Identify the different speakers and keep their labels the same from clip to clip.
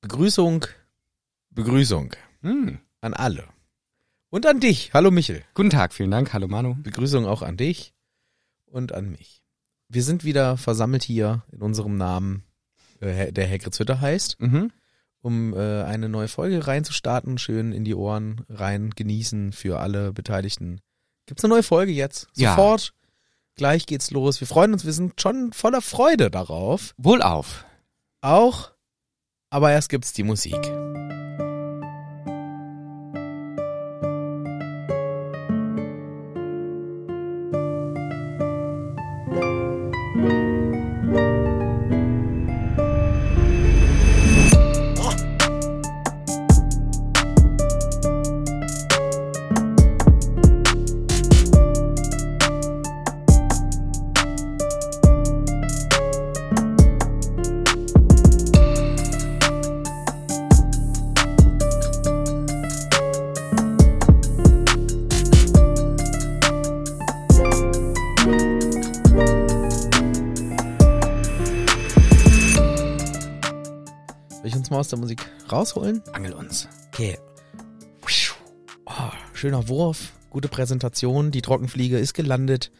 Speaker 1: Begrüßung, Begrüßung
Speaker 2: Hm.
Speaker 1: an alle. Und an dich. Hallo Michel.
Speaker 2: Guten Tag, vielen Dank. Hallo Manu.
Speaker 1: Begrüßung auch an dich und an mich. Wir sind wieder versammelt hier in unserem Namen, äh, der Hagrid's Hütte heißt,
Speaker 2: Mhm.
Speaker 1: um äh, eine neue Folge reinzustarten, schön in die Ohren rein genießen für alle Beteiligten. Gibt's eine neue Folge jetzt?
Speaker 2: Ja.
Speaker 1: Sofort. Gleich geht's los. Wir freuen uns, wir sind schon voller Freude darauf.
Speaker 2: Wohlauf.
Speaker 1: Auch, aber erst gibt's die Musik. Soll ich uns mal aus der Musik rausholen?
Speaker 2: Angel uns.
Speaker 1: Okay. Oh, schöner Wurf, gute Präsentation. Die Trockenfliege ist gelandet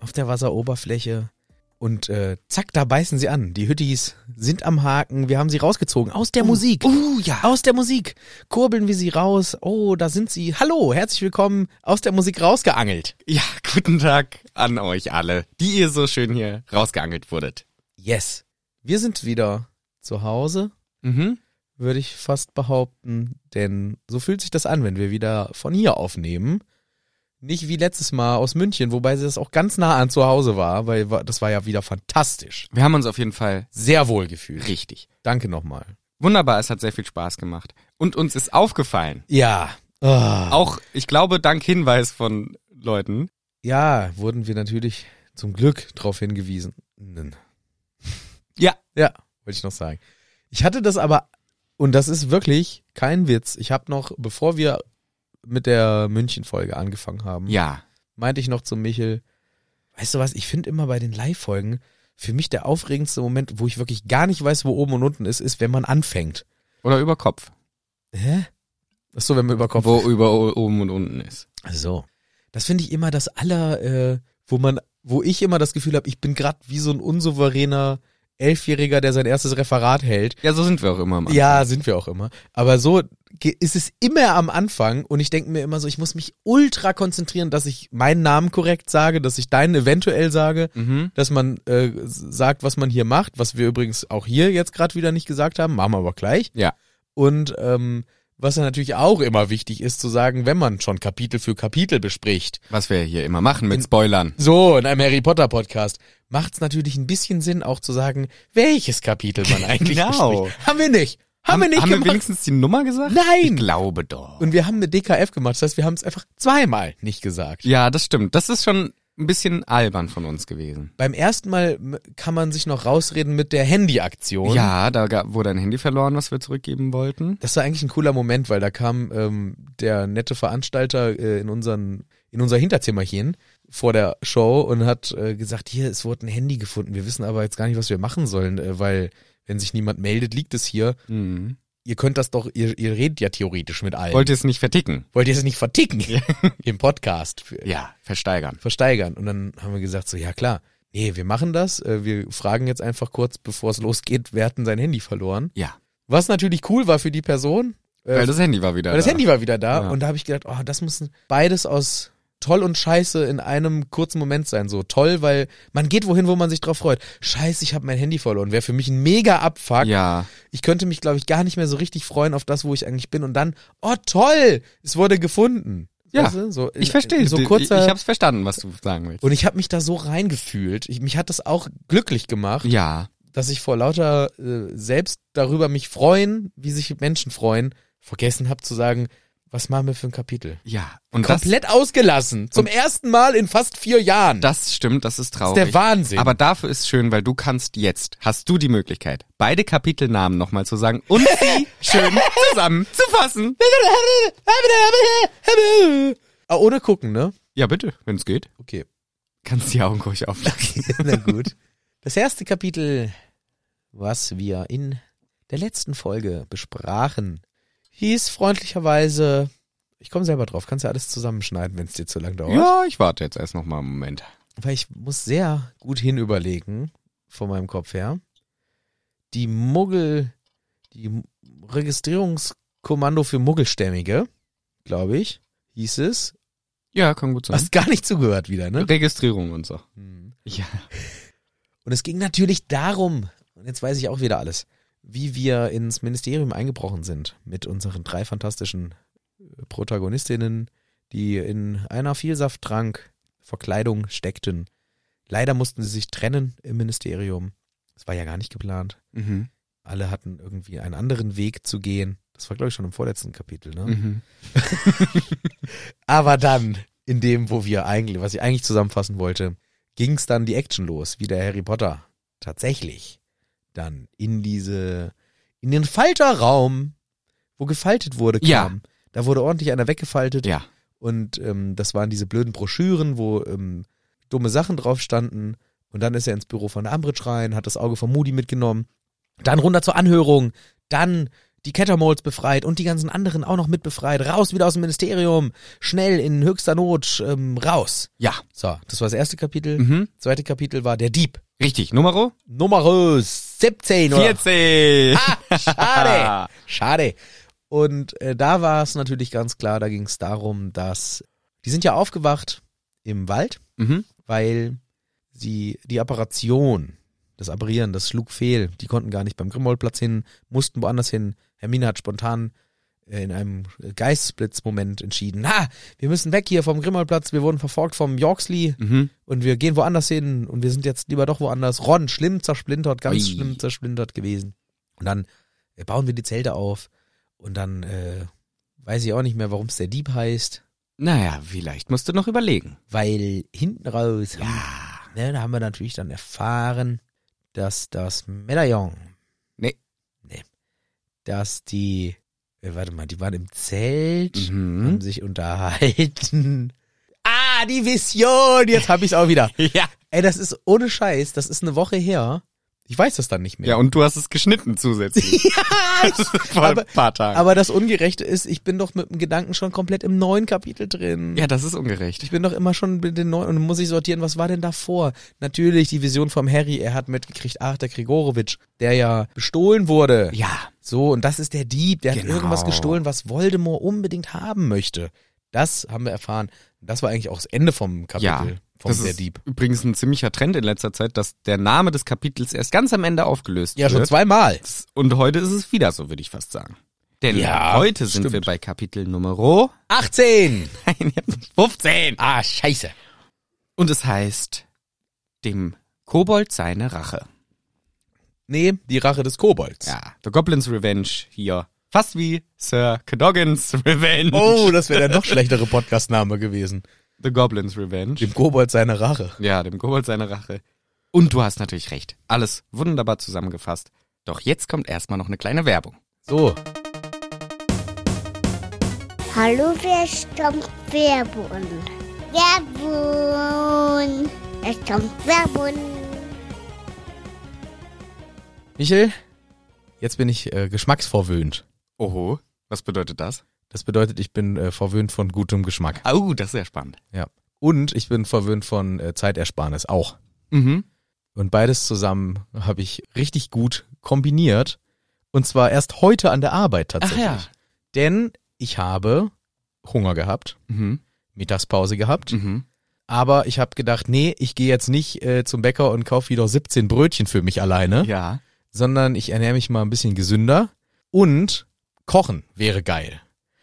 Speaker 1: auf der Wasseroberfläche. Und äh, zack, da beißen sie an. Die Hüttis sind am Haken. Wir haben sie rausgezogen. Aus der Musik.
Speaker 2: Uh, ja.
Speaker 1: Aus der Musik. Kurbeln wir sie raus. Oh, da sind sie. Hallo, herzlich willkommen. Aus der Musik rausgeangelt.
Speaker 2: Ja, guten Tag an euch alle, die ihr so schön hier rausgeangelt wurdet.
Speaker 1: Yes. Wir sind wieder zu Hause,
Speaker 2: Mhm.
Speaker 1: würde ich fast behaupten. Denn so fühlt sich das an, wenn wir wieder von hier aufnehmen. Nicht wie letztes Mal aus München, wobei das auch ganz nah an zu Hause war, weil wa- das war ja wieder fantastisch.
Speaker 2: Wir haben uns auf jeden Fall
Speaker 1: Sehr wohl gefühlt.
Speaker 2: richtig.
Speaker 1: Danke nochmal.
Speaker 2: Wunderbar, es hat sehr viel Spaß gemacht. Und uns ist aufgefallen,
Speaker 1: Ja. Ah.
Speaker 2: auch, ich glaube, dank Hinweis von Leuten.
Speaker 1: Ja, wurden wir natürlich zum Glück darauf hingewiesen. Nen.
Speaker 2: Ja.
Speaker 1: Ja, wollte ich noch sagen. Ich hatte das aber, und das ist wirklich kein Witz, ich habe noch, bevor wir mit der München-Folge angefangen haben,
Speaker 2: Ja.
Speaker 1: meinte ich noch zu Michel, weißt du was, ich finde immer bei den Live-Folgen, für mich der aufregendste Moment, wo ich wirklich gar nicht weiß, wo oben und unten ist, ist, wenn man anfängt.
Speaker 2: Oder über Kopf.
Speaker 1: Hä? Ach so, wenn man über Kopf
Speaker 2: Wo über o- oben und unten ist.
Speaker 1: so. Das finde ich immer das aller, äh, wo man, wo ich immer das Gefühl habe, ich bin gerade wie so ein unsouveräner Elfjähriger, der sein erstes Referat hält.
Speaker 2: Ja, so sind wir auch immer. am Anfang.
Speaker 1: Ja, sind wir auch immer. Aber so ge- ist es immer am Anfang und ich denke mir immer so, ich muss mich ultra konzentrieren, dass ich meinen Namen korrekt sage, dass ich deinen eventuell sage,
Speaker 2: Mhm.
Speaker 1: dass man äh, s- sagt, was man hier macht, was wir übrigens auch hier jetzt gerade wieder nicht gesagt haben, machen wir aber gleich.
Speaker 2: Ja.
Speaker 1: Und ähm, was ja natürlich auch immer wichtig ist zu sagen, wenn man schon Kapitel für Kapitel bespricht,
Speaker 2: Was wir hier immer machen mit
Speaker 1: In-
Speaker 2: Spoilern.
Speaker 1: so, in einem Harry Potter Podcast macht's natürlich ein bisschen Sinn, auch zu sagen, welches Kapitel man eigentlich
Speaker 2: Genau.
Speaker 1: bespricht. Haben wir nicht. Haben, wir nicht
Speaker 2: haben wir
Speaker 1: gemacht.
Speaker 2: wenigstens die Nummer gesagt? Ich
Speaker 1: Nein.
Speaker 2: glaube doch.
Speaker 1: Und wir haben eine DKF gemacht. Das heißt, wir haben es einfach zweimal nicht gesagt.
Speaker 2: Ja, das stimmt. Das ist schon ein bisschen albern von uns gewesen.
Speaker 1: Beim ersten Mal m- kann man sich noch rausreden mit der Handy-Aktion.
Speaker 2: Ja, da ga- wurde ein Handy verloren, was wir zurückgeben wollten.
Speaker 1: Das war eigentlich ein cooler Moment, weil da kam ähm, der nette Veranstalter äh, in, unseren, in unser Hinterzimmerchen vor der Show und hat äh, gesagt, hier, es wurde ein Handy gefunden. Wir wissen aber jetzt gar nicht, was wir machen sollen, äh, weil wenn sich niemand meldet, liegt es hier.
Speaker 2: Mhm.
Speaker 1: Ihr könnt das doch, ihr, ihr redet ja theoretisch mit allen.
Speaker 2: Wollt ihr es nicht verticken?
Speaker 1: Wollt ihr es nicht verticken im Podcast? Für,
Speaker 2: Ja, versteigern.
Speaker 1: versteigern. Und dann haben wir gesagt, so ja klar, nee, wir machen das. Äh, Wir fragen jetzt einfach kurz, bevor es losgeht, wer hat denn sein Handy verloren?
Speaker 2: Ja,
Speaker 1: Was natürlich cool war für die Person, äh,
Speaker 2: weil das Handy war wieder
Speaker 1: weil das
Speaker 2: da.
Speaker 1: Handy war wieder da.
Speaker 2: Ja.
Speaker 1: Und da habe ich gedacht, oh, das muss beides aus toll und scheiße in einem kurzen Moment sein. So toll, weil man geht wohin, wo man sich drauf freut. Scheiße, ich habe mein Handy verloren. Wäre für mich ein mega Abfuck.
Speaker 2: Ja,
Speaker 1: Ich könnte mich, glaube ich, gar nicht mehr so richtig freuen auf das, wo ich eigentlich bin. Und dann, oh toll, es wurde gefunden.
Speaker 2: Ja.
Speaker 1: Weißt du, so in-
Speaker 2: ich verstehe.
Speaker 1: in So
Speaker 2: Ich-
Speaker 1: kurzer,
Speaker 2: ich, ich hab's verstanden, was du sagen willst.
Speaker 1: und ich habe mich da so reingefühlt. Ich, mich hat das auch glücklich gemacht,
Speaker 2: Ja,
Speaker 1: dass ich vor lauter äh, selbst darüber mich freuen, wie sich Menschen freuen, vergessen habe zu sagen, was machen wir für ein Kapitel?
Speaker 2: ja. Und das,
Speaker 1: Komplett ausgelassen. Zum ersten Mal in fast vier Jahren.
Speaker 2: das stimmt, das ist
Speaker 1: das ist
Speaker 2: traurig.
Speaker 1: der Wahnsinn.
Speaker 2: aber dafür ist schön, weil du kannst jetzt, hast du die Möglichkeit, beide Kapitelnamen nochmal zu sagen und sie schön zusammenzufassen.
Speaker 1: Ah, ohne gucken, ne?
Speaker 2: Ja, bitte, wenn es geht.
Speaker 1: Okay.
Speaker 2: Kannst die Augen ruhig auflassen.
Speaker 1: Na gut. Das erste Kapitel, was wir in der letzten Folge besprachen, hieß freundlicherweise, ich komme selber drauf, kannst ja alles zusammenschneiden, wenn es dir zu lang dauert.
Speaker 2: Ja, ich warte jetzt erst noch mal einen Moment.
Speaker 1: Weil ich muss sehr gut hinüberlegen, von meinem Kopf her. Die Muggel, die Registrierungskommando für Muggelstämmige, glaube ich, hieß es.
Speaker 2: Ja, kann gut
Speaker 1: Du hast gar nicht zugehört wieder, ne?
Speaker 2: Registrierung und so.
Speaker 1: Mhm.
Speaker 2: Ja.
Speaker 1: Und es ging natürlich darum, und jetzt weiß ich auch wieder alles, wie wir ins Ministerium eingebrochen sind mit unseren drei fantastischen äh, Protagonistinnen, die in einer Vielsafttrank Verkleidung steckten. Leider mussten sie sich trennen im Ministerium. Das war ja gar nicht geplant.
Speaker 2: Mhm.
Speaker 1: Alle hatten irgendwie einen anderen Weg zu gehen. Das war, glaube ich, schon im vorletzten Kapitel, ne?
Speaker 2: Mhm.
Speaker 1: Aber dann, in dem, wo wir eigentlich, was ich eigentlich zusammenfassen wollte, ging's dann die Action los, wie der Harry Potter tatsächlich dann in diese, in den Falterraum, wo gefaltet wurde, kam.
Speaker 2: Ja.
Speaker 1: Da wurde ordentlich einer weggefaltet
Speaker 2: Ja.
Speaker 1: und ähm, das waren diese blöden Broschüren, wo ähm, dumme Sachen drauf standen. Und dann ist er ins Büro von der Ambridge rein, hat das Auge von Moody mitgenommen, dann runter zur Anhörung, dann die Catamolds befreit und die ganzen anderen auch noch mit befreit, raus wieder aus dem Ministerium, schnell in höchster Not, ähm, raus.
Speaker 2: Ja.
Speaker 1: So, das war das erste Kapitel.
Speaker 2: Mhm.
Speaker 1: Zweite Kapitel war der Dieb.
Speaker 2: Richtig. Numero?
Speaker 1: Nummer 17 oder
Speaker 2: 14.
Speaker 1: Ah, schade. schade. Und äh, da war es natürlich ganz klar, da ging es darum, dass die sind ja aufgewacht im Wald,
Speaker 2: Mhm.
Speaker 1: weil sie die Apparation, das Apparieren, das schlug fehl. Die konnten gar nicht beim Grimoldplatz hin, mussten woanders hin. Hermine hat spontan äh, in einem Geistesblitzmoment entschieden, na, wir müssen weg hier vom Grimoldplatz, wir wurden verfolgt vom Yorksley
Speaker 2: Mhm.
Speaker 1: und wir gehen woanders hin und wir sind jetzt lieber doch woanders. Ron, schlimm zersplintert, ganz
Speaker 2: Ui.
Speaker 1: schlimm zersplintert gewesen. Und dann äh, bauen wir die Zelte auf und dann äh, weiß ich auch nicht mehr, warum es der Dieb heißt,
Speaker 2: Naja, vielleicht musst du noch überlegen.
Speaker 1: weil hinten raus
Speaker 2: Ja.
Speaker 1: ne, da haben wir natürlich dann erfahren, dass das Medaillon,
Speaker 2: Nee.
Speaker 1: nee, dass die, äh, warte mal, die waren im Zelt, haben
Speaker 2: Mhm.
Speaker 1: sich unterhalten. Ah, die Vision, jetzt hab ich's auch wieder.
Speaker 2: Ja.
Speaker 1: Ey, das ist ohne Scheiß, das ist eine Woche her. Ich weiß das dann nicht mehr.
Speaker 2: Ja, und du hast es geschnitten zusätzlich.
Speaker 1: Ja, ich,
Speaker 2: Vor
Speaker 1: Aber-
Speaker 2: ein paar Tagen.
Speaker 1: aber das Ungerechte ist, ich bin doch mit dem Gedanken schon komplett im neuen Kapitel drin.
Speaker 2: ja, das ist ungerecht.
Speaker 1: Ich bin doch immer schon mit den neuen und muss ich sortieren, was war denn davor? Natürlich die Vision vom Harry, er hat mitgekriegt, ach, der Grigorowitsch, der ja bestohlen wurde.
Speaker 2: Ja.
Speaker 1: So, und das ist der Dieb, der hat
Speaker 2: Genau.
Speaker 1: irgendwas gestohlen, was Voldemort unbedingt haben möchte. Das haben wir erfahren. Das war eigentlich auch das Ende vom Kapitel,
Speaker 2: Ja.
Speaker 1: vom
Speaker 2: Das
Speaker 1: Der
Speaker 2: ist
Speaker 1: Dieb.
Speaker 2: übrigens ein ziemlicher Trend in letzter Zeit, dass der Name des Kapitels erst ganz am Ende aufgelöst
Speaker 1: Ja,
Speaker 2: wird.
Speaker 1: schon zweimal.
Speaker 2: Und heute ist es wieder so, würde ich fast sagen. Denn
Speaker 1: Ja,
Speaker 2: heute sind
Speaker 1: stimmt.
Speaker 2: wir bei Kapitel Numero
Speaker 1: 18!
Speaker 2: 15.
Speaker 1: Ah, scheiße.
Speaker 2: Und es heißt, dem Kobold seine Rache.
Speaker 1: Nee, die Rache des Kobolds.
Speaker 2: Ja, The Goblin's Revenge hier. Fast wie Sir Cadogan's Revenge.
Speaker 1: Oh, das wäre der noch schlechtere Podcastname gewesen.
Speaker 2: The Goblin's Revenge.
Speaker 1: Dem Kobold seine Rache.
Speaker 2: Ja, dem Kobold seine Rache. Und du hast natürlich recht. Alles wunderbar zusammengefasst. Doch jetzt kommt erstmal noch eine kleine Werbung.
Speaker 1: So,
Speaker 3: Hallo, wer stammt Werbun? Werbun! Es kommt Werbun!
Speaker 1: Michel, jetzt bin ich äh, geschmacksverwöhnt.
Speaker 2: Oho, was bedeutet das?
Speaker 1: Das bedeutet, ich bin äh, verwöhnt von gutem Geschmack.
Speaker 2: Oh, das ist sehr spannend.
Speaker 1: Ja. Und ich bin verwöhnt von äh, Zeitersparnis auch.
Speaker 2: Mhm.
Speaker 1: Und beides zusammen habe ich richtig gut kombiniert. Und zwar erst heute an der Arbeit tatsächlich.
Speaker 2: Ach ja.
Speaker 1: Denn ich habe Hunger gehabt,
Speaker 2: Mhm.
Speaker 1: Mittagspause gehabt.
Speaker 2: Mhm.
Speaker 1: Aber ich habe gedacht, nee, ich gehe jetzt nicht äh, zum Bäcker und kaufe wieder 17 Brötchen für mich alleine,
Speaker 2: Ja.
Speaker 1: sondern ich ernähre mich mal ein bisschen gesünder und kochen wäre geil.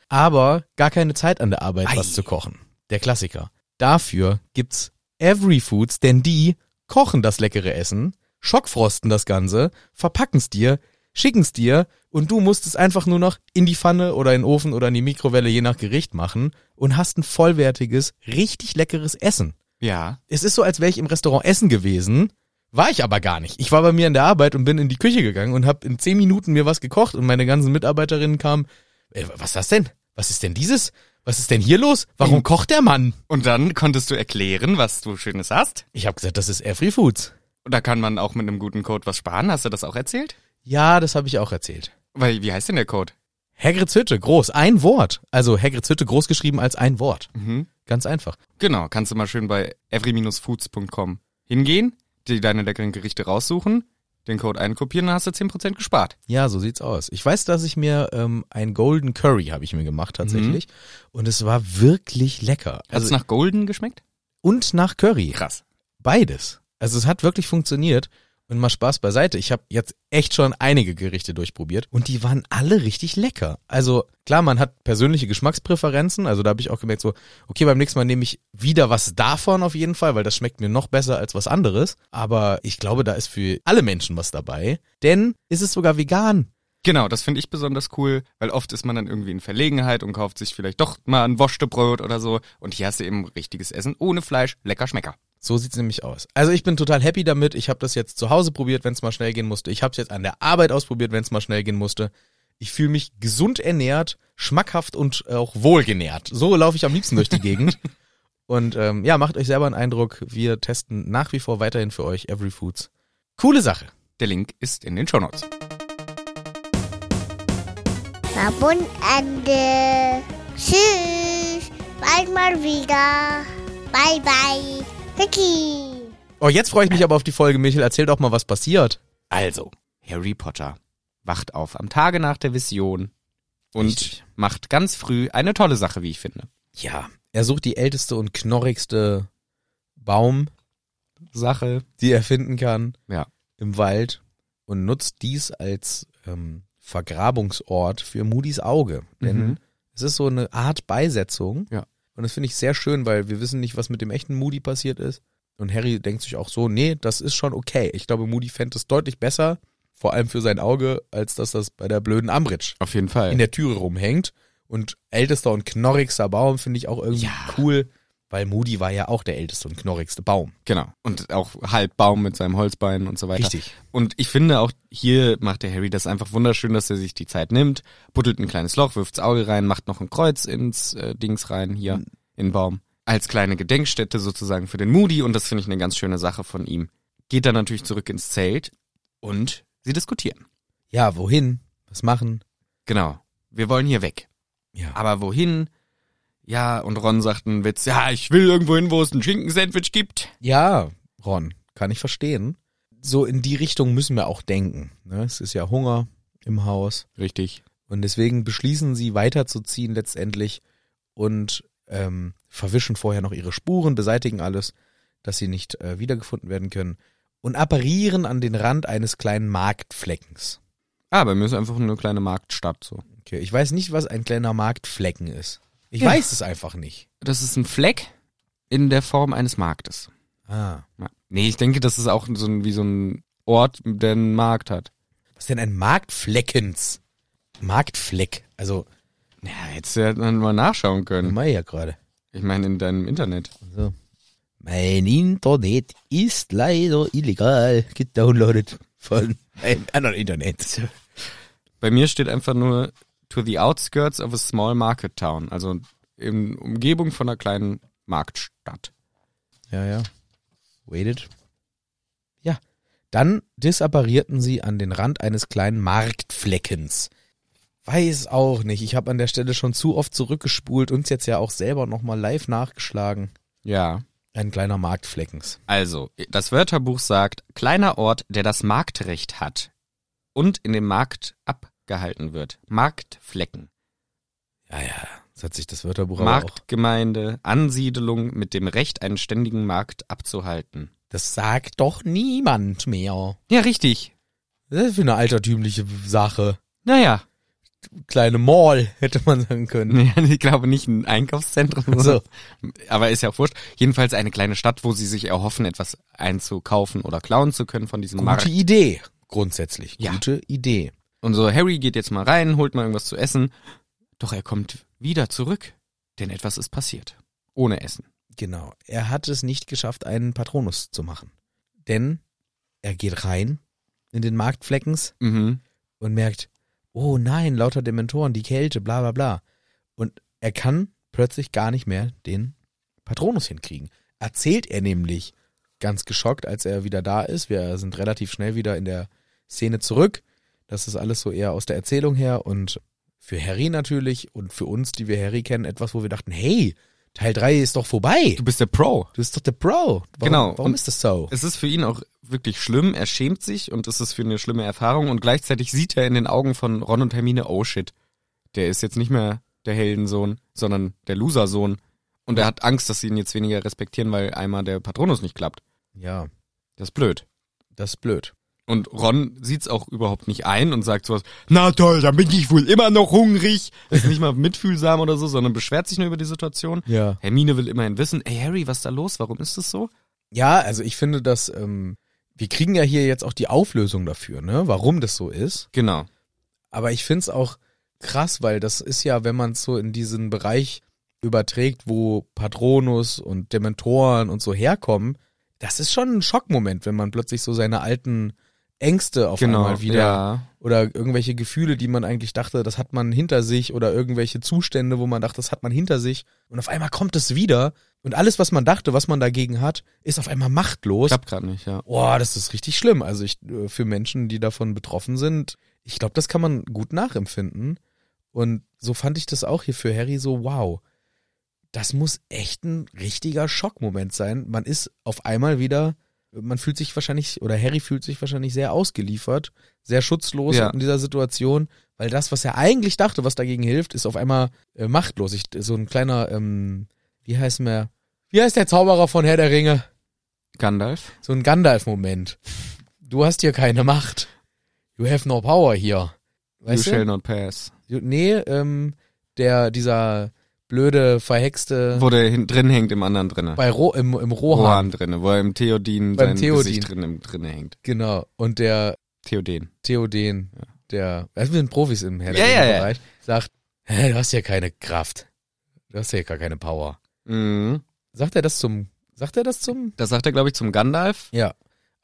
Speaker 1: Aber gar keine Zeit an der Arbeit,
Speaker 2: Ei.
Speaker 1: was zu kochen. Der Klassiker. Dafür gibt's Every Foods, denn die kochen das leckere Essen, schockfrosten das Ganze, verpacken's dir, schicken's dir und du musst es einfach nur noch in die Pfanne oder in den Ofen oder in die Mikrowelle je nach Gericht machen und hast ein vollwertiges, richtig leckeres Essen.
Speaker 2: Ja.
Speaker 1: Es ist so, als wäre ich im Restaurant essen gewesen, war ich aber gar nicht. Ich war bei mir in der Arbeit und bin in die Küche gegangen und habe in zehn Minuten mir was gekocht und meine ganzen Mitarbeiterinnen kamen, "Ey, was ist das denn? Was ist denn dieses? Was ist denn hier los? Warum
Speaker 2: Mhm.
Speaker 1: kocht der Mann?
Speaker 2: Und dann konntest du erklären, was du Schönes hast.
Speaker 1: Ich habe gesagt, das ist Every Foods.
Speaker 2: Und da kann man auch mit einem guten Code was sparen. Hast du das auch erzählt?
Speaker 1: Ja, das habe ich auch erzählt.
Speaker 2: Weil, wie heißt denn der Code?
Speaker 1: Hagrids Hütte, groß, ein Wort. Also Hagrids Hütte groß geschrieben als ein Wort.
Speaker 2: Mhm.
Speaker 1: Ganz einfach.
Speaker 2: Genau, kannst du mal schön bei every-foods.com hingehen, dir deine leckeren Gerichte raussuchen, den Code einkopieren, dann hast du 10% gespart.
Speaker 1: Ja, so sieht's aus. Ich weiß, dass ich mir ähm, ein Golden Curry habe ich mir gemacht tatsächlich und es war wirklich lecker.
Speaker 2: Mhm. Hat's
Speaker 1: Also
Speaker 2: nach Golden geschmeckt?
Speaker 1: und nach Curry,
Speaker 2: Krass.
Speaker 1: beides. Also es hat wirklich funktioniert und mal Spaß beiseite. Ich habe jetzt echt schon einige Gerichte durchprobiert und die waren alle richtig lecker. Also klar, man hat persönliche Geschmackspräferenzen, also da habe ich auch gemerkt so, okay, beim nächsten Mal nehme ich wieder was davon auf jeden Fall, weil das schmeckt mir noch besser als was anderes, aber ich glaube, da ist für alle Menschen was dabei, denn ist es sogar vegan.
Speaker 2: Genau, das finde ich besonders cool, weil oft ist man dann irgendwie in Verlegenheit und kauft sich vielleicht doch mal ein Wurstebrot oder so. Und hier hast du eben richtiges Essen ohne Fleisch, lecker Schmecker.
Speaker 1: So sieht's nämlich aus. Also ich bin total happy damit. Ich habe das jetzt zu Hause probiert, wenn es mal schnell gehen musste. Ich habe es jetzt an der Arbeit ausprobiert, wenn es mal schnell gehen musste. Ich fühle mich gesund ernährt, schmackhaft und äh, auch wohlgenährt. So laufe ich am liebsten durch die Gegend. Und ähm, ja, macht euch selber einen Eindruck. Wir testen nach wie vor weiterhin für euch Every Foods. Coole Sache.
Speaker 2: Der Link ist in den Shownotes.
Speaker 3: Werbung Ende. Tschüss. Bald mal wieder. Bye, bye. Vicky.
Speaker 1: Oh, jetzt freue ich mich aber auf die Folge, Michel. Erzähl doch mal, was passiert.
Speaker 2: Also, Harry Potter wacht auf am Tage nach der Vision und
Speaker 1: Richtig.
Speaker 2: macht ganz früh eine tolle Sache, wie ich finde.
Speaker 1: Ja, er sucht die älteste und knorrigste Baum
Speaker 2: Sache.
Speaker 1: die er finden kann
Speaker 2: Ja.
Speaker 1: im Wald und nutzt dies als ähm, Vergrabungsort für Moody's Auge. Denn
Speaker 2: Mhm.
Speaker 1: es ist so eine Art Beisetzung.
Speaker 2: Ja.
Speaker 1: Und das finde ich sehr schön, weil wir wissen nicht, was mit dem echten Moody passiert ist. Und Harry denkt sich auch so, nee, das ist schon okay. Ich glaube, Moody fände es deutlich besser, vor allem für sein Auge, als dass das bei der blöden Ambridge
Speaker 2: Auf jeden Fall.
Speaker 1: in der Türe rumhängt. Und ältester und knorrigster Baum finde ich auch irgendwie
Speaker 2: Ja.
Speaker 1: cool, weil Moody war ja auch der älteste und knorrigste Baum.
Speaker 2: Genau. Und auch halb Baum mit seinem Holzbein und so weiter.
Speaker 1: Richtig.
Speaker 2: Und ich finde auch hier macht der Harry das einfach wunderschön, dass er sich die Zeit nimmt, buddelt ein kleines Loch, wirft's Auge rein, macht noch ein Kreuz ins äh, Dings rein hier in den Baum. Als kleine Gedenkstätte sozusagen für den Moody und das finde ich eine ganz schöne Sache von ihm. Geht dann natürlich zurück ins Zelt und sie diskutieren.
Speaker 1: Ja, wohin? Was machen?
Speaker 2: Genau. Wir wollen hier weg.
Speaker 1: Ja.
Speaker 2: Aber wohin? Ja, und Ron sagt einen Witz, ja, ich will irgendwo hin, wo es ein Schinkensandwich gibt.
Speaker 1: Ja, Ron, kann ich verstehen. So in die Richtung müssen wir auch denken. Ne? Es ist ja Hunger im Haus
Speaker 2: Richtig.
Speaker 1: und deswegen beschließen sie weiterzuziehen letztendlich und ähm, verwischen vorher noch ihre Spuren, beseitigen alles, dass sie nicht äh, wiedergefunden werden können und apparieren an den Rand eines kleinen Marktfleckens.
Speaker 2: Aber Ah, mir ist einfach nur eine kleine Marktstadt so.
Speaker 1: Okay, ich weiß nicht, was ein kleiner Marktflecken ist. Ich
Speaker 2: Ja.
Speaker 1: weiß es einfach nicht.
Speaker 2: Das ist ein Fleck in der Form eines Marktes.
Speaker 1: Ah.
Speaker 2: Ja. Nee, ich denke, das ist auch so ein, wie so ein Ort, der einen Markt hat.
Speaker 1: Was ist denn ein Marktfleckens? Marktfleck. Also,
Speaker 2: Ja, hättest du ja dann mal nachschauen können.
Speaker 1: mach ich ja gerade.
Speaker 2: Ich meine, in deinem Internet.
Speaker 1: So. Mein Internet ist leider illegal gedownloadet von einem anderen Internet.
Speaker 2: Bei mir steht einfach nur to the outskirts of a small market town. Also in Umgebung von einer kleinen Marktstadt.
Speaker 1: Ja, ja. Waited. Ja. Dann disapparierten sie an den Rand eines kleinen Marktfleckens. Weiß auch nicht. Ich habe an der Stelle schon zu oft zurückgespult und jetzt ja auch selber nochmal live nachgeschlagen.
Speaker 2: Ja.
Speaker 1: Ein kleiner Marktfleckens.
Speaker 2: Also, das Wörterbuch sagt, kleiner Ort, der das Marktrecht hat und in dem Markt abgehalten wird. Marktflecken.
Speaker 1: Ja, ja. Jetzt hat sich das Wörterbuch aber auch.
Speaker 2: Marktgemeinde, Ansiedelung mit dem Recht, einen ständigen Markt abzuhalten.
Speaker 1: Das sagt doch niemand mehr.
Speaker 2: Ja, richtig.
Speaker 1: Das ist für eine altertümliche Sache.
Speaker 2: Naja.
Speaker 1: kleine Mall, hätte man sagen können.
Speaker 2: Nee, Ich glaube nicht ein Einkaufszentrum.
Speaker 1: So.
Speaker 2: Aber ist ja auch wurscht. Jedenfalls eine kleine Stadt, wo sie sich erhoffen, etwas einzukaufen oder klauen zu können von diesem
Speaker 1: Gute
Speaker 2: Markt.
Speaker 1: Idee, grundsätzlich.
Speaker 2: Ja.
Speaker 1: Gute Idee.
Speaker 2: Und so, Harry geht jetzt mal rein, holt mal irgendwas zu essen. Doch er kommt wieder zurück, denn etwas ist passiert. Ohne Essen.
Speaker 1: Genau. Er hat es nicht geschafft, einen Patronus zu machen. Denn er geht rein in den Marktfleckens
Speaker 2: Mhm.
Speaker 1: und merkt, oh nein, lauter Dementoren, die Kälte, bla bla bla. Und er kann plötzlich gar nicht mehr den Patronus hinkriegen. Erzählt er nämlich ganz geschockt, als er wieder da ist. Wir sind relativ schnell wieder in der Szene zurück, Das ist alles so eher aus der Erzählung her und für Harry natürlich und für uns, die wir Harry kennen, etwas, wo wir dachten, hey, Teil 3 ist doch vorbei.
Speaker 2: Du bist der Pro.
Speaker 1: Du bist doch der Pro. Warum,
Speaker 2: Genau.
Speaker 1: Warum
Speaker 2: Und-
Speaker 1: ist das so?
Speaker 2: Es ist für ihn auch wirklich schlimm, er schämt sich und es ist für ihn eine schlimme Erfahrung und gleichzeitig sieht er in den Augen von Ron und Hermine, oh shit, der ist jetzt nicht mehr der Heldensohn, sondern der Losersohn. Und er hat Angst, dass sie ihn jetzt weniger respektieren, weil einmal der Patronus nicht klappt.
Speaker 1: Ja,
Speaker 2: Das ist blöd.
Speaker 1: das ist blöd.
Speaker 2: Und Ron sieht's auch überhaupt nicht ein und sagt sowas, na toll, dann bin ich wohl immer noch hungrig. Ist nicht mal mitfühlsam oder so, sondern beschwert sich nur über die Situation.
Speaker 1: Ja.
Speaker 2: Hermine will immerhin wissen, ey Harry, was ist da los? Warum ist das so?
Speaker 1: Ja, also ich finde, dass ähm, wir kriegen ja hier jetzt auch die Auflösung dafür, ne? Warum das so ist.
Speaker 2: Genau.
Speaker 1: Aber ich find's auch krass, weil das ist ja, wenn man so in diesen Bereich überträgt, wo Patronus und Dementoren und so herkommen, das ist schon ein Schockmoment, wenn man plötzlich so seine alten Ängste auf
Speaker 2: Genau.
Speaker 1: einmal wieder
Speaker 2: Ja.
Speaker 1: oder irgendwelche Gefühle, die man eigentlich dachte, das hat man hinter sich oder irgendwelche Zustände, wo man dachte, das hat man hinter sich und auf einmal kommt es wieder und alles, was man dachte, was man dagegen hat, ist auf einmal machtlos.
Speaker 2: Klappt gerade nicht, ja.
Speaker 1: Boah, das ist richtig schlimm. Also ich, äh, für Menschen, die davon betroffen sind, ich glaube, das kann man gut nachempfinden. Und so fand ich das auch hier für Harry so, wow, das muss echt ein richtiger Schockmoment sein. Man ist auf einmal wieder, man fühlt sich wahrscheinlich, oder Harry fühlt sich wahrscheinlich sehr ausgeliefert, sehr schutzlos
Speaker 2: Ja.
Speaker 1: in dieser Situation, weil das, was er eigentlich dachte, was dagegen hilft, ist auf einmal äh, machtlos. Ich, so ein kleiner, ähm, wie heißt mehr, wie heißt der Zauberer von Herr der Ringe?
Speaker 2: Gandalf.
Speaker 1: So ein Gandalf-Moment. Du hast hier keine Macht. You have no power hier. Weißt
Speaker 2: you shall
Speaker 1: du?
Speaker 2: not pass.
Speaker 1: Du- Nee, ähm, der, dieser blöde, verhexte
Speaker 2: Wo der hin, drin hängt, im anderen drinne.
Speaker 1: bei Ro, im, im Rohan.
Speaker 2: Rohan drinne, wo er im Theodin
Speaker 1: Beim
Speaker 2: sein
Speaker 1: Theodin.
Speaker 2: Gesicht drin, im, drinne hängt.
Speaker 1: Genau. Und der
Speaker 2: Theoden.
Speaker 1: Theoden, der, also wir sind Profis im Herr
Speaker 2: Ja, ja, ja.
Speaker 1: Bereich, sagt, Hä, du hast hier keine Kraft. Du hast hier gar keine Power.
Speaker 2: Mhm.
Speaker 1: Sagt er das zum, sagt er das zum?
Speaker 2: Das sagt er, glaube ich, zum Gandalf.
Speaker 1: Ja.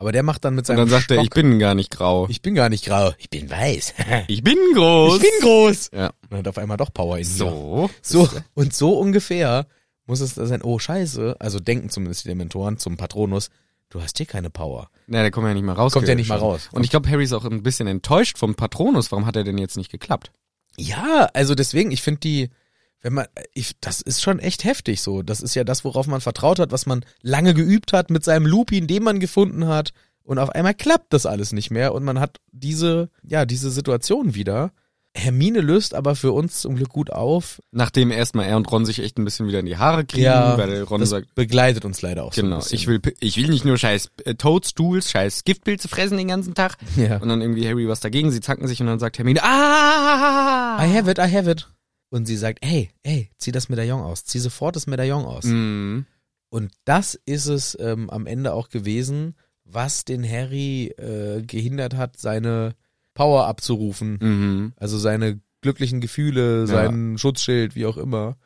Speaker 1: Aber der macht dann mit
Speaker 2: Und
Speaker 1: seinem
Speaker 2: dann sagt
Speaker 1: Stock,
Speaker 2: er, ich bin gar nicht grau.
Speaker 1: ich bin gar nicht grau, ich bin weiß.
Speaker 2: Ich bin groß.
Speaker 1: Ich bin groß.
Speaker 2: Ja.
Speaker 1: Und hat auf einmal doch Power in mir.
Speaker 2: So.
Speaker 1: So, und so ungefähr muss es da sein, oh scheiße, also denken zumindest die Dementoren zum Patronus, du hast hier keine Power.
Speaker 2: Na, der kommt ja nicht mal raus.
Speaker 1: Kommt ja nicht mal raus.
Speaker 2: Und ich glaube, Harry ist auch ein bisschen enttäuscht vom Patronus. Warum hat er denn jetzt nicht geklappt?
Speaker 1: Ja, also deswegen, ich finde die, wenn man, ich, das ist schon echt heftig so. Das ist ja das, worauf man vertraut hat, was man lange geübt hat mit seinem Lupin, den man gefunden hat. Und auf einmal klappt das alles nicht mehr und man hat diese, ja, diese Situation wieder. Hermine löst aber für uns zum Glück gut auf.
Speaker 2: Nachdem erstmal er und Ron sich echt ein bisschen wieder in die Haare kriegen,
Speaker 1: Ja,
Speaker 2: weil Ron
Speaker 1: das
Speaker 2: sagt,
Speaker 1: begleitet uns leider auch
Speaker 2: genau,
Speaker 1: so ein
Speaker 2: ich
Speaker 1: bisschen.
Speaker 2: will, ich will nicht nur scheiß äh, Toadstools, scheiß Giftpilze fressen den ganzen Tag.
Speaker 1: Ja.
Speaker 2: Und dann irgendwie Harry was dagegen, sie zacken sich und dann sagt Hermine, ah!
Speaker 1: I have it, I have it. Und sie sagt, hey, hey, zieh das Medaillon aus, zieh sofort das Medaillon aus.
Speaker 2: Mhm.
Speaker 1: Und das ist es ähm, am Ende auch gewesen, was den Harry äh, gehindert hat, seine Power abzurufen.
Speaker 2: Mhm.
Speaker 1: Also seine glücklichen Gefühle, sein Schutzschild, wie auch immer.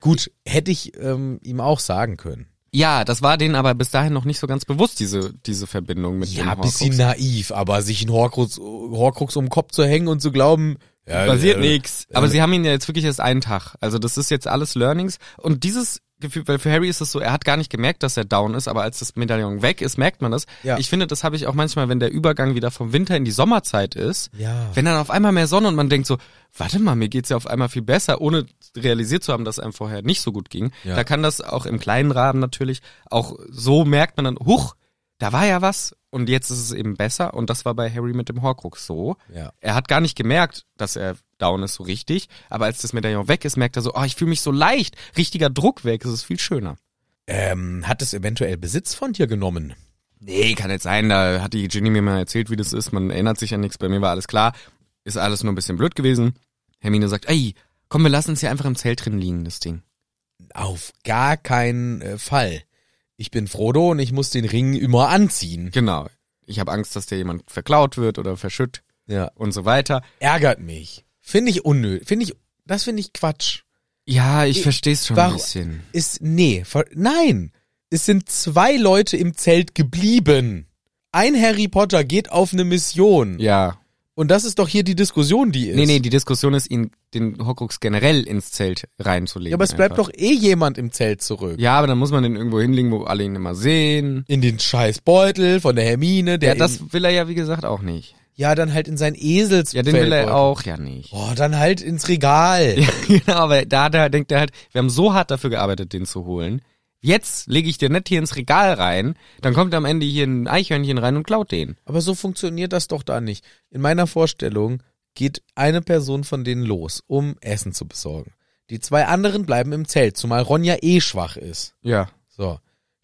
Speaker 1: Gut, hätte ich ähm, ihm auch sagen können.
Speaker 2: Ja, das war denen aber bis dahin noch nicht so ganz bewusst, diese, diese Verbindung mit dem
Speaker 1: Ja,
Speaker 2: Horcrux.
Speaker 1: bisschen naiv, aber sich einen Horcrux, Horcrux um den Kopf zu hängen und zu glauben, ja,
Speaker 2: Passiert
Speaker 1: äh,
Speaker 2: nix. Aber sie haben ihn ja jetzt wirklich erst einen Tag. Also das ist jetzt alles Learnings. Und dieses Gefühl, weil für Harry ist es so, er hat gar nicht gemerkt, dass er down ist, aber als das Medaillon weg ist, merkt man das.
Speaker 1: Ja.
Speaker 2: Ich finde, das habe ich auch manchmal, wenn der Übergang wieder vom Winter in die Sommerzeit ist.
Speaker 1: Ja.
Speaker 2: Wenn dann auf einmal mehr Sonne und man denkt so, warte mal, mir geht's ja auf einmal viel besser, ohne realisiert zu haben, dass einem vorher nicht so gut ging.
Speaker 1: Ja.
Speaker 2: Da kann das auch im kleinen Rahmen natürlich, auch so merkt man dann, huch, da war ja was und jetzt ist es eben besser und das war bei Harry mit dem Horcrux so.
Speaker 1: Ja.
Speaker 2: Er hat gar nicht gemerkt, dass er down ist so richtig, aber als das Medaillon weg ist, merkt er so, oh, ich fühle mich so leicht, richtiger Druck weg, es ist viel schöner.
Speaker 1: Ähm, hat es eventuell Besitz von dir genommen?
Speaker 2: Nee, kann nicht sein, da hat die Ginny mir mal erzählt, wie das ist, man erinnert sich an nichts, bei mir war alles klar, ist alles nur ein bisschen blöd gewesen. Hermine sagt, ey, komm, wir lassen uns hier einfach im Zelt drin liegen, das Ding.
Speaker 1: Auf gar keinen äh, Fall. Ich bin Frodo und ich muss den Ring immer anziehen.
Speaker 2: Genau. Ich habe Angst, dass dir jemand verklaut wird oder verschütt
Speaker 1: Ja.
Speaker 2: und so weiter.
Speaker 1: Ärgert mich. Finde ich unnötig. Finde ich, das finde ich Quatsch.
Speaker 2: Ja, ich,
Speaker 1: Ich-
Speaker 2: verstehe es schon
Speaker 1: warum-
Speaker 2: ein bisschen.
Speaker 1: Ist, nee, ver nein. Es sind zwei Leute im Zelt geblieben. Ein Harry Potter geht auf eine Mission.
Speaker 2: Ja.
Speaker 1: Und das ist doch hier die Diskussion, die ist.
Speaker 2: Nee, nee, die Diskussion ist, ihn den Horcrux generell ins Zelt reinzulegen.
Speaker 1: ja, aber es bleibt
Speaker 2: einfach.
Speaker 1: doch eh jemand im Zelt zurück.
Speaker 2: Ja, aber dann muss man den irgendwo hinlegen, wo alle ihn immer sehen.
Speaker 1: In den scheiß Beutel von der Hermine, der
Speaker 2: Ja, das
Speaker 1: in,
Speaker 2: will er ja, wie gesagt, auch nicht.
Speaker 1: Ja, dann halt in sein Esels.
Speaker 2: Ja, den will er auch ja nicht.
Speaker 1: Oh, dann halt ins Regal.
Speaker 2: Ja, genau, aber da, da denkt er halt, wir haben so hart dafür gearbeitet, den zu holen. Jetzt lege ich den nicht hier ins Regal rein, dann kommt am Ende hier ein Eichhörnchen rein und klaut den.
Speaker 1: Aber so funktioniert das doch da nicht. In meiner Vorstellung geht eine Person von denen los, um Essen zu besorgen. Die zwei anderen bleiben im Zelt, zumal Ronja eh schwach ist.
Speaker 2: Ja.
Speaker 1: So,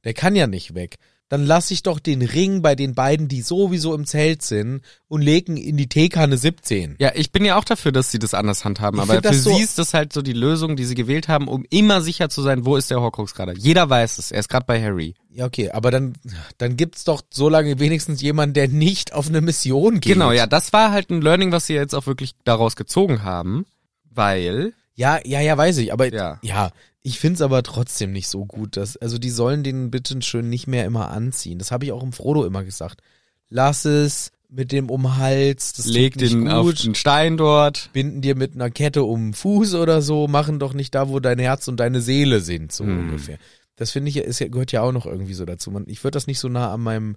Speaker 1: der kann ja nicht weg. Dann lass ich doch den Ring bei den beiden, die sowieso im Zelt sind, und legen in die Teekanne 17.
Speaker 2: Ja, ich bin ja auch dafür, dass sie das anders handhaben,
Speaker 1: Ich
Speaker 2: aber
Speaker 1: find
Speaker 2: für
Speaker 1: das so-
Speaker 2: sie ist das halt so die Lösung, die sie gewählt haben, um immer sicher zu sein, wo ist der Horcrux gerade. Jeder weiß es, er ist gerade bei Harry.
Speaker 1: Ja, okay, aber dann, dann gibt's doch so lange wenigstens jemanden, der nicht auf eine Mission geht.
Speaker 2: Genau, ja, das war halt ein Learning, was sie jetzt auch wirklich daraus gezogen haben, weil
Speaker 1: Ja, ja, ja, weiß ich, aber
Speaker 2: Ja.
Speaker 1: ja, ich find's aber trotzdem nicht so gut, dass also die sollen den bitte schön nicht mehr immer anziehen. Das habe ich auch im Frodo immer gesagt. Lass es mit dem um den Hals, das
Speaker 2: legt
Speaker 1: tut nicht
Speaker 2: den auf
Speaker 1: gut.
Speaker 2: den Stein dort.
Speaker 1: binden dir mit einer Kette um den Fuß oder so, machen doch nicht da, wo dein Herz und deine Seele sind, so
Speaker 2: Hm.
Speaker 1: ungefähr. Das finde ich, ja- ist, ja- gehört ja auch noch irgendwie so dazu. Man, ich würde das nicht so nah an meinem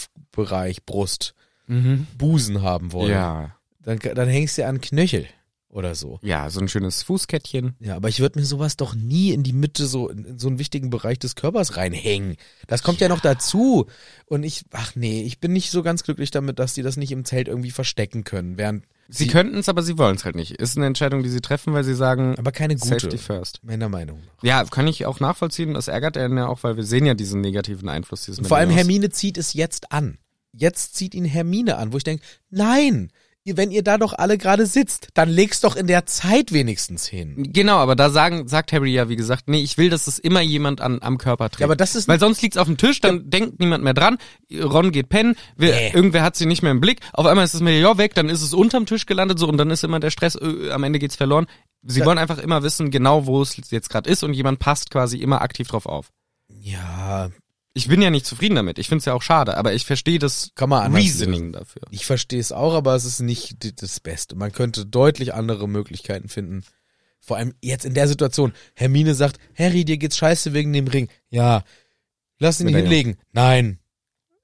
Speaker 1: Kopfbereich, Brust,
Speaker 2: Mhm.
Speaker 1: Busen haben wollen.
Speaker 2: Ja,
Speaker 1: Dann, dann hängst du an Knöchel oder so.
Speaker 2: ja, so ein schönes Fußkettchen.
Speaker 1: Ja, aber ich würde mir sowas doch nie in die Mitte, so in in so einen wichtigen Bereich des Körpers reinhängen. Das kommt ja. noch dazu. Und ich, ach nee, ich bin nicht so ganz glücklich damit, dass die das nicht im Zelt irgendwie verstecken können. Während,
Speaker 2: Sie, könnten es, aber sie wollen es halt nicht. Ist eine Entscheidung, die sie treffen, weil sie sagen,
Speaker 1: aber keine gute,
Speaker 2: Safety first.
Speaker 1: meiner Meinung nach.
Speaker 2: Ja, kann ich auch nachvollziehen. Das ärgert einen ja auch, weil wir sehen ja diesen negativen Einfluss dieses
Speaker 1: Und vor allem
Speaker 2: Millenniums.
Speaker 1: Hermine zieht es jetzt an. Jetzt zieht ihn Hermine an, wo ich denke, nein, ihr- wenn ihr da doch alle gerade sitzt, dann leg's doch in der Zeit wenigstens hin.
Speaker 2: Genau, aber da sagen, sagt Harry ja, wie gesagt, nee, ich will, dass es immer jemand an, am Körper trägt.
Speaker 1: Ja, aber das ist-
Speaker 2: Weil sonst liegt's auf dem Tisch, dann denkt niemand mehr dran, Ron geht pennen, wir,
Speaker 1: Nee.
Speaker 2: irgendwer hat sie nicht mehr im Blick, auf einmal ist das Meteor weg, dann ist es unterm Tisch gelandet so und dann ist immer der Stress, äh, am Ende geht's verloren. Sie wollen einfach immer wissen, genau wo es jetzt gerade ist und jemand passt quasi immer aktiv drauf auf.
Speaker 1: Ja,
Speaker 2: Ich bin ja nicht zufrieden damit, ich find's ja auch schade, aber ich verstehe das
Speaker 1: kann man anders lösen.
Speaker 2: Reasoning dafür.
Speaker 1: Ich verstehe es auch, aber es ist nicht d- das Beste. Man könnte deutlich andere Möglichkeiten finden. Vor allem jetzt in der Situation. Hermine sagt, Harry, dir geht's scheiße wegen dem Ring. Ja. Lass ihn
Speaker 2: Mit der
Speaker 1: hinlegen. Nein.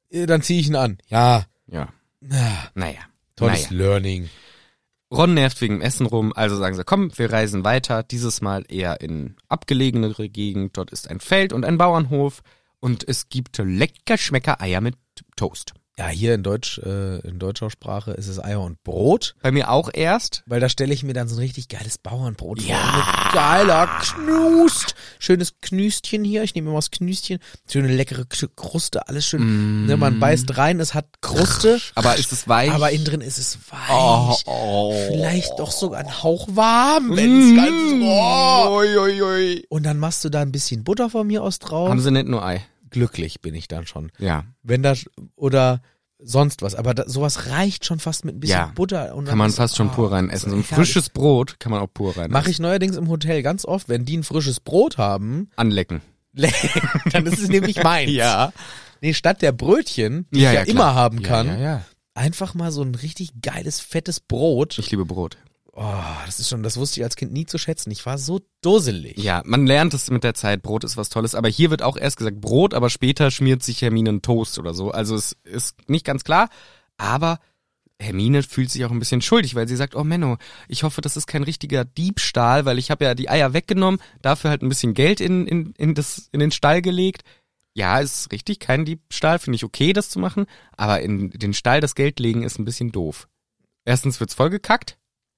Speaker 1: Äh, Dann zieh ich ihn an. Ja.
Speaker 2: Ja,
Speaker 1: Ah,
Speaker 2: naja.
Speaker 1: Tolles
Speaker 2: naja.
Speaker 1: Learning.
Speaker 2: Ron nervt wegen dem Essen rum, also sagen sie, komm, wir reisen weiter, dieses Mal eher in abgelegenere Gegend. Dort ist ein Feld und ein Bauernhof und es gibt lecker Schmecker Eier mit Toast.
Speaker 1: Ja, hier in Deutsch, äh, in deutscher Sprache ist es Eier und Brot,
Speaker 2: Bei mir auch erst.
Speaker 1: weil da stelle ich mir dann so ein richtig geiles Bauernbrot
Speaker 2: Ja.
Speaker 1: vor. Mit geiler Knust. Schönes Knüstchen hier. Ich nehme immer das Knüstchen. Schöne leckere K- Kruste, alles schön Ne, man beißt rein, es hat Kruste,
Speaker 2: Mm. Aber ist es weich? Mm.
Speaker 1: aber innen drin ist es weich.
Speaker 2: Oh, oh. Mm.
Speaker 1: Vielleicht doch sogar ein Hauch warm, wenn's ganz. Oh.
Speaker 2: Ui, ui, ui.
Speaker 1: Und dann machst du da ein bisschen Butter von mir aus drauf.
Speaker 2: Haben sie nicht nur Ei?
Speaker 1: Glücklich bin ich dann schon.
Speaker 2: Ja.
Speaker 1: Wenn da oder sonst was, aber da, sowas reicht schon fast mit ein bisschen
Speaker 2: Ja.
Speaker 1: Butter. Und dann
Speaker 2: Kann man
Speaker 1: ist-
Speaker 2: fast schon
Speaker 1: oh,
Speaker 2: pur rein essen. So ein
Speaker 1: herrlich.
Speaker 2: frisches Brot kann man auch pur rein
Speaker 1: Mache ich neuerdings im Hotel ganz oft, wenn die ein frisches Brot haben,
Speaker 2: Anlecken.
Speaker 1: dann ist es nämlich meins.
Speaker 2: Ja.
Speaker 1: Nee, statt der Brötchen, die
Speaker 2: Ja,
Speaker 1: ich ja,
Speaker 2: ja, klar.
Speaker 1: immer haben
Speaker 2: Ja,
Speaker 1: kann,
Speaker 2: ja, ja.
Speaker 1: einfach mal so ein richtig geiles, fettes Brot.
Speaker 2: Ich liebe Brot.
Speaker 1: Oh, das ist schon, das wusste ich als Kind nie zu schätzen. Ich war so dusselig.
Speaker 2: Ja, man lernt es mit der Zeit, Brot ist was Tolles, aber hier wird auch erst gesagt Brot, aber später schmiert sich Hermine einen Toast oder so. Also es ist nicht ganz klar, aber Hermine fühlt sich auch ein bisschen schuldig, weil sie sagt, oh Menno, ich hoffe, das ist kein richtiger Diebstahl, weil ich habe ja die Eier weggenommen, dafür halt ein bisschen Geld in, in, in, das, in den Stall gelegt. Ja, ist richtig, kein Diebstahl, finde ich okay, das zu machen, aber in den Stall das Geld legen ist ein bisschen doof. Erstens wird's vollgekackt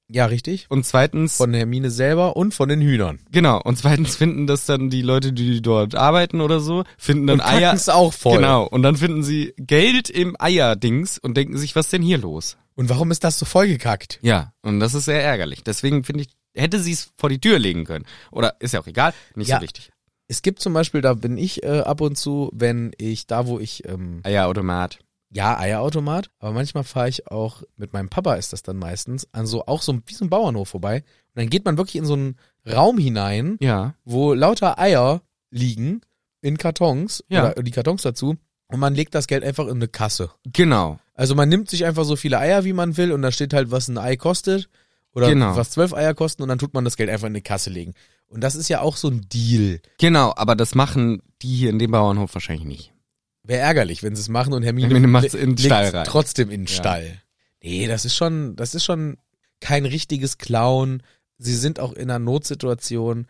Speaker 1: Ja, richtig.
Speaker 2: und zweitens
Speaker 1: Von Hermine selber und von den Hühnern.
Speaker 2: Genau. Und zweitens finden das dann die Leute, die dort arbeiten oder so, finden dann
Speaker 1: Und
Speaker 2: Eier.
Speaker 1: kacken's auch voll.
Speaker 2: Genau. Und dann finden sie Geld im Eierdings und denken sich, was denn hier los?
Speaker 1: Und warum ist das so vollgekackt?
Speaker 2: Ja. Und das ist sehr ärgerlich. Deswegen finde ich, hätte sie es vor die Tür legen können. Oder ist ja auch egal, nicht
Speaker 1: Ja.
Speaker 2: so wichtig.
Speaker 1: Es gibt zum Beispiel, da bin ich äh, ab und zu, wenn ich da, wo ich, ähm,
Speaker 2: Eierautomat.
Speaker 1: ja, Eierautomat, aber manchmal fahre ich auch, mit meinem Papa ist das dann meistens, an so, auch so, ein- wie so ein Bauernhof vorbei. Und dann geht man wirklich in so einen Raum hinein,
Speaker 2: Ja.
Speaker 1: wo lauter Eier liegen in Kartons
Speaker 2: Ja.
Speaker 1: oder die Kartons dazu und man legt das Geld einfach in eine Kasse.
Speaker 2: Genau.
Speaker 1: Also man nimmt sich einfach so viele Eier, wie man will und da steht halt, was ein Ei kostet oder
Speaker 2: Genau.
Speaker 1: was zwölf Eier kosten und dann tut man das Geld einfach in eine Kasse legen. Und das ist ja auch so ein Deal.
Speaker 2: Genau. Aber das machen die hier in dem Bauernhof wahrscheinlich nicht.
Speaker 1: Wäre ärgerlich, wenn sie es machen und Hermine,
Speaker 2: Hermine macht's in den
Speaker 1: legt's
Speaker 2: Stall rein.
Speaker 1: trotzdem in den
Speaker 2: Ja.
Speaker 1: Stall. Nee, das ist schon, das ist schon kein richtiges Klauen. Sie sind auch in einer Notsituation.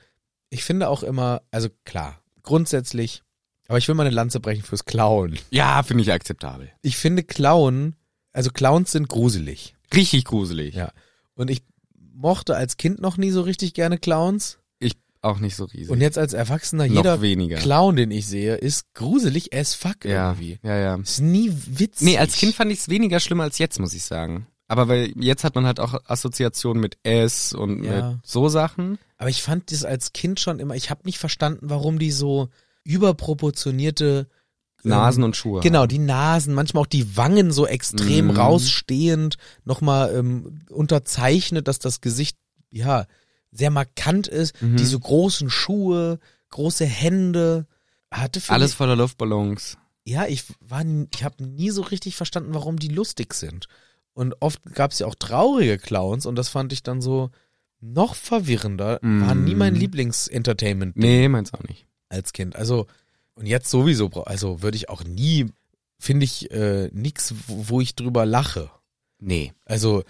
Speaker 1: Ich finde auch immer, also klar, grundsätzlich, aber ich will mal eine Lanze brechen fürs Klauen.
Speaker 2: Ja, finde ich akzeptabel.
Speaker 1: Ich finde Klauen, also Clowns sind gruselig.
Speaker 2: Richtig gruselig.
Speaker 1: Ja. Und ich mochte als Kind noch nie so richtig gerne Clowns.
Speaker 2: Ich auch nicht so riesig.
Speaker 1: Und jetzt als Erwachsener, jeder
Speaker 2: Noch weniger.
Speaker 1: Clown, den ich sehe, ist gruselig as fuck
Speaker 2: ja.
Speaker 1: irgendwie.
Speaker 2: ja, ja.
Speaker 1: Ist nie witzig.
Speaker 2: Nee, als Kind fand ich es weniger schlimm als jetzt, muss ich sagen. Aber weil jetzt hat man halt auch Assoziationen mit S und
Speaker 1: Ja.
Speaker 2: mit so Sachen.
Speaker 1: Aber ich fand das als Kind schon immer, ich habe nicht verstanden, warum die so überproportionierte ähm,
Speaker 2: Nasen und Schuhe.
Speaker 1: Genau, die Nasen, manchmal auch die Wangen so extrem
Speaker 2: Mhm.
Speaker 1: rausstehend, nochmal ähm, unterzeichnet, dass das Gesicht, ja, sehr markant ist.
Speaker 2: Mhm.
Speaker 1: Diese großen Schuhe, große Hände. Hatte für
Speaker 2: Alles voller Luftballons.
Speaker 1: mich, ja, ich war, n- ich habe nie so richtig verstanden, warum die lustig sind. Und oft gab es ja auch traurige Clowns und das fand ich dann so noch verwirrender. War nie mein
Speaker 2: Mhm.
Speaker 1: Lieblings-Entertainment
Speaker 2: Nee, meins auch nicht.
Speaker 1: als Kind. Also, und jetzt sowieso, bra- also würde ich auch nie, finde ich äh, nix, wo, wo ich drüber lache.
Speaker 2: Nee.
Speaker 1: Also,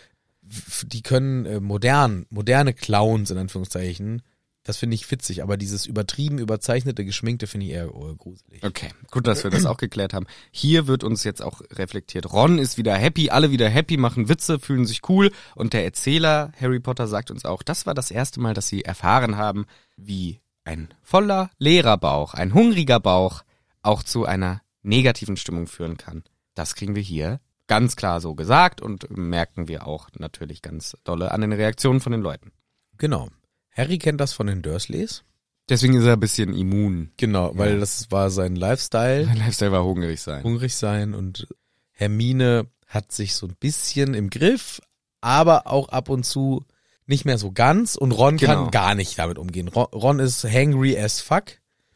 Speaker 1: f- die können äh, modern, moderne Clowns in Anführungszeichen, das finde ich witzig, aber dieses übertrieben, überzeichnete, geschminkte finde ich eher äh, gruselig.
Speaker 2: Okay, gut, dass wir das auch geklärt haben. Hier wird uns jetzt auch reflektiert. Ron ist wieder happy, alle wieder happy, machen Witze, fühlen sich cool. Und der Erzähler Harry Potter sagt uns auch, das war das erste Mal, dass sie erfahren haben, wie ein voller leerer Bauch, ein hungriger Bauch auch zu einer negativen Stimmung führen kann. Das kriegen wir hier ganz klar so gesagt und merken wir auch natürlich ganz dolle an den Reaktionen von den Leuten.
Speaker 1: Genau. Harry kennt das von den Dursleys.
Speaker 2: Deswegen ist er ein bisschen immun.
Speaker 1: Genau, weil das war sein Lifestyle.
Speaker 2: Sein Lifestyle war hungrig sein.
Speaker 1: Hungrig sein und Hermine hat sich so ein bisschen im Griff, aber auch ab und zu nicht mehr so ganz und Ron
Speaker 2: Genau.
Speaker 1: kann gar nicht damit umgehen. Ron, Ron ist hangry as fuck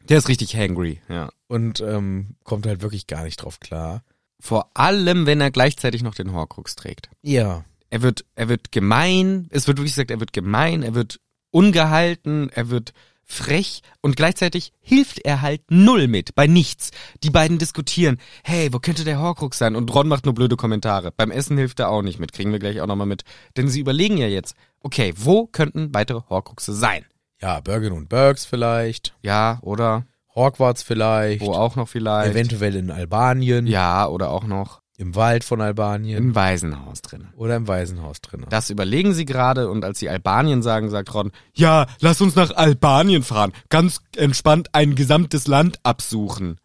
Speaker 2: Der ist richtig hangry, ja.
Speaker 1: und ähm, kommt halt wirklich gar nicht drauf klar.
Speaker 2: Vor allem, wenn er gleichzeitig noch den Horcrux trägt.
Speaker 1: Ja,
Speaker 2: Er wird, er wird gemein, es wird wirklich gesagt, er wird gemein, er wird ungehalten, er wird frech und gleichzeitig hilft er halt null mit, bei nichts. Die beiden diskutieren, hey, wo könnte der Horcrux sein? Und Ron macht nur blöde Kommentare. Beim Essen hilft er auch nicht mit, kriegen wir gleich auch nochmal mit. Denn sie überlegen ja jetzt, okay, wo könnten weitere Horcruxe sein?
Speaker 1: ja, Bergen und Bergs vielleicht,
Speaker 2: Ja, oder
Speaker 1: Hogwarts vielleicht,
Speaker 2: wo auch noch vielleicht.
Speaker 1: eventuell in Albanien,
Speaker 2: Ja, oder auch noch
Speaker 1: im Wald von Albanien
Speaker 2: im Waisenhaus drin.
Speaker 1: oder im Waisenhaus drin.
Speaker 2: Das überlegen sie gerade und als sie Albanien sagen, sagt Ron, ja, lass uns nach Albanien fahren, ganz entspannt ein gesamtes Land absuchen.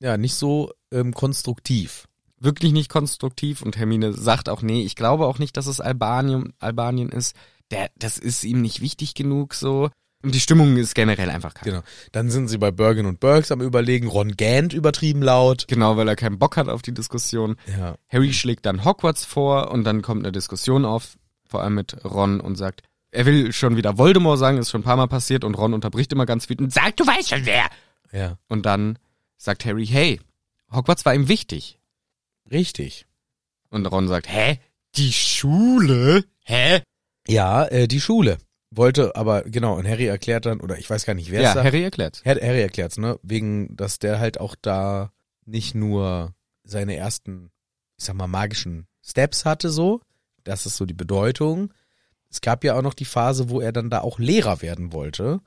Speaker 1: Ja, nicht so ähm, konstruktiv.
Speaker 2: Wirklich nicht konstruktiv und Hermine sagt auch, nee, ich glaube auch nicht, dass es Albanien, Albanien ist. Der, das ist ihm nicht wichtig genug so. Und die Stimmung ist generell einfach kacke.
Speaker 1: Genau. Dann sind sie bei Bergen und Bergs am überlegen, Ron gähnt übertrieben laut.
Speaker 2: Genau, weil er keinen Bock hat auf die Diskussion.
Speaker 1: Ja.
Speaker 2: Harry schlägt dann Hogwarts vor und dann kommt eine Diskussion auf, vor allem mit Ron und sagt, er will schon wieder Voldemort sagen, ist schon ein paar Mal passiert und Ron unterbricht immer ganz wütend, sag, du weißt schon wer.
Speaker 1: Ja.
Speaker 2: Und dann sagt Harry, hey, Hogwarts war ihm wichtig.
Speaker 1: Richtig.
Speaker 2: Und Ron sagt, hä? Die Schule? Hä?
Speaker 1: Ja, äh, die Schule. Wollte aber, genau, und Harry erklärt dann, oder ich weiß gar nicht, wer es
Speaker 2: ja,
Speaker 1: sagt.
Speaker 2: Harry erklärt.
Speaker 1: Harry, Harry erklärt's, ne? Wegen, dass der halt auch da nicht nur seine ersten, ich sag mal, magischen Steps hatte, so. Das ist so die Bedeutung. Es gab ja auch noch die Phase, wo er dann da auch Lehrer werden wollte.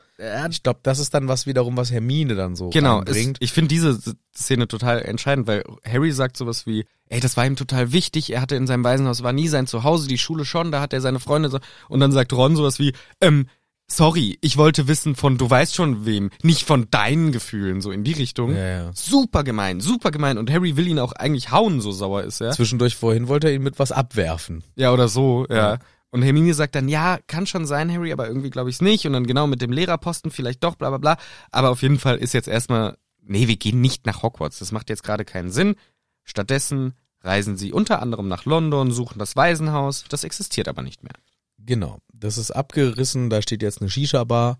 Speaker 1: Ich glaube, das ist dann was wiederum, was Hermine dann so
Speaker 2: Genau, es,
Speaker 1: bringt.
Speaker 2: ich finde diese S- Szene total entscheidend, weil Harry sagt sowas wie, ey, das war ihm total wichtig, er hatte in seinem Waisenhaus, war nie sein Zuhause, die Schule schon, da hat er seine Freunde so. Und dann sagt Ron sowas wie, ähm, sorry, ich wollte wissen von, du weißt schon wem, nicht von deinen Gefühlen, so in die Richtung.
Speaker 1: Ja, ja.
Speaker 2: Super gemein, super gemein. Und Harry will ihn auch eigentlich hauen, so sauer ist er.
Speaker 1: Zwischendurch vorhin wollte er ihn mit was abwerfen.
Speaker 2: Ja, oder so, ja.
Speaker 1: Ja.
Speaker 2: Und Hermine sagt dann, ja, kann schon sein, Harry, aber irgendwie glaube ich es nicht. Und dann genau mit dem Lehrerposten vielleicht doch, bla bla bla. Aber auf jeden Fall ist jetzt erstmal, nee, wir gehen nicht nach Hogwarts. Das macht jetzt gerade keinen Sinn. Stattdessen reisen sie unter anderem nach London, suchen das Waisenhaus. Das existiert aber nicht mehr.
Speaker 1: Genau. Das ist abgerissen, da steht jetzt eine Shisha-Bar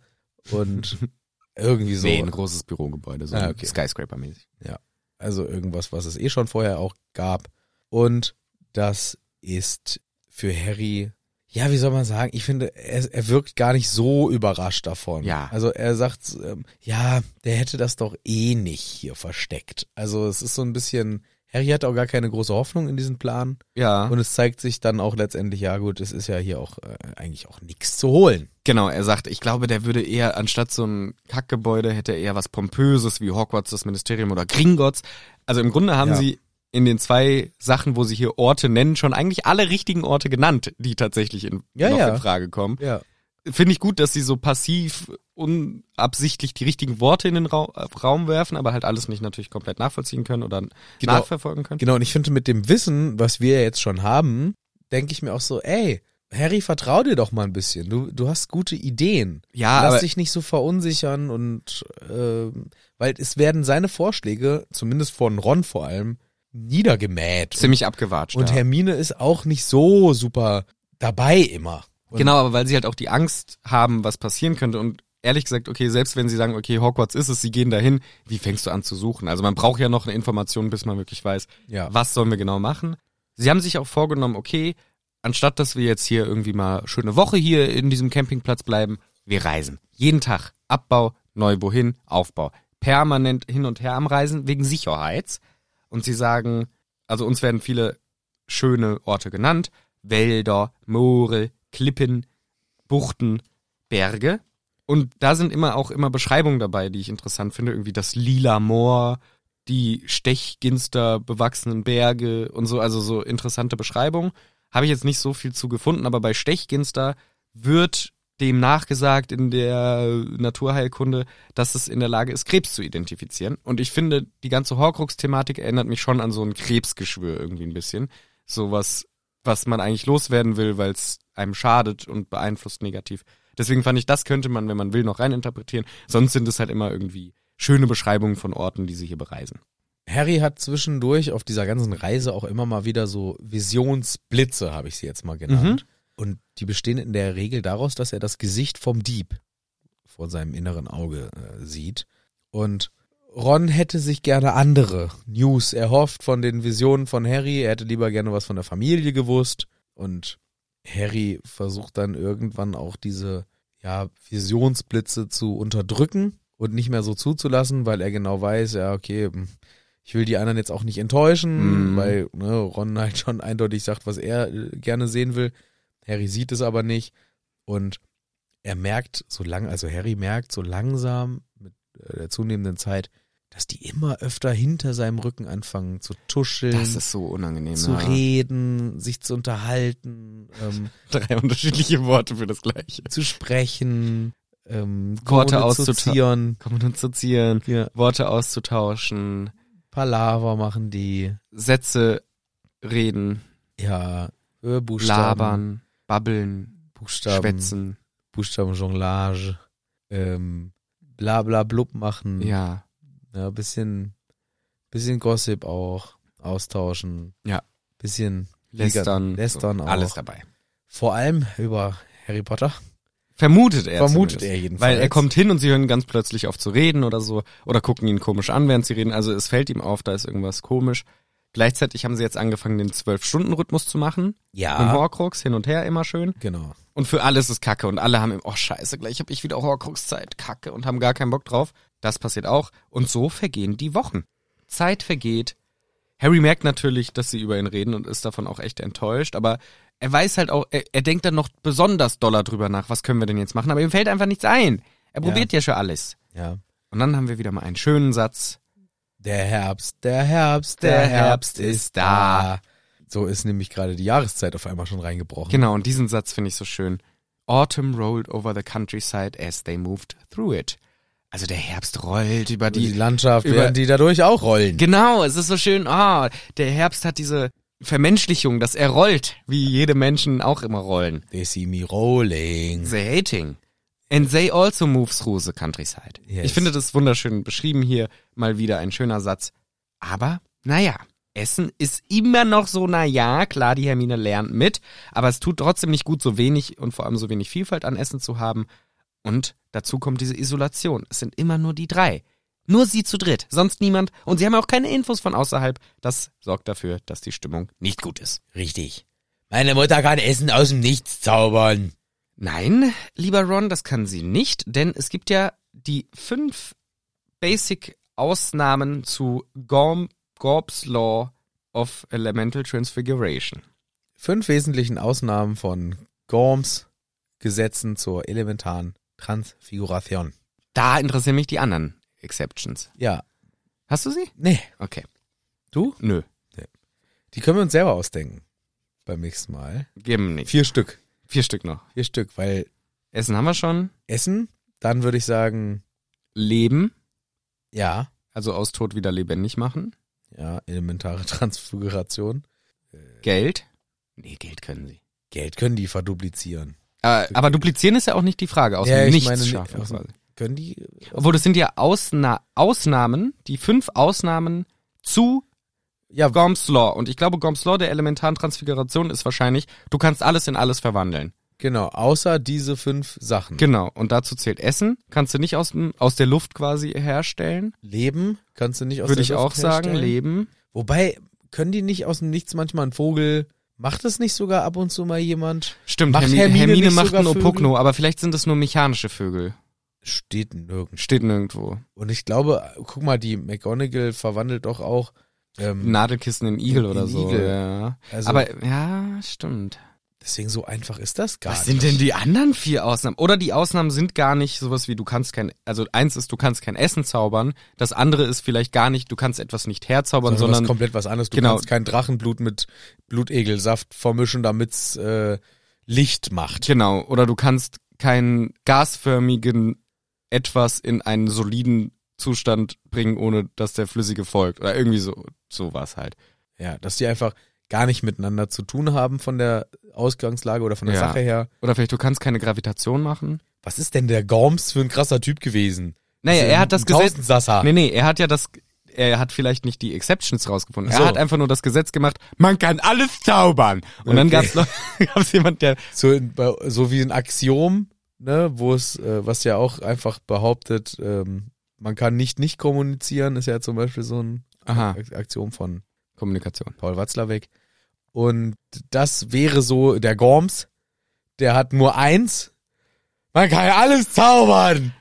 Speaker 1: und irgendwie so.
Speaker 2: großes Bürogebäude, so
Speaker 1: Ah, okay.
Speaker 2: Skyscraper-mäßig.
Speaker 1: Also irgendwas, was es eh schon vorher auch gab. Und das ist für Harry, ja, wie soll man sagen, ich finde, er, er wirkt gar nicht so überrascht davon.
Speaker 2: Ja.
Speaker 1: Also er sagt, ähm, ja, der hätte das doch eh nicht hier versteckt. Also es ist so ein bisschen, Harry hat auch gar keine große Hoffnung in diesen Plan.
Speaker 2: Ja.
Speaker 1: Und es zeigt sich dann auch letztendlich, ja gut, es ist ja hier auch äh, eigentlich auch nichts zu holen.
Speaker 2: Genau, er sagt, ich glaube, der würde eher, anstatt so ein Kackgebäude, hätte er eher was Pompöses wie Hogwarts, das Ministerium oder Gringotts. Also im Grunde haben
Speaker 1: Ja.
Speaker 2: sie in den zwei Sachen, wo sie hier Orte nennen, schon eigentlich alle richtigen Orte genannt, die tatsächlich in,
Speaker 1: Ja,
Speaker 2: noch
Speaker 1: ja.
Speaker 2: in Frage kommen.
Speaker 1: Ja.
Speaker 2: Finde ich gut, dass sie so passiv, unabsichtlich die richtigen Worte in den Ra äh, Raum werfen, aber halt alles nicht natürlich komplett nachvollziehen können oder
Speaker 1: Genau.
Speaker 2: nachverfolgen können.
Speaker 1: Genau, und ich finde mit dem Wissen, was wir ja jetzt schon haben, denke ich mir auch so, ey, Harry, vertrau dir doch mal ein bisschen. Du, du hast gute Ideen.
Speaker 2: Ja,
Speaker 1: Lass
Speaker 2: aber
Speaker 1: dich nicht so verunsichern und ähm, weil es werden seine Vorschläge, zumindest von Ron vor allem, niedergemäht.
Speaker 2: ziemlich abgewatscht.
Speaker 1: und
Speaker 2: ja.
Speaker 1: Hermine ist auch nicht so super dabei immer. Und
Speaker 2: Genau, aber weil sie halt auch die Angst haben, was passieren könnte und ehrlich gesagt, okay, selbst wenn sie sagen, okay, Hogwarts ist es, sie gehen dahin, wie fängst du an zu suchen? Also man braucht ja noch eine Information, bis man wirklich weiß,
Speaker 1: Ja.
Speaker 2: was sollen wir genau machen. Sie haben sich auch vorgenommen, okay, anstatt dass wir jetzt hier irgendwie mal schöne Woche hier in diesem Campingplatz bleiben, wir reisen. Jeden Tag. Abbau, neu wohin, Aufbau. Permanent hin und her am Reisen wegen Sicherheits. Und sie sagen, also uns werden viele schöne Orte genannt. Wälder, Moore, Klippen, Buchten, Berge. Und da sind immer auch immer Beschreibungen dabei, die ich interessant finde. Irgendwie das lila Moor, die Stechginster bewachsenen Berge und so, also so interessante Beschreibungen. Habe ich jetzt nicht so viel zu gefunden, aber bei Stechginster wird dem nachgesagt in der Naturheilkunde, dass es in der Lage ist, Krebs zu identifizieren. Und ich finde, die ganze Horcrux-Thematik erinnert mich schon an so ein Krebsgeschwür irgendwie ein bisschen. Sowas, was man eigentlich loswerden will, weil es einem schadet und beeinflusst negativ. Deswegen fand ich, das könnte man, wenn man will, noch reininterpretieren. Sonst sind es halt immer irgendwie schöne Beschreibungen von Orten, die sie hier bereisen.
Speaker 1: Harry hat zwischendurch auf dieser ganzen Reise auch immer mal wieder so Visionsblitze, habe ich sie jetzt mal genannt. Und die bestehen in der Regel daraus, dass er das Gesicht vom Dieb vor seinem inneren Auge äh, sieht. Und Ron hätte sich gerne andere News erhofft von den Visionen von Harry. Er hätte lieber gerne was von der Familie gewusst. Und Harry versucht dann irgendwann auch diese ja, Visionsblitze zu unterdrücken und nicht mehr so zuzulassen, weil er genau weiß, ja, okay, hm, ich will die anderen jetzt auch nicht enttäuschen,
Speaker 2: Mhm.
Speaker 1: weil ne, Ron halt schon eindeutig sagt, was er äh, gerne sehen will. Harry sieht es aber nicht und er merkt so lang, also Harry merkt so langsam mit äh, der zunehmenden Zeit, dass die immer öfter hinter seinem Rücken anfangen zu tuscheln,
Speaker 2: Das ist so unangenehm.
Speaker 1: zu
Speaker 2: ja.
Speaker 1: reden, sich zu unterhalten, ähm,
Speaker 2: Drei unterschiedliche Worte für das Gleiche.
Speaker 1: zu sprechen, ähm,
Speaker 2: Worte
Speaker 1: Krone zu
Speaker 2: auszuta-
Speaker 1: zieren,
Speaker 2: Kommunizieren,
Speaker 1: Ja.
Speaker 2: Worte auszutauschen,
Speaker 1: Palaver machen die,
Speaker 2: Sätze reden,
Speaker 1: ja, äh, Buchstaben,
Speaker 2: labern, babbeln,
Speaker 1: Buchstaben,
Speaker 2: schwätzen.
Speaker 1: Buchstaben Jonglage, ähm, bla bla blub machen,
Speaker 2: Ja.
Speaker 1: ja, bisschen, bisschen Gossip auch, austauschen,
Speaker 2: Ja.
Speaker 1: bisschen
Speaker 2: Lästern.
Speaker 1: Lästern auch.
Speaker 2: Alles dabei.
Speaker 1: vor allem über Harry Potter,
Speaker 2: Vermutet er.
Speaker 1: vermutet
Speaker 2: zumindest.
Speaker 1: er jedenfalls.
Speaker 2: Weil er kommt hin und sie hören ganz plötzlich auf zu reden oder so oder gucken ihn komisch an, während sie reden. Also es fällt ihm auf, da ist irgendwas komisch. Gleichzeitig haben sie jetzt angefangen, den 12-Stunden-Rhythmus zu machen. Mit dem
Speaker 1: ja,
Speaker 2: Horcrux hin und her immer schön.
Speaker 1: genau.
Speaker 2: Und für alle ist es Kacke und alle haben ihm, oh scheiße, gleich habe ich wieder Horcrux-Zeit, Kacke und haben gar keinen Bock drauf. Das passiert auch. Und so vergehen die Wochen. Zeit vergeht. Harry merkt natürlich, dass sie über ihn reden und ist davon auch echt enttäuscht, aber er weiß halt auch, er, er denkt dann noch besonders doller drüber nach, was können wir denn jetzt machen, aber ihm fällt einfach nichts ein. Er probiert ja schon alles.
Speaker 1: Ja.
Speaker 2: Und dann haben wir wieder mal einen schönen Satz.
Speaker 1: Der Herbst, der Herbst, der,
Speaker 2: Der
Speaker 1: Herbst
Speaker 2: Herbst
Speaker 1: ist
Speaker 2: ist
Speaker 1: da. So ist nämlich gerade die Jahreszeit auf einmal schon reingebrochen.
Speaker 2: Genau, und diesen Satz finde ich so schön. Autumn rolled over the countryside as they moved through it. Also der Herbst rollt über
Speaker 1: Die,
Speaker 2: die,
Speaker 1: die Landschaft,
Speaker 2: über-
Speaker 1: werden die dadurch auch rollen.
Speaker 2: Genau, es ist so schön. Ah, der Herbst hat diese Vermenschlichung, dass er rollt, wie jede Menschen auch immer rollen.
Speaker 1: They see me rolling.
Speaker 2: The hating. And they also move through the countryside.
Speaker 1: Yes.
Speaker 2: Ich finde das wunderschön beschrieben hier. Mal wieder ein schöner Satz. Aber, naja, Essen ist immer noch so, naja, klar, die Hermine lernt mit, aber es tut trotzdem nicht gut, so wenig und vor allem so wenig Vielfalt an Essen zu haben. Und dazu kommt diese Isolation. Es sind immer nur die drei. Nur sie zu dritt, sonst niemand. Und sie haben auch keine Infos von außerhalb. Das sorgt dafür, dass die Stimmung nicht gut ist.
Speaker 1: Richtig. Meine Mutter kann Essen aus dem Nichts zaubern.
Speaker 2: Nein, lieber Ron, das kann sie nicht, denn es gibt ja die fünf Basic-Ausnahmen zu Gorm, Gorbs Law of Elemental Transfiguration.
Speaker 1: Fünf wesentlichen Ausnahmen von Gorms Gesetzen zur elementaren Transfiguration.
Speaker 2: Da interessieren mich die anderen Exceptions.
Speaker 1: Ja,
Speaker 2: Hast du sie?
Speaker 1: nee,
Speaker 2: Okay.
Speaker 1: Du?
Speaker 2: Nö.
Speaker 1: die können wir uns selber ausdenken beim nächsten Mal.
Speaker 2: Geben nicht.
Speaker 1: Vier Stück,
Speaker 2: Vier Stück noch.
Speaker 1: vier Stück, weil
Speaker 2: Essen haben wir schon.
Speaker 1: Essen, dann würde ich sagen,
Speaker 2: Leben,
Speaker 1: ja,
Speaker 2: also aus Tod wieder lebendig machen.
Speaker 1: ja, elementare Transfiguration.
Speaker 2: Geld. Nee, Geld können sie.
Speaker 1: Geld können die verduplizieren.
Speaker 2: Äh, aber duplizieren ist ja auch nicht die Frage. Aus
Speaker 1: Ja,
Speaker 2: dem
Speaker 1: ich
Speaker 2: nichts
Speaker 1: meine,
Speaker 2: schaffen.
Speaker 1: aus dem-
Speaker 2: quasi.
Speaker 1: Können die?
Speaker 2: Obwohl, das sind ja Ausna Ausnahmen, die fünf Ausnahmen zu
Speaker 1: Ja,
Speaker 2: Gorms Law. Und ich glaube, Gorms Law der elementaren Transfiguration ist wahrscheinlich, du kannst alles in alles verwandeln.
Speaker 1: genau, außer diese fünf Sachen.
Speaker 2: Genau. Und dazu zählt Essen. Kannst du nicht aus, dem- aus der Luft quasi herstellen.
Speaker 1: Leben kannst du nicht aus
Speaker 2: Würde
Speaker 1: der
Speaker 2: ich
Speaker 1: Luft
Speaker 2: auch sagen.
Speaker 1: herstellen.
Speaker 2: Leben.
Speaker 1: Wobei, können die nicht aus dem Nichts manchmal einen Vogel? Macht das nicht sogar ab und zu mal jemand?
Speaker 2: Stimmt,
Speaker 1: Macht
Speaker 2: Hermine,
Speaker 1: Hermine
Speaker 2: Hermine,
Speaker 1: nicht
Speaker 2: macht
Speaker 1: sogar
Speaker 2: einen
Speaker 1: Vögel?
Speaker 2: Opokno, aber vielleicht sind es nur mechanische Vögel.
Speaker 1: Steht nirgends.
Speaker 2: Steht nirgendwo.
Speaker 1: Und ich glaube, guck mal, die McGonagall verwandelt doch auch. Ähm,
Speaker 2: Nadelkissen in Igel
Speaker 1: In-
Speaker 2: oder
Speaker 1: in
Speaker 2: so.
Speaker 1: Igel.
Speaker 2: Ja.
Speaker 1: also
Speaker 2: aber ja, stimmt.
Speaker 1: deswegen so einfach ist das gar
Speaker 2: Was
Speaker 1: nicht.
Speaker 2: sind denn die anderen vier Ausnahmen? Oder die Ausnahmen sind gar nicht sowas wie du kannst kein, also eins ist du kannst kein Essen zaubern, das andere ist vielleicht gar nicht, du kannst etwas nicht herzaubern,
Speaker 1: sondern,
Speaker 2: sondern,
Speaker 1: Also was komplett was anderes. Du
Speaker 2: Genau.
Speaker 1: kannst kein Drachenblut mit Blutegelsaft vermischen, damit's äh, Licht macht.
Speaker 2: genau, oder du kannst keinen gasförmigen etwas in einen soliden Zustand bringen, ohne dass der flüssige folgt oder irgendwie so sowas halt.
Speaker 1: Ja, dass die einfach gar nicht miteinander zu tun haben von der Ausgangslage oder von der
Speaker 2: Ja.
Speaker 1: Sache her.
Speaker 2: Oder vielleicht du kannst keine Gravitation machen.
Speaker 1: Was ist denn der Gorms für ein krasser Typ gewesen?
Speaker 2: Naja, er hat das Gesetz.
Speaker 1: Sasser.
Speaker 2: Nee, nee, er hat ja das. Er hat vielleicht nicht die Exceptions rausgefunden.
Speaker 1: Ach so.
Speaker 2: Er hat einfach nur das Gesetz gemacht, man kann alles zaubern. Und dann
Speaker 1: Okay.
Speaker 2: gab's noch, gab's jemand, der.
Speaker 1: So, in, bei- so wie ein Axiom, ne, wo es, äh, was ja auch einfach behauptet, ähm, man kann nicht nicht kommunizieren, ist ja zum Beispiel so ein
Speaker 2: Aha,
Speaker 1: Ak- Axiom von
Speaker 2: Kommunikation.
Speaker 1: Paul Watzlawick. Und das wäre so der Gorms, der hat nur eins, man kann alles zaubern.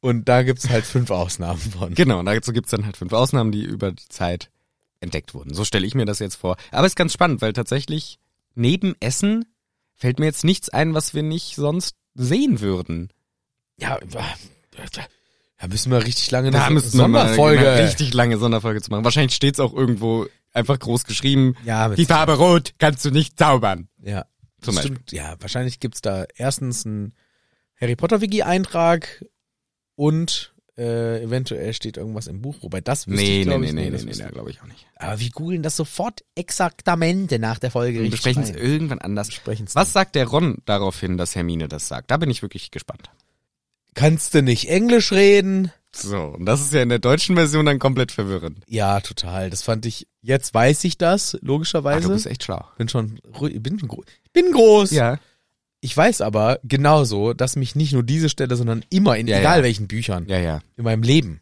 Speaker 1: Und da gibt's halt fünf Ausnahmen von.
Speaker 2: Genau, und dazu gibt's dann halt fünf Ausnahmen, die über die Zeit entdeckt wurden. So stelle ich mir das jetzt vor. Aber ist ganz spannend, weil tatsächlich neben Essen fällt mir jetzt nichts ein, was wir nicht sonst sehen würden.
Speaker 1: Ja, da müssen wir richtig lange
Speaker 2: Da
Speaker 1: eine
Speaker 2: müssten wir mal eine
Speaker 1: Sonderfolge.
Speaker 2: richtig lange Sonderfolge zu machen. Wahrscheinlich steht's auch irgendwo einfach groß geschrieben.
Speaker 1: Ja, mit
Speaker 2: Die Farbe rot kannst du nicht zaubern.
Speaker 1: Ja.
Speaker 2: Zum
Speaker 1: Das stimmt. Ja, wahrscheinlich gibt's da erstens einen Harry Potter Wiki-Eintrag und äh, eventuell steht irgendwas im Buch, wobei das wüsste ich, glaub ich, das wüsste ich.
Speaker 2: glaube ich auch nicht.
Speaker 1: Aber wir googeln das sofort exaktamente nach der Folge
Speaker 2: Wir
Speaker 1: richtig
Speaker 2: besprechen es
Speaker 1: rein.
Speaker 2: irgendwann anders.
Speaker 1: Besprechen's
Speaker 2: Was sagt der Ron daraufhin, dass Hermine das sagt? Da bin ich wirklich gespannt.
Speaker 1: dann. Kannst du nicht Englisch reden?
Speaker 2: So, und das ist ja in der deutschen Version dann komplett verwirrend.
Speaker 1: Ja, total. Das fand ich. Jetzt weiß ich das
Speaker 2: Ah, du
Speaker 1: logischerweise.
Speaker 2: bist echt schlau.
Speaker 1: bin schon, ru- bin schon groß. Bin groß.
Speaker 2: Ja.
Speaker 1: Ich weiß aber genauso, dass mich nicht nur diese Stelle, sondern immer in
Speaker 2: Ja,
Speaker 1: egal
Speaker 2: ja.
Speaker 1: welchen Büchern
Speaker 2: Ja, ja.
Speaker 1: in meinem Leben.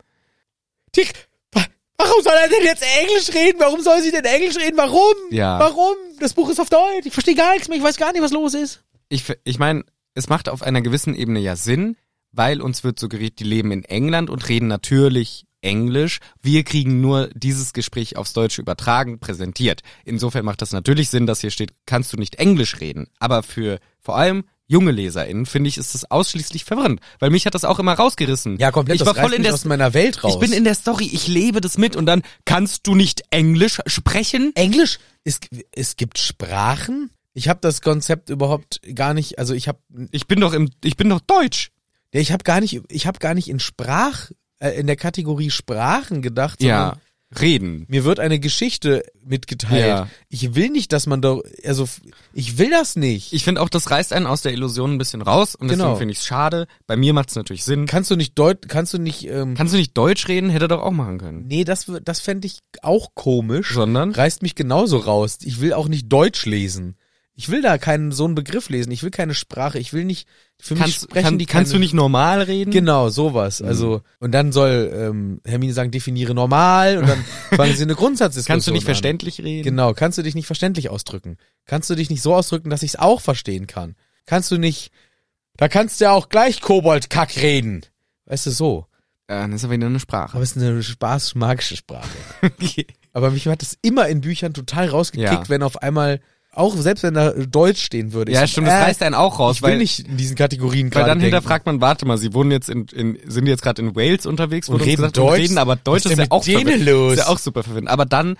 Speaker 1: Dick, wa- warum soll er denn jetzt Englisch reden? Warum soll sie denn Englisch reden? Warum?
Speaker 2: Ja.
Speaker 1: Warum? Das Buch ist auf Deutsch. Ich verstehe gar nichts mehr. Ich weiß gar nicht, was los ist.
Speaker 2: Ich, f- ich meine, es macht auf einer gewissen Ebene ja Sinn, weil uns wird suggeriert, die leben in England und reden natürlich Englisch. Wir kriegen nur dieses Gespräch aufs Deutsche übertragen, präsentiert. Insofern macht das natürlich Sinn, dass hier steht, kannst du nicht Englisch reden. Aber für vor allem junge LeserInnen, finde ich, ist das ausschließlich verwirrend. Weil mich hat das auch immer rausgerissen. Ich war voll in der
Speaker 1: aus meiner Welt raus.
Speaker 2: ich bin in der Story, ich lebe das mit und dann kannst du nicht Englisch sprechen?
Speaker 1: Englisch. Es, es gibt Sprachen. Ich habe das Konzept überhaupt gar nicht. Also ich habe,
Speaker 2: Ich bin doch im, ich bin doch Deutsch.
Speaker 1: ich habe gar nicht, ich habe gar nicht in Sprach, äh, in der Kategorie Sprachen gedacht. sondern
Speaker 2: Reden.
Speaker 1: Mir wird eine Geschichte mitgeteilt.
Speaker 2: Ja.
Speaker 1: Ich will nicht, dass man da, also ich will das nicht.
Speaker 2: Ich finde auch, das reißt einen aus der Illusion ein bisschen raus und
Speaker 1: Genau.
Speaker 2: deswegen finde ich es schade. Bei mir macht es natürlich Sinn.
Speaker 1: Kannst du nicht Deut kannst du nicht ähm,
Speaker 2: Kannst du nicht Deutsch reden? Hätte er doch auch machen können.
Speaker 1: Nee, das wür- das fände ich auch komisch.
Speaker 2: Sondern?
Speaker 1: Reißt mich genauso raus. Ich will auch nicht Deutsch lesen. Ich will da keinen so einen Begriff lesen. Ich will keine Sprache. Ich will nicht für mich
Speaker 2: Kannst,
Speaker 1: sprechen.
Speaker 2: kann,
Speaker 1: die
Speaker 2: kannst du
Speaker 1: keine-
Speaker 2: nicht normal reden?
Speaker 1: Genau, sowas.
Speaker 2: Hm.
Speaker 1: Also, und dann soll ähm, Hermine sagen, definiere normal und dann fangen sie eine Grundsatzdiskussion
Speaker 2: Kannst du nicht
Speaker 1: an.
Speaker 2: verständlich reden?
Speaker 1: Genau, kannst du dich nicht verständlich ausdrücken? Kannst du dich nicht so ausdrücken, dass ich es auch verstehen kann? Kannst du nicht, da kannst du ja auch gleich Koboldkack reden. Weißt du, so.
Speaker 2: Äh, das ist aber wieder eine
Speaker 1: Aber
Speaker 2: Sprache.
Speaker 1: es ist eine spaß-magische Sprache.
Speaker 2: Okay.
Speaker 1: Aber mich hat es immer in Büchern total rausgekickt,
Speaker 2: Ja.
Speaker 1: wenn auf einmal, auch selbst wenn da äh, Deutsch stehen würde. ich
Speaker 2: Ja,
Speaker 1: so,
Speaker 2: stimmt, das
Speaker 1: äh,
Speaker 2: reißt einen auch raus,
Speaker 1: Ich
Speaker 2: weil,
Speaker 1: will nicht in diesen Kategorien
Speaker 2: weil
Speaker 1: gerade
Speaker 2: dann
Speaker 1: denken.
Speaker 2: hinterfragt man, warte mal, sie wohnen jetzt in, in sind die jetzt gerade in Wales unterwegs,
Speaker 1: Und
Speaker 2: wurde uns
Speaker 1: reden
Speaker 2: gesagt,
Speaker 1: Deutsch?
Speaker 2: und reden aber Deutsch
Speaker 1: Was ist denn
Speaker 2: ist, ja
Speaker 1: mit
Speaker 2: auch
Speaker 1: denen
Speaker 2: verwirrend.
Speaker 1: los?
Speaker 2: Ist ja auch super verwirrend. Aber dann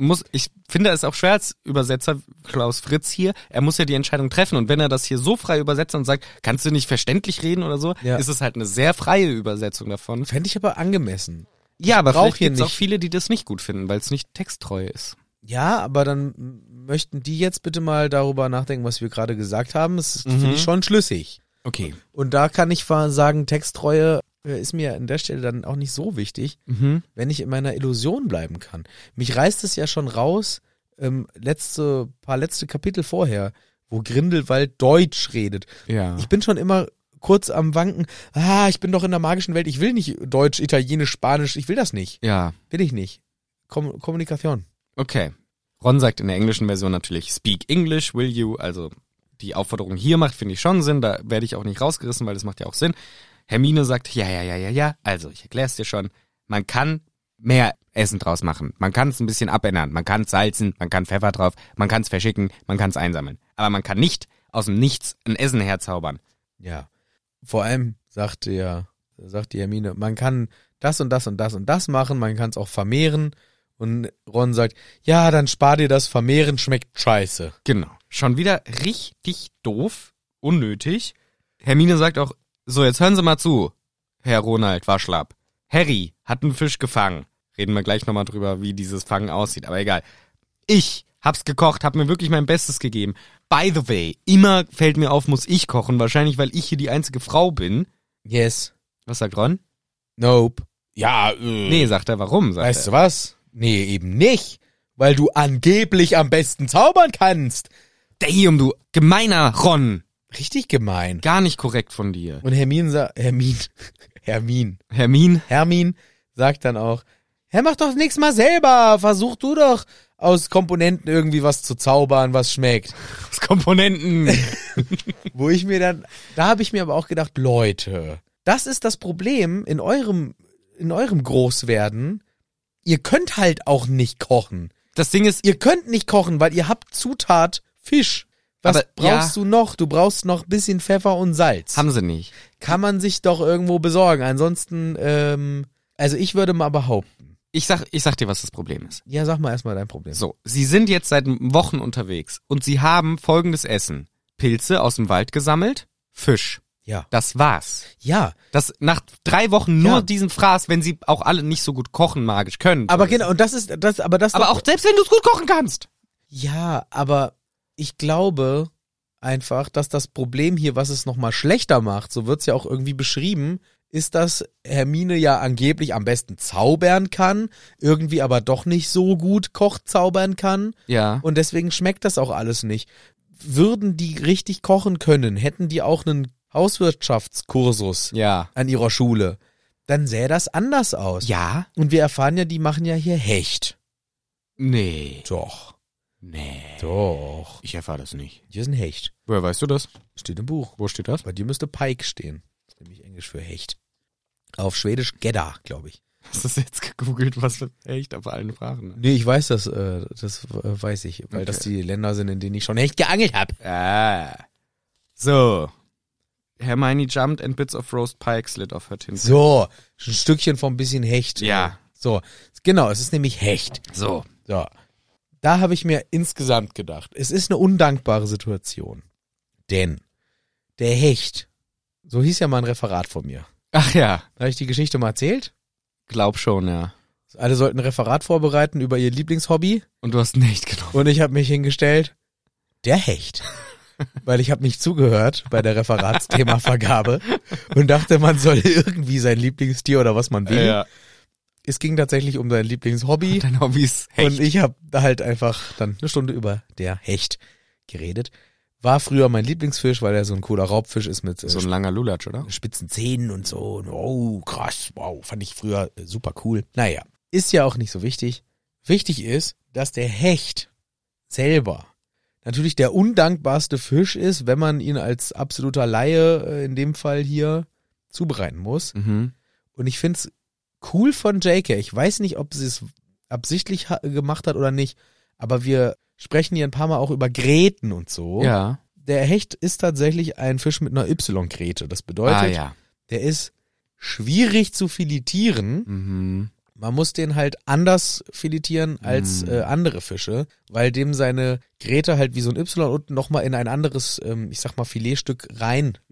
Speaker 2: muss, ich finde es auch schwer als Übersetzer, Klaus Fritz hier, er muss ja die Entscheidung treffen und wenn er das hier so frei übersetzt und sagt, kannst du nicht verständlich reden oder so,
Speaker 1: Ja.
Speaker 2: ist es halt eine sehr freie Übersetzung davon.
Speaker 1: Fände ich aber angemessen.
Speaker 2: Ja, aber
Speaker 1: Braucht
Speaker 2: vielleicht
Speaker 1: ihr
Speaker 2: gibt's auch
Speaker 1: nicht.
Speaker 2: viele, die das nicht gut finden, weil es nicht texttreu ist.
Speaker 1: Ja, aber dann m- möchten die jetzt bitte mal darüber nachdenken, was wir gerade gesagt haben. Das finde ich schon schlüssig.
Speaker 2: Okay.
Speaker 1: Und da kann ich fa- sagen, Texttreue äh, ist mir an der Stelle dann auch nicht so wichtig,
Speaker 2: Mhm.
Speaker 1: wenn ich in meiner Illusion bleiben kann. Mich reißt es ja schon raus, ähm, letzte, paar letzte Kapitel vorher, wo Grindelwald Deutsch redet.
Speaker 2: Ja.
Speaker 1: Ich bin schon immer kurz am Wanken, ah, ich bin doch in der magischen Welt, ich will nicht Deutsch, Italienisch, Spanisch, ich will das nicht.
Speaker 2: ja.
Speaker 1: Will ich nicht. Kom Kommunikation.
Speaker 2: Okay. Ron sagt in der englischen Version natürlich Speak English, will you? Also die Aufforderung hier macht, finde ich schon Sinn. Da werde ich auch nicht rausgerissen, weil das macht ja auch Sinn. Hermine sagt, ja, ja, ja, ja, ja. Also ich erkläre es dir schon. Man kann mehr Essen draus machen. Man kann es ein bisschen abändern. Man kann es salzen, man kann Pfeffer drauf, man kann es verschicken, man kann es einsammeln. Aber man kann nicht aus dem Nichts ein Essen herzaubern.
Speaker 1: Ja. Vor allem sagt ja, sagt die Hermine, man kann das und das und das und das machen, man kann es auch vermehren. Und Ron sagt, ja, dann spar dir das, vermehren schmeckt scheiße.
Speaker 2: Genau. Schon wieder richtig doof, unnötig. Hermine sagt auch, so jetzt hören Sie mal zu, Herr Ronald Waschlapp. Harry hat einen Fisch gefangen. Reden wir gleich nochmal drüber, wie dieses Fangen aussieht, aber egal. Ich hab's gekocht, hab mir wirklich mein Bestes gegeben. By the way, immer fällt mir auf, muss ich kochen, wahrscheinlich weil ich hier die einzige Frau bin.
Speaker 1: Yes.
Speaker 2: Was sagt Ron?
Speaker 1: Nope. Ja, äh,
Speaker 2: Nee, sagt er, warum? Sagt
Speaker 1: weißt
Speaker 2: er.
Speaker 1: du was? Nee, eben nicht. Weil du angeblich am besten zaubern kannst.
Speaker 2: Damn, du gemeiner Ron.
Speaker 1: Richtig gemein.
Speaker 2: Gar nicht korrekt von dir.
Speaker 1: Und Hermine sagt, Hermine, Hermine,
Speaker 2: Hermine?
Speaker 1: Hermin sagt dann auch, Herr, mach doch nächstes Mal selber, versuch du doch aus Komponenten irgendwie was zu zaubern, was schmeckt.
Speaker 2: Das Komponenten.
Speaker 1: Wo ich mir dann, da habe ich mir aber auch gedacht, Leute, das ist das Problem in eurem, in eurem Großwerden. Ihr könnt halt auch nicht kochen.
Speaker 2: Das Ding ist,
Speaker 1: Ihr könnt nicht kochen, weil ihr habt Zutat Fisch. Was
Speaker 2: Aber-
Speaker 1: brauchst
Speaker 2: ja.
Speaker 1: du noch? Du brauchst noch ein bisschen Pfeffer und Salz.
Speaker 2: haben sie nicht.
Speaker 1: Kann man sich doch irgendwo besorgen. Ansonsten, ähm, also ich würde mal behaupten.
Speaker 2: ich sag, ich sag dir, was das Problem ist.
Speaker 1: Ja, sag mal erstmal dein Problem.
Speaker 2: So, sie sind jetzt seit Wochen unterwegs und sie haben folgendes Essen. Pilze aus dem Wald gesammelt, Fisch.
Speaker 1: Ja.
Speaker 2: Das war's.
Speaker 1: Ja,
Speaker 2: Das nach drei Wochen nur
Speaker 1: Ja.
Speaker 2: diesen Fraß, wenn sie auch alle nicht so gut kochen magisch können.
Speaker 1: aber genau, und das ist, das, aber das.
Speaker 2: Aber auch selbst wenn du es gut kochen kannst.
Speaker 1: Ja, aber ich glaube einfach, dass das Problem hier, was es nochmal schlechter macht, so wird's ja auch irgendwie beschrieben, ist, dass Hermine ja angeblich am besten zaubern kann, irgendwie aber doch nicht so gut Koch zaubern kann.
Speaker 2: Ja.
Speaker 1: Und deswegen schmeckt das auch alles nicht. Würden die richtig kochen können, hätten die auch einen Hauswirtschaftskursus
Speaker 2: Ja.
Speaker 1: an ihrer Schule, dann sähe das anders aus.
Speaker 2: Ja?
Speaker 1: Und wir erfahren ja, die machen ja hier Hecht.
Speaker 2: Nee.
Speaker 1: Doch.
Speaker 2: Nee.
Speaker 1: Doch.
Speaker 2: Ich erfahre das nicht.
Speaker 1: Hier ist ein Hecht.
Speaker 2: Woher weißt du das?
Speaker 1: Steht im Buch.
Speaker 2: Wo steht das?
Speaker 1: Bei dir müsste Pike stehen. Das ist nämlich Englisch für Hecht. Auf Schwedisch Gedda, glaube ich.
Speaker 2: Hast du das jetzt gegoogelt? Was für echt auf allen Sprachen?
Speaker 1: Nee, ich weiß das, äh, das äh, weiß ich, weil
Speaker 2: Okay.
Speaker 1: das die Länder sind, in denen ich schon Hecht geangelt habe.
Speaker 2: Ah. So. Hermione jumped and bits of roast pike slid off her tin.
Speaker 1: So, ein Stückchen von bisschen Hecht.
Speaker 2: Ja.
Speaker 1: So, genau, es ist nämlich Hecht.
Speaker 2: So.
Speaker 1: So, da habe ich mir insgesamt gedacht, es ist eine undankbare Situation. Denn der Hecht, so hieß ja mal ein Referat von mir.
Speaker 2: Ach ja,
Speaker 1: Habe ich die Geschichte mal erzählt?
Speaker 2: glaub schon, ja.
Speaker 1: Alle sollten ein Referat vorbereiten über ihr Lieblingshobby
Speaker 2: Und du hast nicht genommen.
Speaker 1: und ich habe mich hingestellt, der Hecht. Weil ich habe nicht zugehört bei der Referatsthemavergabe und dachte, man soll irgendwie sein Lieblingstier oder was man will. Es ging tatsächlich um sein Lieblingshobby
Speaker 2: Dein Hobby ist Hecht.
Speaker 1: und ich habe halt einfach dann eine Stunde über der Hecht geredet. War früher mein Lieblingsfisch, weil er so ein cooler Raubfisch ist mit äh,
Speaker 2: so ein langer Lulatsch, oder?
Speaker 1: spitzen Zähnen und so. Und oh, krass, wow, fand ich früher äh, super cool. Naja, ist ja auch nicht so wichtig. Wichtig ist, dass der Hecht selber natürlich der undankbarste Fisch ist, wenn man ihn als absoluter Laie äh, in dem Fall hier zubereiten muss.
Speaker 2: Mhm.
Speaker 1: Und ich find's cool von JK. Ich weiß nicht, ob sie es absichtlich ha- gemacht hat oder nicht, aber wir sprechen hier ein paar Mal auch über Gräten und so.
Speaker 2: Ja.
Speaker 1: Der Hecht ist tatsächlich ein Fisch mit einer Y-Gräte. Das bedeutet,
Speaker 2: Ah ja.
Speaker 1: der ist schwierig zu filetieren.
Speaker 2: Mhm.
Speaker 1: Man muss den halt anders filetieren als
Speaker 2: Mhm.
Speaker 1: äh, andere Fische, weil dem seine Gräte halt wie so ein Y unten nochmal in ein anderes, ähm, ich sag mal, Filetstück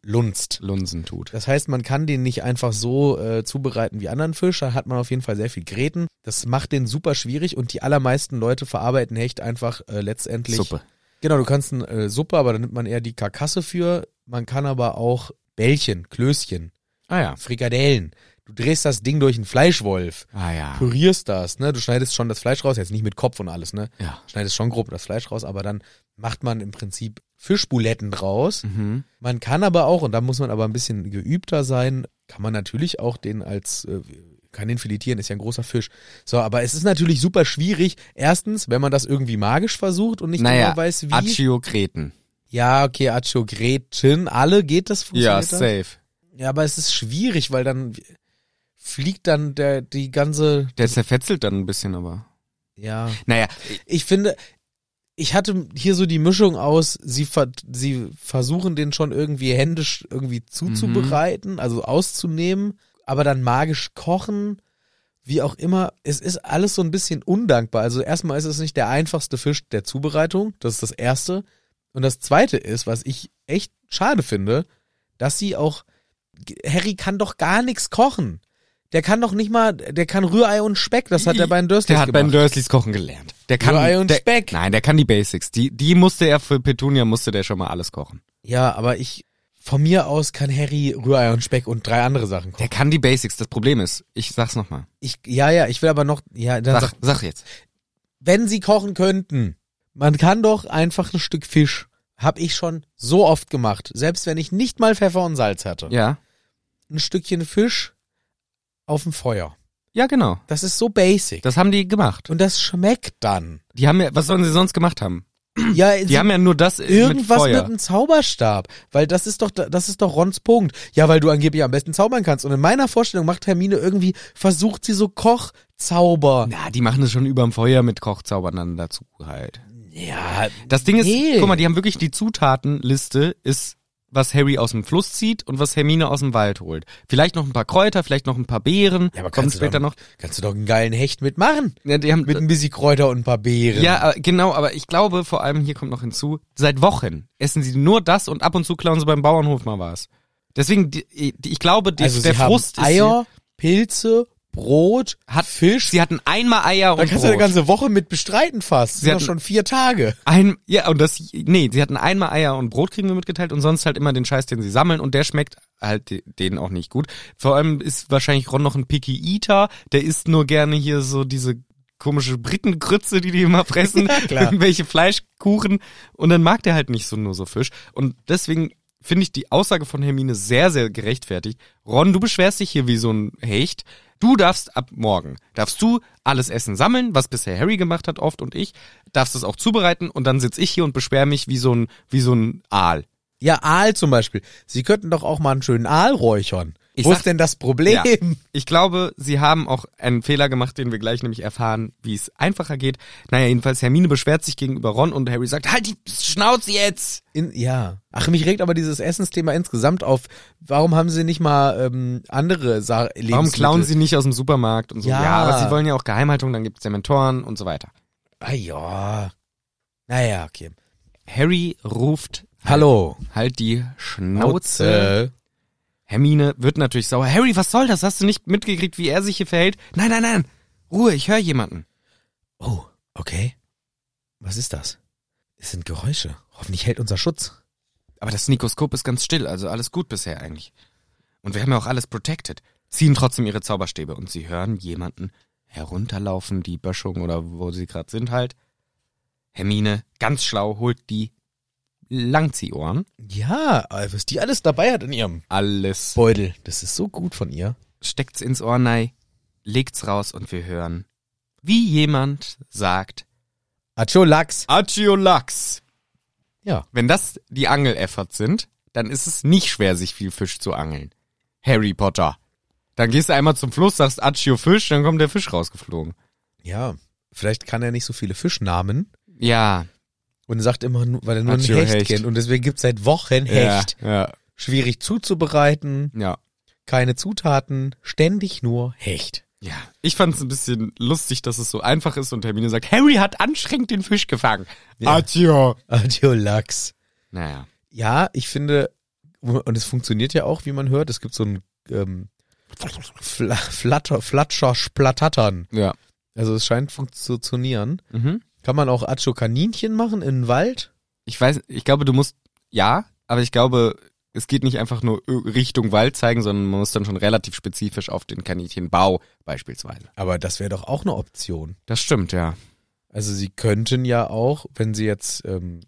Speaker 1: reinlunzt.
Speaker 2: Lunsen tut.
Speaker 1: Das heißt, man kann den nicht einfach so äh, zubereiten wie anderen Fisch. Da hat man auf jeden Fall sehr viel Gräten. Das macht den super schwierig und die allermeisten Leute verarbeiten Hecht einfach äh, letztendlich.
Speaker 2: Suppe.
Speaker 1: Genau, du kannst eine äh, Suppe, aber da nimmt man eher die Karkasse für. Man kann aber auch Bällchen, Klößchen,
Speaker 2: Ah ja.
Speaker 1: Frikadellen. Du drehst das Ding durch einen Fleischwolf,
Speaker 2: Ah ja.
Speaker 1: pürierst das, ne? Du schneidest schon das Fleisch raus, jetzt nicht mit Kopf und alles, ne?
Speaker 2: Ja.
Speaker 1: Schneidest schon grob das Fleisch raus, aber dann macht man im Prinzip Fischbuletten draus.
Speaker 2: Mhm.
Speaker 1: Man kann aber auch, und da muss man aber ein bisschen geübter sein, kann man natürlich auch den als, äh, kann den filetieren, ist ja ein großer Fisch. So, aber es ist natürlich super schwierig. Erstens, wenn man das irgendwie magisch versucht und nicht
Speaker 2: Naja,
Speaker 1: genau weiß, wie.
Speaker 2: Achiokreten.
Speaker 1: Ja, okay, Acho, Gretchen, alle geht das
Speaker 2: Ja,
Speaker 1: funktioniert das?
Speaker 2: safe.
Speaker 1: Ja, aber es ist schwierig, weil dann fliegt dann der, die ganze,
Speaker 2: Der zerfetzelt dann ein bisschen, aber.
Speaker 1: ja.
Speaker 2: Naja,
Speaker 1: Ich finde, ich hatte hier so die Mischung aus, sie, ver sie versuchen den schon irgendwie händisch irgendwie zuzubereiten,
Speaker 2: Mhm.
Speaker 1: also auszunehmen, aber dann magisch kochen, wie auch immer. Es ist alles so ein bisschen undankbar. Also erstmal ist es nicht der einfachste Fisch der Zubereitung, das ist das Erste. Und das Zweite ist, was ich echt schade finde, dass sie auch, Harry kann doch gar nichts kochen. Der kann doch nicht mal, der kann Rührei und Speck, das hat er bei den Dursleys
Speaker 2: der hat
Speaker 1: gemacht.
Speaker 2: bei den Dursleys kochen gelernt. Der kann
Speaker 1: Rührei und
Speaker 2: der,
Speaker 1: Speck.
Speaker 2: Nein, der kann die Basics. Die, die musste er für Petunia musste der schon mal alles kochen.
Speaker 1: Ja, aber ich, von mir aus kann Harry Rührei und Speck und drei andere Sachen kochen.
Speaker 2: Der kann die Basics. Das Problem ist, ich sag's nochmal.
Speaker 1: Ich, ja, ja, ich will aber noch, ja, dann
Speaker 2: Sag,
Speaker 1: sag,
Speaker 2: sag jetzt.
Speaker 1: wenn sie kochen könnten, man kann doch einfach ein Stück Fisch, hab ich schon so oft gemacht, selbst wenn ich nicht mal Pfeffer und Salz hatte.
Speaker 2: Ja.
Speaker 1: Ein Stückchen Fisch auf dem Feuer.
Speaker 2: Ja, genau.
Speaker 1: Das ist so basic.
Speaker 2: Das haben die gemacht.
Speaker 1: und das schmeckt dann.
Speaker 2: Die haben ja, was sollen sie sonst gemacht haben?
Speaker 1: Ja,
Speaker 2: Die haben ja nur das äh,
Speaker 1: irgendwas
Speaker 2: mit
Speaker 1: mit,
Speaker 2: Feuer.
Speaker 1: einem Zauberstab, weil das ist doch das ist doch Rons Punkt. Ja, weil du angeblich am besten zaubern kannst und in meiner Vorstellung macht Hermine irgendwie versucht sie so Kochzauber.
Speaker 2: Na, die machen es schon überm Feuer mit Kochzaubern dann dazu halt.
Speaker 1: Ja,
Speaker 2: Das Ding ist,
Speaker 1: Nee.
Speaker 2: guck mal, die haben wirklich die Zutatenliste ist, was Harry aus dem Fluss zieht und was Hermine aus dem Wald holt. Vielleicht noch ein paar Kräuter, vielleicht noch ein paar Beeren.
Speaker 1: ja aber
Speaker 2: kommt
Speaker 1: kannst du
Speaker 2: später
Speaker 1: doch,
Speaker 2: noch.
Speaker 1: kannst du doch einen geilen Hecht mitmachen
Speaker 2: Ja, die haben,
Speaker 1: mit ein bisschen Kräuter und ein paar Beeren.
Speaker 2: ja, aber- genau, aber ich glaube, vor allem hier kommt noch hinzu, seit Wochen essen sie nur das und ab und zu klauen sie beim Bauernhof mal was. Deswegen, die, die, ich glaube, die,
Speaker 1: also
Speaker 2: der
Speaker 1: sie
Speaker 2: Frust
Speaker 1: haben Eier, Pilze, Brot,
Speaker 2: ist, hat Fisch. Sie hatten einmal Eier und
Speaker 1: da kannst du eine
Speaker 2: Brot.
Speaker 1: ganze Woche mit bestreiten fast.
Speaker 2: Sie
Speaker 1: Sind doch
Speaker 2: hatten-
Speaker 1: schon vier Tage.
Speaker 2: Ein, ja, und das, nee, sie hatten einmal Eier und Brot kriegen wir mitgeteilt und sonst halt immer den Scheiß, den sie sammeln und der schmeckt halt de- denen auch nicht gut. Vor allem ist wahrscheinlich Ron noch ein Picky Eater, der isst nur gerne hier so diese komische Britengrütze, die die immer fressen,
Speaker 1: Ja, klar.
Speaker 2: irgendwelche Fleischkuchen und dann mag der halt nicht so nur so Fisch und deswegen finde ich die Aussage von Hermine sehr, sehr gerechtfertigt. Ron, du beschwerst dich hier wie so ein Hecht. Du darfst ab morgen, darfst du alles Essen sammeln, was bisher Harry gemacht hat oft und ich, darfst es auch zubereiten und dann sitz ich hier und beschwer mich wie so ein, wie so ein Aal.
Speaker 1: Ja, Aal zum Beispiel. Sie könnten doch auch mal einen schönen Aal räuchern.
Speaker 2: Ich
Speaker 1: Wo
Speaker 2: sag-
Speaker 1: ist denn das Problem?
Speaker 2: Ja. Ich glaube, sie haben auch einen Fehler gemacht, den wir gleich nämlich erfahren, wie es einfacher geht. Naja, jedenfalls Hermine beschwert sich gegenüber Ron und Harry sagt, halt die Schnauze jetzt!
Speaker 1: In, ja. Ach, mich regt aber dieses Essensthema insgesamt auf. Warum haben sie nicht mal ähm, andere Sa
Speaker 2: Warum klauen sie nicht aus dem Supermarkt und so?
Speaker 1: Ja.
Speaker 2: Ja, aber sie wollen ja auch Geheimhaltung, dann gibt's Dementoren und so weiter.
Speaker 1: Ah ja. Naja, okay.
Speaker 2: Harry ruft,
Speaker 1: Hallo.
Speaker 2: halt die Schnauze. Hermine wird natürlich sauer. Harry, was soll das? Hast du nicht mitgekriegt, wie er sich hier verhält? Nein, nein, nein. Ruhe, ich höre jemanden.
Speaker 1: Oh, okay. Was ist das? Es sind Geräusche. Hoffentlich hält unser Schutz.
Speaker 2: Aber das Nikoskop ist ganz still, also alles gut bisher eigentlich. Und wir haben ja auch alles protected. Ziehen trotzdem ihre Zauberstäbe und sie hören jemanden herunterlaufen, die Böschung oder wo sie gerade sind halt. Hermine, ganz schlau, holt die Langziehohren.
Speaker 1: Ja, aber was die alles dabei hat in ihrem
Speaker 2: Alles.
Speaker 1: Beutel. Das ist so gut von ihr.
Speaker 2: Steckt's ins Ohr nei, legt's raus und wir hören, wie jemand sagt,
Speaker 1: Acho Lachs.
Speaker 2: Achiolax.
Speaker 1: Ja.
Speaker 2: Wenn das die Angeleffert sind, dann ist es nicht schwer, sich viel Fisch zu angeln. Harry Potter. Dann gehst du einmal zum Fluss, sagst Accio Fisch, dann kommt der Fisch rausgeflogen.
Speaker 1: Ja. Vielleicht kann er nicht so viele Fischnamen
Speaker 2: Ja.
Speaker 1: und sagt immer, nur, weil er nur einen
Speaker 2: Hatschio
Speaker 1: Hecht,
Speaker 2: Hecht.
Speaker 1: kennt. Und deswegen gibt's seit Wochen Hecht.
Speaker 2: Ja, ja,
Speaker 1: Schwierig zuzubereiten,
Speaker 2: ja.
Speaker 1: keine Zutaten, ständig nur Hecht.
Speaker 2: Ja, ich fand's ein bisschen lustig, dass es so einfach ist und Hermine sagt, Harry hat anstrengend den Fisch gefangen.
Speaker 1: Ja.
Speaker 2: Atio.
Speaker 1: Adio Lachs.
Speaker 2: Naja.
Speaker 1: Ja, ich finde, und es funktioniert ja auch, wie man hört, es gibt so ein ähm, Fla- Flatter, Flatscher, Splatattern.
Speaker 2: Ja.
Speaker 1: Also es scheint fun- zu funktionieren.
Speaker 2: Mhm.
Speaker 1: Kann man auch Acho Kaninchen machen in den Wald?
Speaker 2: Ich weiß, ich glaube, du musst, ja, aber ich glaube, es geht nicht einfach nur Ö- Richtung Wald zeigen, sondern man muss dann schon relativ spezifisch auf den Kaninchenbau beispielsweise.
Speaker 1: Aber das wäre doch auch eine Option.
Speaker 2: Das stimmt, ja.
Speaker 1: Also sie könnten ja auch, wenn sie jetzt ähm,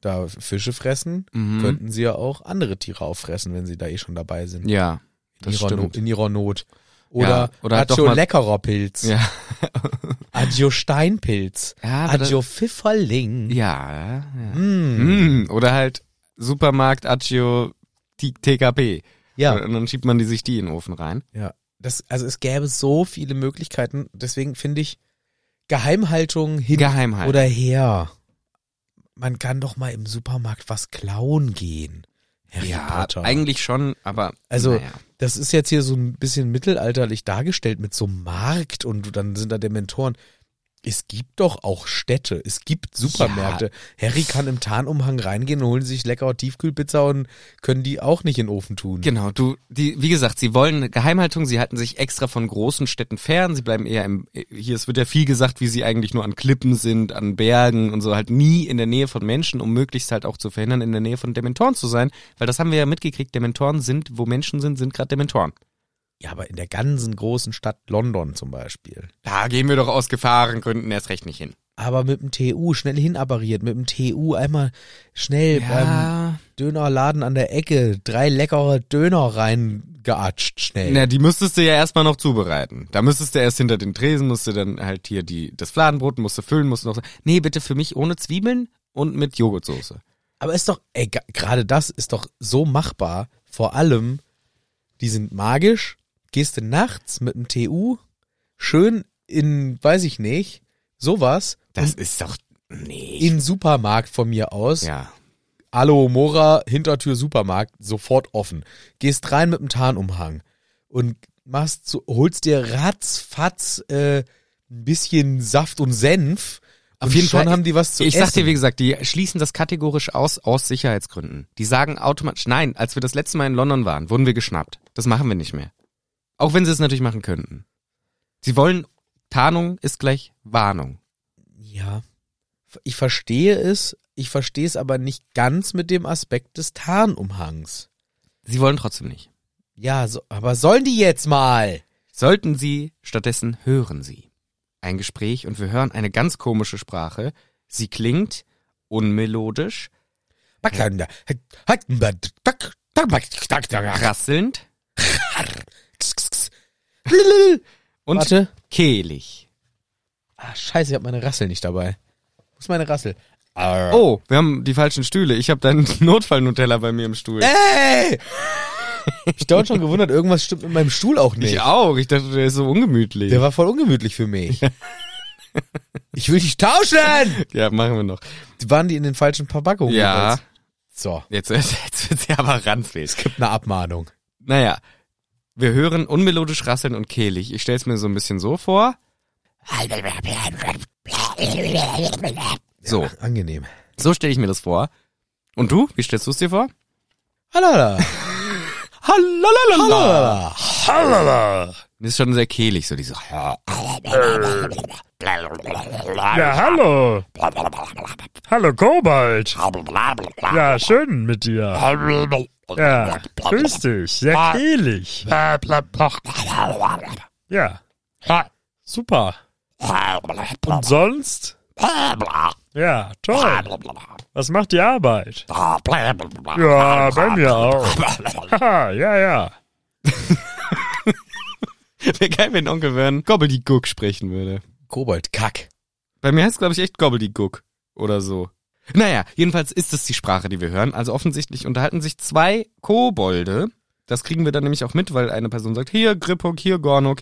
Speaker 1: da Fische fressen,
Speaker 2: Mhm.
Speaker 1: könnten sie ja auch andere Tiere auffressen, wenn sie da eh schon dabei sind.
Speaker 2: Ja,
Speaker 1: in,
Speaker 2: das
Speaker 1: ihrer No-
Speaker 2: stimmt.
Speaker 1: in ihrer Not. Oder,
Speaker 2: Ja, oder halt doch
Speaker 1: Adio
Speaker 2: mal-
Speaker 1: leckerer Pilz.
Speaker 2: Ja.
Speaker 1: Adio Steinpilz.
Speaker 2: Ja, aber das-
Speaker 1: Adio Pfifferling.
Speaker 2: Ja, ja.
Speaker 1: Mm.
Speaker 2: Mm, oder halt Supermarkt Accio T- TKP.
Speaker 1: Ja.
Speaker 2: Und dann schiebt man die sich die in den Ofen rein.
Speaker 1: ja. Das, also es gäbe so viele Möglichkeiten. Deswegen finde ich Geheimhaltung hin
Speaker 2: Geheimheit.
Speaker 1: oder her. Man kann doch mal im Supermarkt was klauen gehen. Harry
Speaker 2: ja,
Speaker 1: Potter.
Speaker 2: eigentlich schon, aber
Speaker 1: Also-
Speaker 2: naja.
Speaker 1: Das ist jetzt hier so ein bisschen mittelalterlich dargestellt mit so einem Markt und dann sind da Dementoren. Es gibt doch auch Städte, es gibt Supermärkte. Harry kann im Tarnumhang reingehen und holen sich lecker Tiefkühlpizza und können die auch nicht in den Ofen tun.
Speaker 2: Genau, du, die, wie gesagt, sie wollen eine Geheimhaltung, sie halten sich extra von großen Städten fern, sie bleiben eher im, hier, es wird ja viel gesagt, wie sie eigentlich nur an Klippen sind, an Bergen und so, halt nie in der Nähe von Menschen, um möglichst halt auch zu verhindern, in der Nähe von Dementoren zu sein, weil das haben wir ja mitgekriegt, Dementoren sind, wo Menschen sind, sind gerade Dementoren.
Speaker 1: Ja, aber in der ganzen großen Stadt London zum Beispiel.
Speaker 2: Da gehen wir doch aus Gefahrengründen erst recht nicht hin.
Speaker 1: Aber mit dem TU schnell hinappariert, mit dem TU einmal schnell beim Dönerladen an der Ecke drei leckere Döner reingeatscht schnell.
Speaker 2: Na, die müsstest du ja erstmal noch zubereiten. Da müsstest du erst hinter den Tresen, musst du dann halt hier die, das Fladenbrot, musst du füllen, musst du noch. Nee, bitte für mich ohne Zwiebeln und mit Joghurtsoße.
Speaker 1: Aber ist doch, ey, ge- gerade das ist doch so machbar. Vor allem, die sind magisch. Gehst du nachts mit dem TU schön in, weiß ich nicht, sowas,
Speaker 2: Das ist doch. Nee.
Speaker 1: in den Supermarkt von mir aus.
Speaker 2: Ja.
Speaker 1: Aloe Mora, Hintertür Supermarkt, sofort offen. Gehst rein mit dem Tarnumhang und machst so, holst dir ratzfatz äh, ein bisschen Saft und Senf.
Speaker 2: Auf
Speaker 1: und
Speaker 2: jeden
Speaker 1: schon
Speaker 2: Fall-
Speaker 1: haben die was zu
Speaker 2: ich
Speaker 1: essen.
Speaker 2: sag dir, wie gesagt, die schließen das kategorisch aus, aus Sicherheitsgründen. Die sagen automatisch, nein, als wir das letzte Mal in London waren, wurden wir geschnappt. Das machen wir nicht mehr. Auch wenn sie es natürlich machen könnten. Sie wollen, Tarnung ist gleich Warnung.
Speaker 1: Ja, ich verstehe es, ich verstehe es aber nicht ganz mit dem Aspekt des Tarnumhangs.
Speaker 2: Sie wollen trotzdem nicht.
Speaker 1: Ja, so, aber sollen die jetzt mal?
Speaker 2: Sollten Sie, stattdessen hören Sie. Ein Gespräch und wir hören eine ganz komische Sprache. Sie klingt unmelodisch,
Speaker 1: Halt,
Speaker 2: rasselnd und
Speaker 1: Warte.
Speaker 2: kehlig.
Speaker 1: Ah, scheiße, ich habe meine Rassel nicht dabei. Wo ist meine Rassel?
Speaker 2: Oh, wir haben die falschen Stühle. Ich habe deinen Notfall-Nutella bei mir im Stuhl.
Speaker 1: Ey! Ich dauert schon gewundert, irgendwas stimmt mit meinem Stuhl auch nicht.
Speaker 2: Ich auch. Ich dachte, der ist so ungemütlich.
Speaker 1: Der war voll ungemütlich für mich. Ich will dich tauschen!
Speaker 2: ja, machen wir noch.
Speaker 1: Waren die in den falschen Verpackungen?
Speaker 2: Ja,
Speaker 1: jeweils? So,
Speaker 2: jetzt, jetzt wird's ja aber ranzig.
Speaker 1: gibt eine Abmahnung.
Speaker 2: Naja, wir hören unmelodisch rasseln und kehlig. Ich stell's mir so ein bisschen so vor. So,
Speaker 1: Angenehm.
Speaker 2: so stelle ich mir das vor. Und du, wie stellst du es dir vor?
Speaker 1: Halala.
Speaker 2: Halalala.
Speaker 1: Halala.
Speaker 2: Das ist schon sehr kehlig, so diese.
Speaker 4: Ja, hallo. Hallo, Kobold. Ja, schön mit dir. Ja, grüß dich. Sehr kehlig. Ja. Super. Und sonst? Ja, toll. Was macht die Arbeit? Ja, bei mir auch. Haha, ja, ja.
Speaker 2: Wäre geil, wenn Onkel Vern Gobbledygook sprechen würde.
Speaker 1: Koboldkack.
Speaker 2: Bei mir heißt es, glaube ich, echt Gobbledygook oder so. Naja, jedenfalls ist es die Sprache, die wir hören. Also offensichtlich unterhalten sich zwei Kobolde. Das kriegen wir dann nämlich auch mit, weil eine Person sagt, hier Griphook, hier Gornuk.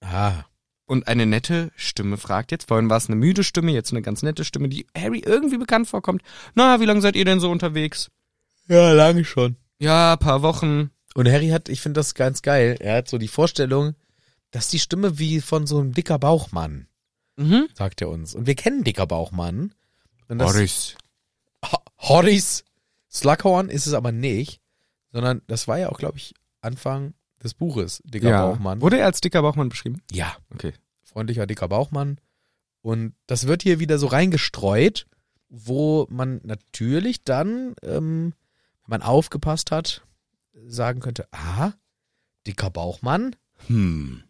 Speaker 1: Ah,
Speaker 2: Und eine nette Stimme fragt jetzt, vorhin war es eine müde Stimme, jetzt eine ganz nette Stimme, die Harry irgendwie bekannt vorkommt. Na, wie lange seid ihr denn so unterwegs?
Speaker 1: Ja, lange schon.
Speaker 2: Ja, paar Wochen.
Speaker 1: Und Harry hat, ich finde das ganz geil, er hat so die Vorstellung, dass die Stimme wie von so einem dicker Bauchmann,
Speaker 2: Mhm.
Speaker 1: sagt er uns. Und wir kennen dicker Bauchmann. Und das-
Speaker 2: Boris.
Speaker 1: Ho- Horis Slughorn ist es aber nicht, sondern das war ja auch, glaube ich, Anfang des Buches, dicker
Speaker 2: Ja.
Speaker 1: Bauchmann.
Speaker 2: Wurde er als dicker Bauchmann beschrieben?
Speaker 1: Ja,
Speaker 2: Okay.
Speaker 1: freundlicher dicker Bauchmann. Und das wird hier wieder so reingestreut, wo man natürlich dann, ähm, wenn man aufgepasst hat, sagen könnte, ah, dicker Bauchmann,
Speaker 2: Hm.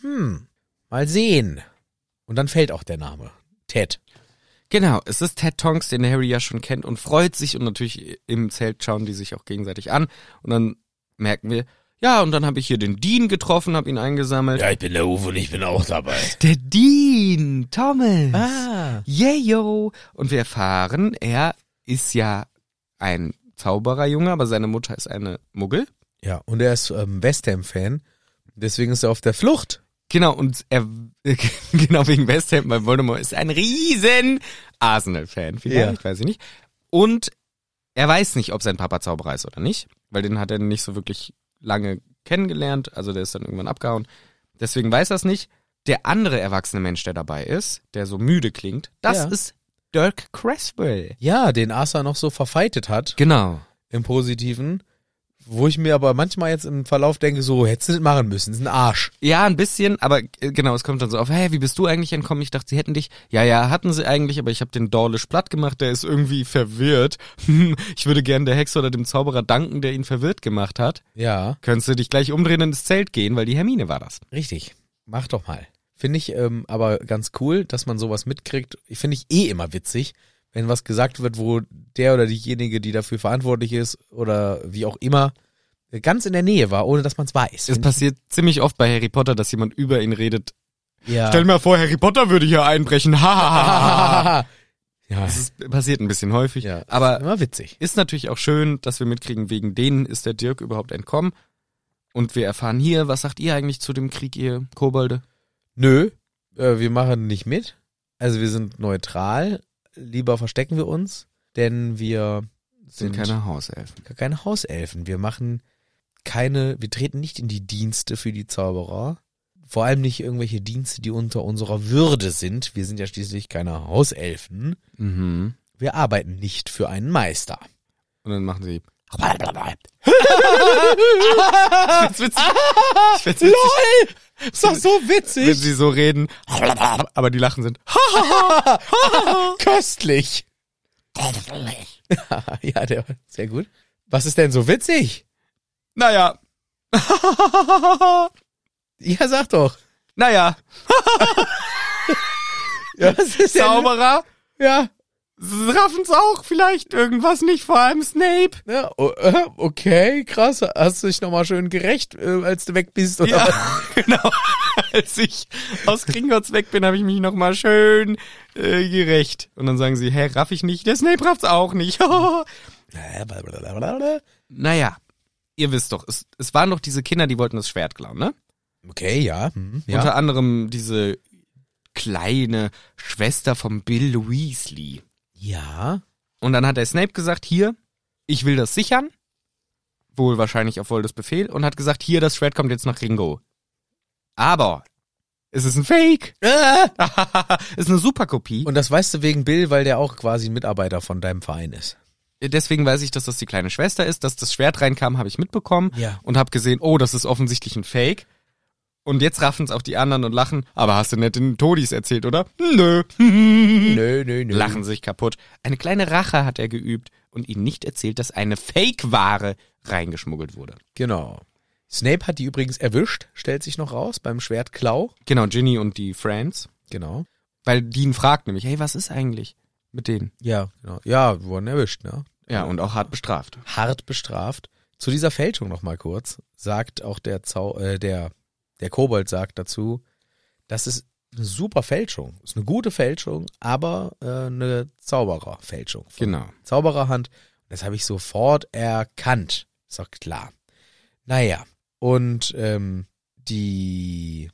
Speaker 1: hm, mal sehen. Und dann fällt auch der Name. Ted.
Speaker 2: Genau, es ist Ted Tonks, den Harry ja schon kennt und freut sich und natürlich im Zelt schauen die sich auch gegenseitig an und dann merken wir, ja, und dann habe ich hier den Dean getroffen, habe ihn eingesammelt.
Speaker 1: ich bin der Uwe und ich bin auch dabei.
Speaker 2: Der Dean Thomas.
Speaker 1: Ah.
Speaker 2: Yeah, yo. Und wir erfahren, er ist ja ein Zaubererjunge, aber seine Mutter ist eine Muggel.
Speaker 1: Ja, und er ist ähm, West Ham-Fan. Deswegen ist er auf der Flucht.
Speaker 2: Genau, und er, genau wegen West Ham, weil Voldemort ist ein riesen Arsenal-Fan, vielleicht, weiß ich nicht. Und er weiß nicht, ob sein Papa Zauberer ist oder nicht, weil den hat er nicht so wirklich lange kennengelernt, also der ist dann irgendwann abgehauen. Deswegen weiß er es nicht. Der andere erwachsene Mensch, der dabei ist, der so müde klingt, das
Speaker 1: Ja.
Speaker 2: ist Dirk Creswell.
Speaker 1: Ja, den Arthur noch so verfeitet hat
Speaker 2: Genau.
Speaker 1: im Positiven. Wo ich mir aber manchmal jetzt im Verlauf denke, so hättest du nicht machen müssen. Ist ein Arsch.
Speaker 2: Ja, ein bisschen, aber äh, genau, es kommt dann so auf, hey, wie bist du eigentlich entkommen? Ich dachte, sie hätten dich. Ja, ja, hatten sie eigentlich, aber ich habe den Dorlish platt gemacht, der ist irgendwie verwirrt. Hm, ich würde gern der Hexe oder dem Zauberer danken, der ihn verwirrt gemacht hat.
Speaker 1: Ja,
Speaker 2: Könntest du dich gleich umdrehen und ins Zelt gehen, weil die Hermine war das.
Speaker 1: richtig. Mach doch mal. Finde ich ähm, aber ganz cool, dass man sowas mitkriegt. Ich Finde ich eh immer witzig, wenn was gesagt wird, wo der oder diejenige, die dafür verantwortlich ist oder wie auch immer, äh, ganz in der Nähe war, ohne dass man es weiß.
Speaker 2: Es
Speaker 1: Find
Speaker 2: passiert ziemlich oft bei Harry Potter, dass jemand über ihn redet. Ah.
Speaker 1: ich- ja.
Speaker 2: Stell mir mal vor, Harry Potter würde hier einbrechen. Ha, ha, ha, ha, ha.
Speaker 1: ja.
Speaker 2: Das ist, passiert ein bisschen häufig,
Speaker 1: ja.
Speaker 2: aber
Speaker 1: immer witzig.
Speaker 2: Ist natürlich auch schön, dass wir mitkriegen, wegen denen ist der Dirk überhaupt entkommen. Und wir erfahren hier, was sagt ihr eigentlich zu dem Krieg, ihr Kobolde?
Speaker 1: Nö, äh, wir machen nicht mit. Also wir sind neutral. Lieber verstecken wir uns, denn wir sind,
Speaker 2: keine Hauselfen.
Speaker 1: gar keine Hauselfen. Wir machen keine, wir treten nicht in die Dienste für die Zauberer. Vor allem nicht irgendwelche Dienste, die unter unserer Würde sind. Wir sind ja schließlich keine Hauselfen.
Speaker 2: Mhm.
Speaker 1: Wir arbeiten nicht für einen Meister.
Speaker 2: Und dann machen sie. Ich find's witzig. Ich find's witzig,
Speaker 1: Ist doch so
Speaker 2: wenn
Speaker 1: witzig.
Speaker 2: sie so reden, aber die Lachen sind.
Speaker 1: Köstlich. ja, der sehr gut. Was ist denn so witzig?
Speaker 2: Naja.
Speaker 1: Ja, sag doch.
Speaker 2: Naja.
Speaker 1: Ja, was ist
Speaker 2: Zauberer.
Speaker 1: denn? Ja.
Speaker 2: Raffen's auch vielleicht irgendwas nicht, vor allem Snape.
Speaker 1: Ja, o- äh, okay, krass. Hast du dich nochmal schön gerecht, äh, als du weg bist? Oder? was?
Speaker 2: Ja, genau. Als ich aus Gringotts weg bin, habe ich mich nochmal schön äh, gerecht. Und dann sagen sie, hä, raff ich nicht. Der Snape rafft's auch nicht. naja, ihr wisst doch, es, es waren doch diese Kinder, die wollten das Schwert klauen, ne?
Speaker 1: Okay, ja. Hm, ja.
Speaker 2: Unter anderem diese kleine Schwester von Bill Weasley.
Speaker 1: ja.
Speaker 2: Und dann hat der Snape gesagt, hier, ich will das sichern. Wohl wahrscheinlich auf Voldes Befehl. Und hat gesagt, hier, das Schwert kommt jetzt nach Ringo. Aber es ist ein Fake.
Speaker 1: Äh!
Speaker 2: ist eine Superkopie. Und
Speaker 1: Und das weißt du wegen Bill, weil der auch quasi ein Mitarbeiter von deinem Verein ist.
Speaker 2: deswegen weiß ich, dass das die kleine Schwester ist. Dass das Schwert reinkam, habe ich mitbekommen.
Speaker 1: Ja.
Speaker 2: Und habe gesehen, oh, das ist offensichtlich ein Fake. Und jetzt raffen es auch die anderen und lachen. Aber hast du nicht den Todis erzählt, oder? Nö.
Speaker 1: Nö, nö, nö.
Speaker 2: Lachen sich kaputt. Eine kleine Rache hat er geübt und ihnen nicht erzählt, dass eine Fake-Ware reingeschmuggelt wurde.
Speaker 1: Genau. Snape hat die übrigens erwischt, stellt sich noch raus, beim Schwertklau.
Speaker 2: Genau, Ginny und die Friends.
Speaker 1: Genau.
Speaker 2: Weil Dean fragt nämlich, hey, was ist eigentlich mit denen?
Speaker 1: Ja, genau. Ja, wurden erwischt, ne?
Speaker 2: Ja, und auch hart bestraft.
Speaker 1: hart bestraft. Zu dieser Fälschung noch mal kurz, sagt auch der Zau äh, der der Kobold sagt dazu, das ist eine super Fälschung, ist eine gute Fälschung, aber äh, eine Zaubererfälschung. Von
Speaker 2: Genau.
Speaker 1: Zaubererhand. Das habe ich sofort erkannt. Ist doch klar. Naja, und ähm, die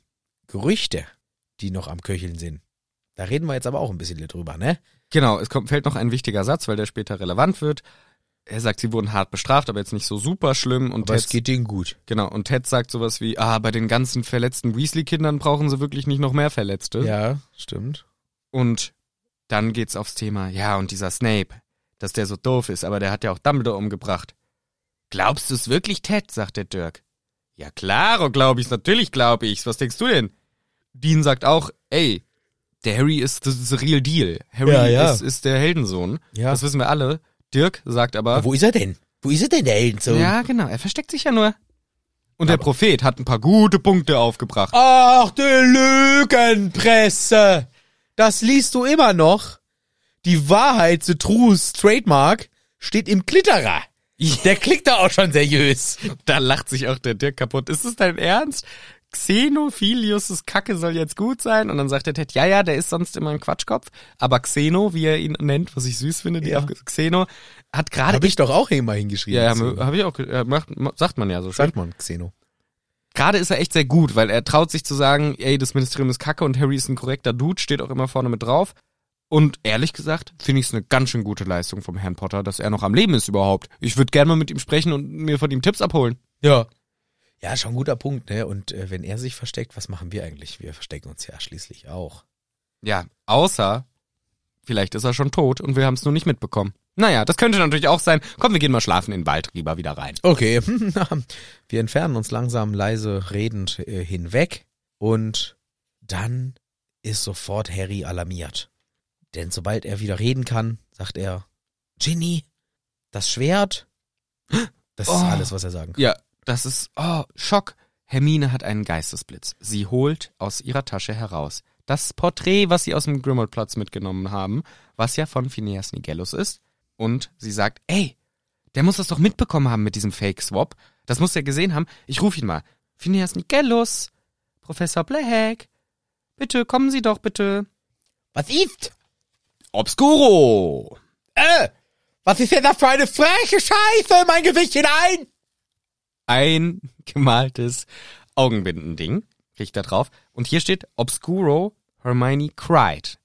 Speaker 1: Gerüchte die noch am Köcheln sind. Da reden wir jetzt aber auch ein bisschen drüber, ne?
Speaker 2: Genau, es kommt, fällt noch ein wichtiger Satz, weil der später relevant wird. Er sagt, sie wurden hart bestraft, aber jetzt nicht so super schlimm. Und
Speaker 1: Aber
Speaker 2: Ted,
Speaker 1: es geht denen gut.
Speaker 2: genau, und Ted sagt sowas wie, ah, bei den ganzen verletzten Weasley-Kindern brauchen sie wirklich nicht noch mehr Verletzte.
Speaker 1: Ja, stimmt.
Speaker 2: Und dann geht's aufs Thema, ja, und dieser Snape, dass der so doof ist, aber der hat ja auch Dumbledore umgebracht. Glaubst du es wirklich, Ted? sagt der Dirk. Ja, klaro, glaube ich's, natürlich glaube ich's. Was denkst du denn? Dean sagt auch, ey, der Harry ist das ist the real deal. Harry
Speaker 1: Ja, ja.
Speaker 2: Ist, ist der Heldensohn.
Speaker 1: Ja.
Speaker 2: Das wissen wir alle. Dirk sagt aber,
Speaker 1: Wo ist er denn? Wo ist er denn, der Heldensohn?
Speaker 2: ja, genau, er versteckt sich ja nur. Und der Prophet hat ein paar gute Punkte aufgebracht.
Speaker 1: Ach, die Lügenpresse! Das liest du immer noch. Die Wahrheit, The Truth, Trademark, steht im Klitterer. Der klickt da auch schon seriös.
Speaker 2: Da lacht sich auch der Dirk kaputt. Ist es dein Ernst? Xenophilius' Kacke soll jetzt gut sein. Und dann sagt der Ted, ja, ja, der ist sonst immer ein Quatschkopf. Aber Xeno, wie er ihn nennt, was ich süß finde, die
Speaker 1: Ja.
Speaker 2: Aufge- Xeno, hat gerade...
Speaker 1: Habe ich doch auch immer hingeschrieben.
Speaker 2: Ja, ja,
Speaker 1: So.
Speaker 2: habe ich auch... ge- ja, Macht, ma- sagt man ja so schön.
Speaker 1: Sagt man, Xeno.
Speaker 2: Gerade ist er echt sehr gut, weil er traut sich zu sagen, ey, das Ministerium ist Kacke und Harry ist ein korrekter Dude, steht auch immer vorne mit drauf. Und ehrlich gesagt, finde ich es eine ganz schön gute Leistung vom Herrn Potter, dass er noch am Leben ist überhaupt. Ich würde gerne mal mit ihm sprechen und mir von ihm Tipps abholen.
Speaker 1: Ja. Ja, schon ein guter Punkt, ne? Und äh, wenn er sich versteckt, was machen wir eigentlich? Wir verstecken uns ja schließlich auch.
Speaker 2: Ja, außer vielleicht ist er schon tot und wir haben es nur nicht mitbekommen. Naja, das könnte natürlich auch sein. Komm, wir gehen mal schlafen in den Wald lieber wieder rein.
Speaker 1: Okay, wir entfernen uns langsam leise redend äh, hinweg und dann ist sofort Harry alarmiert. Denn sobald er wieder reden kann, sagt er, Ginny, das Schwert, das ist
Speaker 2: Oh.
Speaker 1: alles, was er sagen kann.
Speaker 2: Ja, das ist oh, Schock. Hermine hat einen Geistesblitz. Sie holt aus ihrer Tasche heraus das Porträt, was sie aus dem Grimmelplatz mitgenommen haben, was ja von Phineas Nigellus ist, und sie sagt: "Ey, der muss das doch mitbekommen haben mit diesem Fake Swap. Das muss er gesehen haben. Ich rufe ihn mal. Phineas Nigellus, Professor Black. Bitte kommen Sie doch bitte."
Speaker 1: Was ist?
Speaker 2: Obscuro.
Speaker 1: Äh, was ist denn da für eine freche Scheiße in mein Gesicht hinein?
Speaker 2: ein gemaltes Augenbindending. Kriegt da drauf. Und hier steht Obscuro Hermione cried.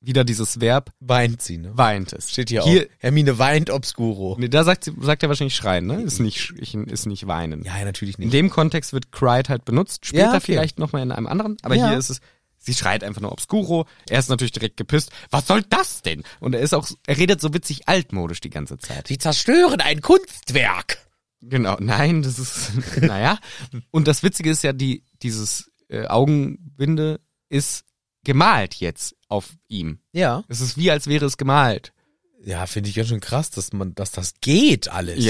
Speaker 2: Wieder dieses Verb
Speaker 1: Weint sie, ne?
Speaker 2: weint es.
Speaker 1: Steht hier, auch. Hermine weint obscuro.
Speaker 2: Nee, da sagt, sie- sagt er wahrscheinlich schreien, ne? Ist nicht, sch- ich- ist nicht weinen.
Speaker 1: Ja, natürlich
Speaker 2: In
Speaker 1: nicht.
Speaker 2: dem Kontext wird cried halt benutzt. Später
Speaker 1: Ja, okay.
Speaker 2: vielleicht nochmal in einem anderen. Aber
Speaker 1: Ja.
Speaker 2: hier ist es, sie schreit einfach nur Obscuro. Er ist natürlich direkt gepisst. Was soll das denn? Und er ist auch, er redet so witzig altmodisch die ganze Zeit.
Speaker 1: Sie zerstören ein Kunstwerk.
Speaker 2: Genau, nein, das ist, naja. Und das Witzige ist ja, die, dieses äh, Augenbinde ist gemalt jetzt auf ihm.
Speaker 1: Ja.
Speaker 2: Es ist wie, als wäre es gemalt.
Speaker 1: Ja, finde ich ganz schön krass, dass man, dass das geht alles.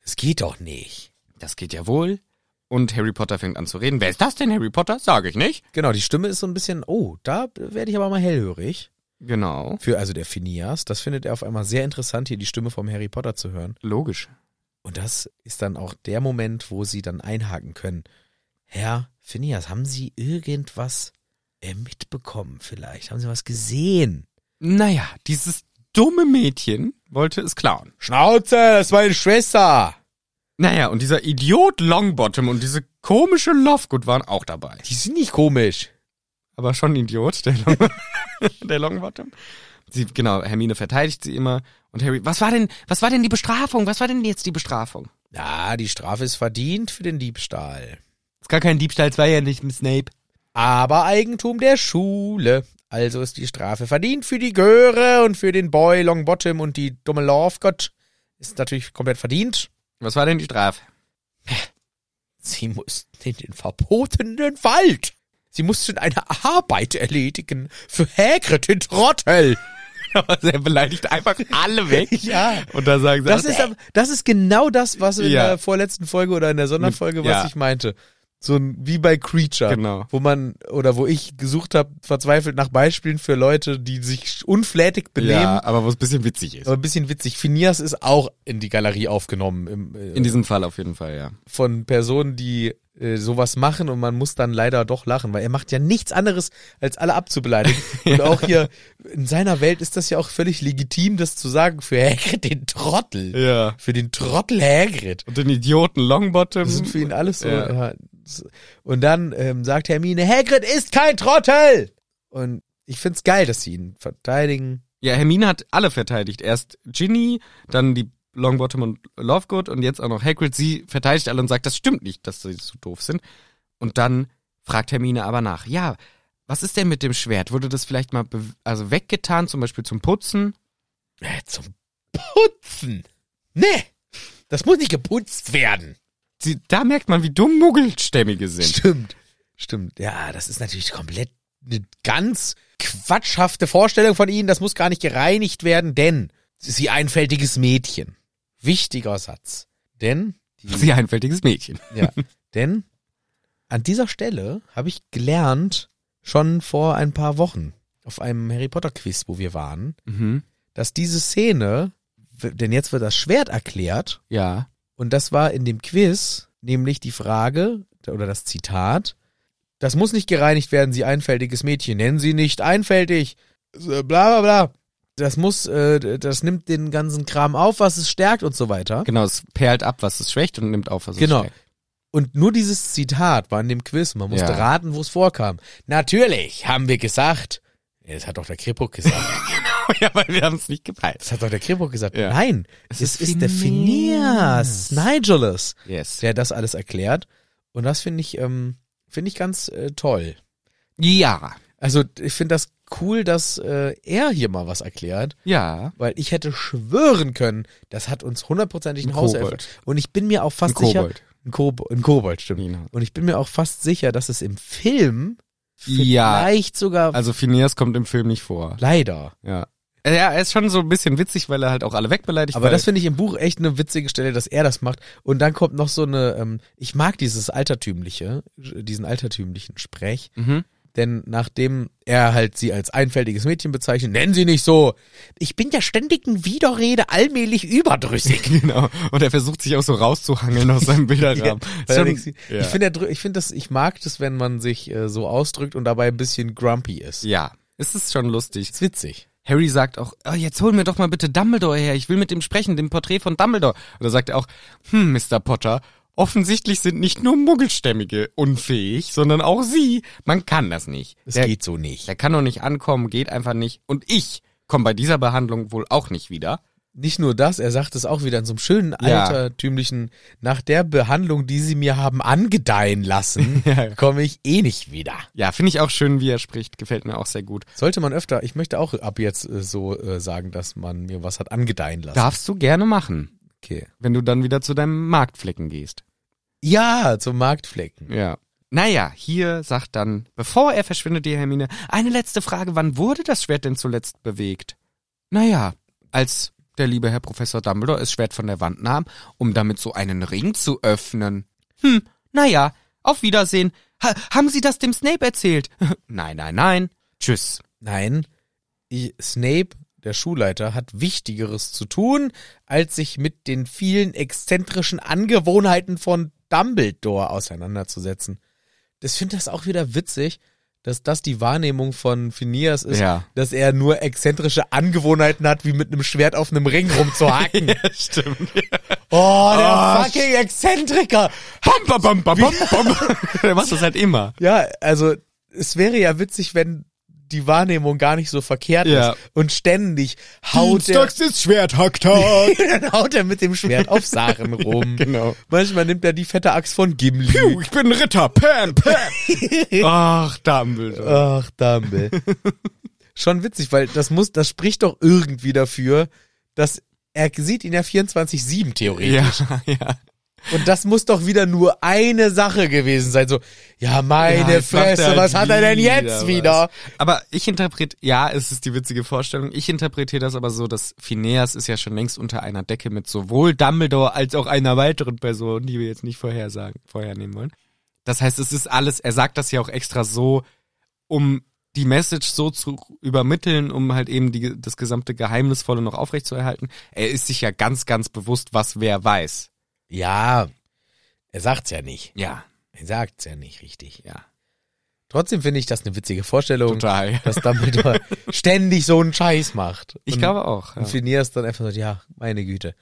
Speaker 1: Es geht doch nicht.
Speaker 2: Das geht ja wohl. Und Harry Potter fängt an zu reden. Wer ist das denn, Harry Potter? Sage ich nicht.
Speaker 1: Genau, die Stimme ist so ein bisschen, oh, da werde ich aber mal hellhörig.
Speaker 2: Genau.
Speaker 1: Für, also der Phineas, das findet er auf einmal sehr interessant, hier die Stimme vom Harry Potter zu hören.
Speaker 2: Logisch.
Speaker 1: Und das ist dann auch der Moment, wo sie dann einhaken können. Herr Phineas, haben Sie irgendwas äh, mitbekommen vielleicht? Haben Sie was gesehen?
Speaker 2: Naja, dieses dumme Mädchen wollte es klauen.
Speaker 1: Schnauze, das ist meine Schwester.
Speaker 2: Naja, und dieser Idiot Longbottom und diese komische Lovegood waren auch dabei.
Speaker 1: Die sind nicht komisch.
Speaker 2: aber schon ein Idiot, der, Long der Longbottom. Sie, genau, Hermine verteidigt sie immer. Und Harry, was war denn, was war denn die Bestrafung? Was war denn jetzt die Bestrafung?
Speaker 1: Na, die Strafe ist verdient für den Diebstahl.
Speaker 2: Ist gar kein Diebstahl, es war ja nicht mit Snape.
Speaker 1: aber Eigentum der Schule. Also ist die Strafe verdient für die Göre und für den Boy Longbottom und die dumme Lovegood. Ist natürlich komplett verdient.
Speaker 2: Was war denn die Strafe?
Speaker 1: Sie mussten in den verbotenen Wald. Sie mussten eine Arbeit erledigen für Hagrid den Trottel.
Speaker 2: er beleidigt einfach alle weg.
Speaker 1: Ja.
Speaker 2: Und da sagen sie,
Speaker 1: Das ist, aber- das ist genau das, was in
Speaker 2: Ja.
Speaker 1: der vorletzten Folge oder in der Sonderfolge, was
Speaker 2: Ja.
Speaker 1: ich meinte. So ein, wie bei Creature,
Speaker 2: Genau.
Speaker 1: wo man oder wo ich gesucht habe, verzweifelt nach Beispielen für Leute, die sich unflätig benehmen,
Speaker 2: ja, aber wo es ein bisschen witzig ist.
Speaker 1: aber ein bisschen witzig. Phineas ist auch in die Galerie aufgenommen im, äh,
Speaker 2: In diesem Fall auf jeden Fall, ja.
Speaker 1: von Personen, die äh, sowas machen und man muss dann leider doch lachen, weil er macht ja nichts anderes, als alle abzubeleidigen. Und auch hier in seiner Welt ist das ja auch völlig legitim, das zu sagen für Hagrid den Trottel.
Speaker 2: Ja.
Speaker 1: Für den Trottel Hagrid.
Speaker 2: Und den Idioten Longbottom.
Speaker 1: Das sind für ihn alles so,
Speaker 2: Ja.
Speaker 1: ja. Und dann ähm, sagt Hermine, Hagrid ist kein Trottel! Und ich find's geil, dass sie ihn verteidigen.
Speaker 2: Ja, Hermine hat alle verteidigt. Erst Ginny, dann die Longbottom und Lovegood und jetzt auch noch Hagrid. Sie verteidigt alle und sagt, das stimmt nicht, dass sie so doof sind. Und dann fragt Hermine aber nach, ja, was ist denn mit dem Schwert? Wurde das vielleicht mal be- also weggetan, zum Beispiel zum Putzen?
Speaker 1: Äh, zum Putzen! Nee! Das muss nicht geputzt werden!
Speaker 2: Sie, da merkt man, wie dumm Muggelstämmige sind.
Speaker 1: Stimmt. Stimmt. Ja, das ist natürlich komplett eine ganz quatschhafte Vorstellung von ihnen. Das muss gar nicht gereinigt werden, denn sie einfältiges Mädchen. Wichtiger Satz. Denn,
Speaker 2: Sie einfältiges Mädchen.
Speaker 1: ja, denn an dieser Stelle habe ich gelernt, schon vor ein paar Wochen auf einem Harry Potter Quiz, wo wir waren,
Speaker 2: Mhm.
Speaker 1: dass diese Szene, w- denn jetzt wird das Schwert erklärt,
Speaker 2: Ja.
Speaker 1: und das war in dem Quiz nämlich die Frage oder das Zitat. Das muss nicht gereinigt werden, Sie einfältiges Mädchen. Nennen Sie nicht einfältig. Bla bla bla. Das muss, äh, das nimmt den ganzen Kram auf, was es stärkt und so weiter.
Speaker 2: Genau, es perlt ab, was es schwächt und nimmt auf, was es
Speaker 1: Genau.
Speaker 2: stärkt.
Speaker 1: Und nur dieses Zitat war in dem Quiz. Man musste
Speaker 2: Ja.
Speaker 1: raten, wo es vorkam. Natürlich haben wir gesagt. Ja, Das hat doch der Krippuk gesagt.
Speaker 2: Ja, weil wir haben es nicht gepeilt.
Speaker 1: Das hat doch der Krippuk gesagt.
Speaker 2: Ja.
Speaker 1: Nein, es,
Speaker 2: Es
Speaker 1: ist,
Speaker 2: ist
Speaker 1: der Phineas
Speaker 2: Phineas.
Speaker 1: Nigelus.
Speaker 2: Yes.
Speaker 1: der das alles erklärt. Und das finde ich, ähm, finde ich ganz äh, toll.
Speaker 2: Ja.
Speaker 1: Also ich finde das cool, dass äh, er hier mal was erklärt,
Speaker 2: Ja.
Speaker 1: weil ich hätte schwören können, das hat uns hundertprozentig ein
Speaker 2: Ein
Speaker 1: Haus
Speaker 2: Kobold.
Speaker 1: eröffnet. Und ich bin mir auch fast
Speaker 2: Ein
Speaker 1: sicher,
Speaker 2: Kobold.
Speaker 1: ein Kobold, ein Kobold, stimmt.
Speaker 2: Genau.
Speaker 1: Und ich bin mir auch fast sicher, dass es im Film
Speaker 2: Ja.
Speaker 1: vielleicht sogar
Speaker 2: Also Phineas kommt im Film nicht vor.
Speaker 1: leider.
Speaker 2: Ja. Äh, Ja, er ist schon so ein bisschen witzig, weil er halt auch alle wegbeleidigt
Speaker 1: Aber
Speaker 2: weil-
Speaker 1: das finde ich im Buch echt eine witzige Stelle, dass er das macht. Und dann kommt noch so eine, ähm, ich mag dieses altertümliche, diesen altertümlichen Sprech.
Speaker 2: mhm.
Speaker 1: Denn nachdem er halt sie als einfältiges Mädchen bezeichnet, nennen sie nicht so. Ich bin der ständigen Widerrede allmählich überdrüssig.
Speaker 2: Genau. Und er versucht sich auch so rauszuhangeln aus seinem Bilderrahmen. Ist schon-
Speaker 1: Allerdings, Ich finde, er drü- ich finde das, ich mag das, wenn man sich äh, so ausdrückt und dabei ein bisschen grumpy ist.
Speaker 2: ja. Es ist schon lustig.
Speaker 1: Ist witzig.
Speaker 2: Harry sagt auch, oh, jetzt hol mir doch mal bitte Dumbledore her. Ich will mit dem sprechen, dem Porträt von Dumbledore. Und da sagt er auch, hm, Mr. Potter, offensichtlich sind nicht nur Muggelstämmige unfähig, sondern auch Sie. Man kann das nicht.
Speaker 1: Es
Speaker 2: Der-
Speaker 1: geht so nicht.
Speaker 2: Der kann doch nicht ankommen, geht einfach nicht. Und ich komme bei dieser Behandlung wohl auch nicht wieder.
Speaker 1: Nicht nur das, er sagt es auch wieder in so einem schönen
Speaker 2: Ja.
Speaker 1: altertümlichen, nach der Behandlung, die sie mir haben angedeihen lassen, komme ich eh nicht wieder.
Speaker 2: Ja, finde ich auch schön, wie er spricht. Gefällt mir auch sehr gut.
Speaker 1: Sollte man öfter, ich möchte auch ab jetzt äh, so äh, sagen, dass man mir was hat angedeihen lassen.
Speaker 2: Darfst du gerne machen,
Speaker 1: Okay.
Speaker 2: wenn du dann wieder zu deinem Marktflecken gehst.
Speaker 1: Ja, zum Marktflecken.
Speaker 2: Ja. Naja, hier sagt dann, bevor er verschwindet, die Hermine, eine letzte Frage, wann wurde das Schwert denn zuletzt bewegt? Naja, als der liebe Herr Professor Dumbledore das Schwert von der Wand nahm, um damit so einen Ring zu öffnen. Hm, naja, auf Wiedersehen. Ha haben Sie das dem Snape erzählt? nein, nein, nein. Tschüss.
Speaker 1: Nein, ich, Snape, der Schulleiter, hat Wichtigeres zu tun, als sich mit den vielen exzentrischen Angewohnheiten von Dumbledore auseinanderzusetzen. Das finde das auch wieder witzig, dass das die Wahrnehmung von Phineas ist,
Speaker 2: Ja.
Speaker 1: dass er nur exzentrische Angewohnheiten hat, wie mit einem Schwert auf einem Ring rumzuhaken.
Speaker 2: Stimmt.
Speaker 1: oh, der
Speaker 2: Ah,
Speaker 1: fucking Exzentriker!
Speaker 2: Bam, bam, bam, bam, bam, bam. Der macht das halt immer.
Speaker 1: Ja, also es wäre ja witzig, wenn die Wahrnehmung gar nicht so verkehrt
Speaker 2: Ja. Hm,
Speaker 1: ist und ständig haut er,
Speaker 2: ist Schwerthacktag.
Speaker 1: dann haut er mit dem Schwert auf Sachen rum.
Speaker 2: genau.
Speaker 1: Manchmal nimmt er die fette Axt von Gimli.
Speaker 2: Piu, ich bin Ritter. Pam, pam. Ach, Dumbledore.
Speaker 1: Ach, Dumble. Schon witzig, weil das muss, das spricht doch irgendwie dafür, dass er sieht ihn ja 24-7 theoretisch.
Speaker 2: Ja, ja.
Speaker 1: Und das muss doch wieder nur eine Sache gewesen sein. So, ja, meine
Speaker 2: Ja, jetzt macht
Speaker 1: Fresse,
Speaker 2: halt
Speaker 1: was hat er denn
Speaker 2: was.
Speaker 1: jetzt wieder?
Speaker 2: Aber ich interpretiere, ja, es ist die witzige Vorstellung. Ich interpretiere das aber so, dass Phineas ist ja schon längst unter einer Decke mit sowohl Dumbledore als auch einer weiteren Person, die wir jetzt nicht vorhersagen, vorhernehmen wollen. Das heißt, es ist alles, er sagt das ja auch extra so, um die Message so zu übermitteln, um halt eben die, das gesamte Geheimnisvolle noch aufrechtzuerhalten. Er ist sich ja ganz, ganz bewusst, was wer weiß.
Speaker 1: Ja, er sagt's ja nicht.
Speaker 2: Ja,
Speaker 1: Er sagt's ja nicht richtig.
Speaker 2: ja.
Speaker 1: Trotzdem finde ich das eine witzige Vorstellung,
Speaker 2: Total.
Speaker 1: dass Dumbledore ständig so einen Scheiß macht.
Speaker 2: Ich
Speaker 1: und,
Speaker 2: glaube auch. Ja.
Speaker 1: Und Phineas dann einfach sagt, ja, meine Güte,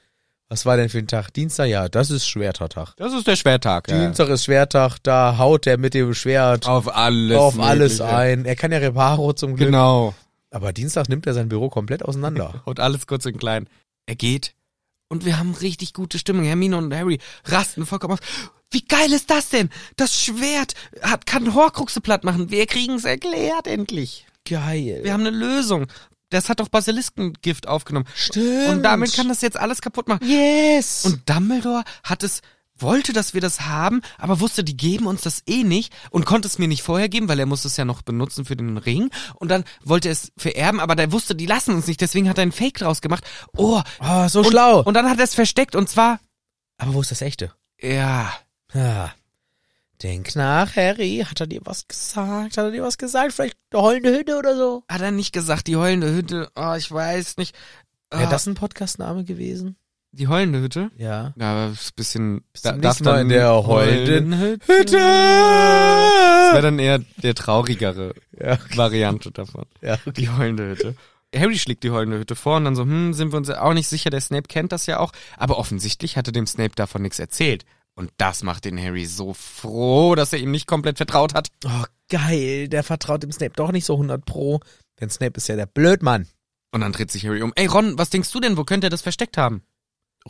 Speaker 1: Was war denn für ein Tag? Dienstag? Ja, das ist Schwertertag.
Speaker 2: Das ist der Schwertag. Ja.
Speaker 1: Dienstag ist Schwertag, da haut er mit dem Schwert
Speaker 2: Auf alles.
Speaker 1: auf alles
Speaker 2: Mögliche.
Speaker 1: ein. Er kann ja Reparo zum Glück.
Speaker 2: Genau.
Speaker 1: Aber Dienstag nimmt er sein Büro komplett auseinander.
Speaker 2: Haut alles kurz und klein. Er geht. Und wir haben richtig gute Stimmung. Hermine und Harry rasten vollkommen aus. Wie geil ist das denn? Das Schwert hat, kann Horcruxe platt machen. Wir kriegen's erklärt endlich.
Speaker 1: Geil.
Speaker 2: Wir haben eine Lösung. Das hat doch Basiliskengift aufgenommen.
Speaker 1: Stimmt.
Speaker 2: Und damit kann das jetzt alles kaputt machen.
Speaker 1: Yes. Und
Speaker 2: Und Dumbledore hat es, wollte, dass wir das haben, aber wusste, die geben uns das eh nicht und konnte es mir nicht vorher geben, weil er musste es ja noch benutzen für den Ring. Und dann wollte er es vererben, aber der wusste, die lassen uns nicht, deswegen hat er einen Fake draus gemacht. Oh,
Speaker 1: Ah, so
Speaker 2: und,
Speaker 1: schlau.
Speaker 2: Und dann hat er es versteckt und zwar,
Speaker 1: Aber wo ist das echte?
Speaker 2: ja,
Speaker 1: Ah. Denk nach, Harry. Hat er dir was gesagt? Hat er dir was gesagt? Vielleicht eine heulende Hütte oder so?
Speaker 2: hat er nicht gesagt, die heulende Hütte, oh, ich weiß nicht. Ah,
Speaker 1: Wäre das ein Podcastname gewesen?
Speaker 2: die heulende Hütte?
Speaker 1: Ja.
Speaker 2: Ja, ist ein bisschen,
Speaker 1: Bis zum nächsten Mal in der heulenden
Speaker 2: Hütte. Das wäre dann eher der traurigere
Speaker 1: Ja.
Speaker 2: Variante davon.
Speaker 1: Ja.
Speaker 2: Die heulende Hütte. Harry schlägt die heulende Hütte vor und dann so, hm, sind wir uns ja auch nicht sicher, der Snape kennt das ja auch. Aber offensichtlich hatte dem Snape davon nichts erzählt. Und das macht den Harry so froh, dass er ihm nicht komplett vertraut hat.
Speaker 1: Oh, geil. Der vertraut dem Snape doch nicht so 100 pro. Denn Snape ist ja der Blödmann.
Speaker 2: Und dann dreht sich Harry um. Ey Ron, was denkst du denn, wo könnte er das versteckt haben?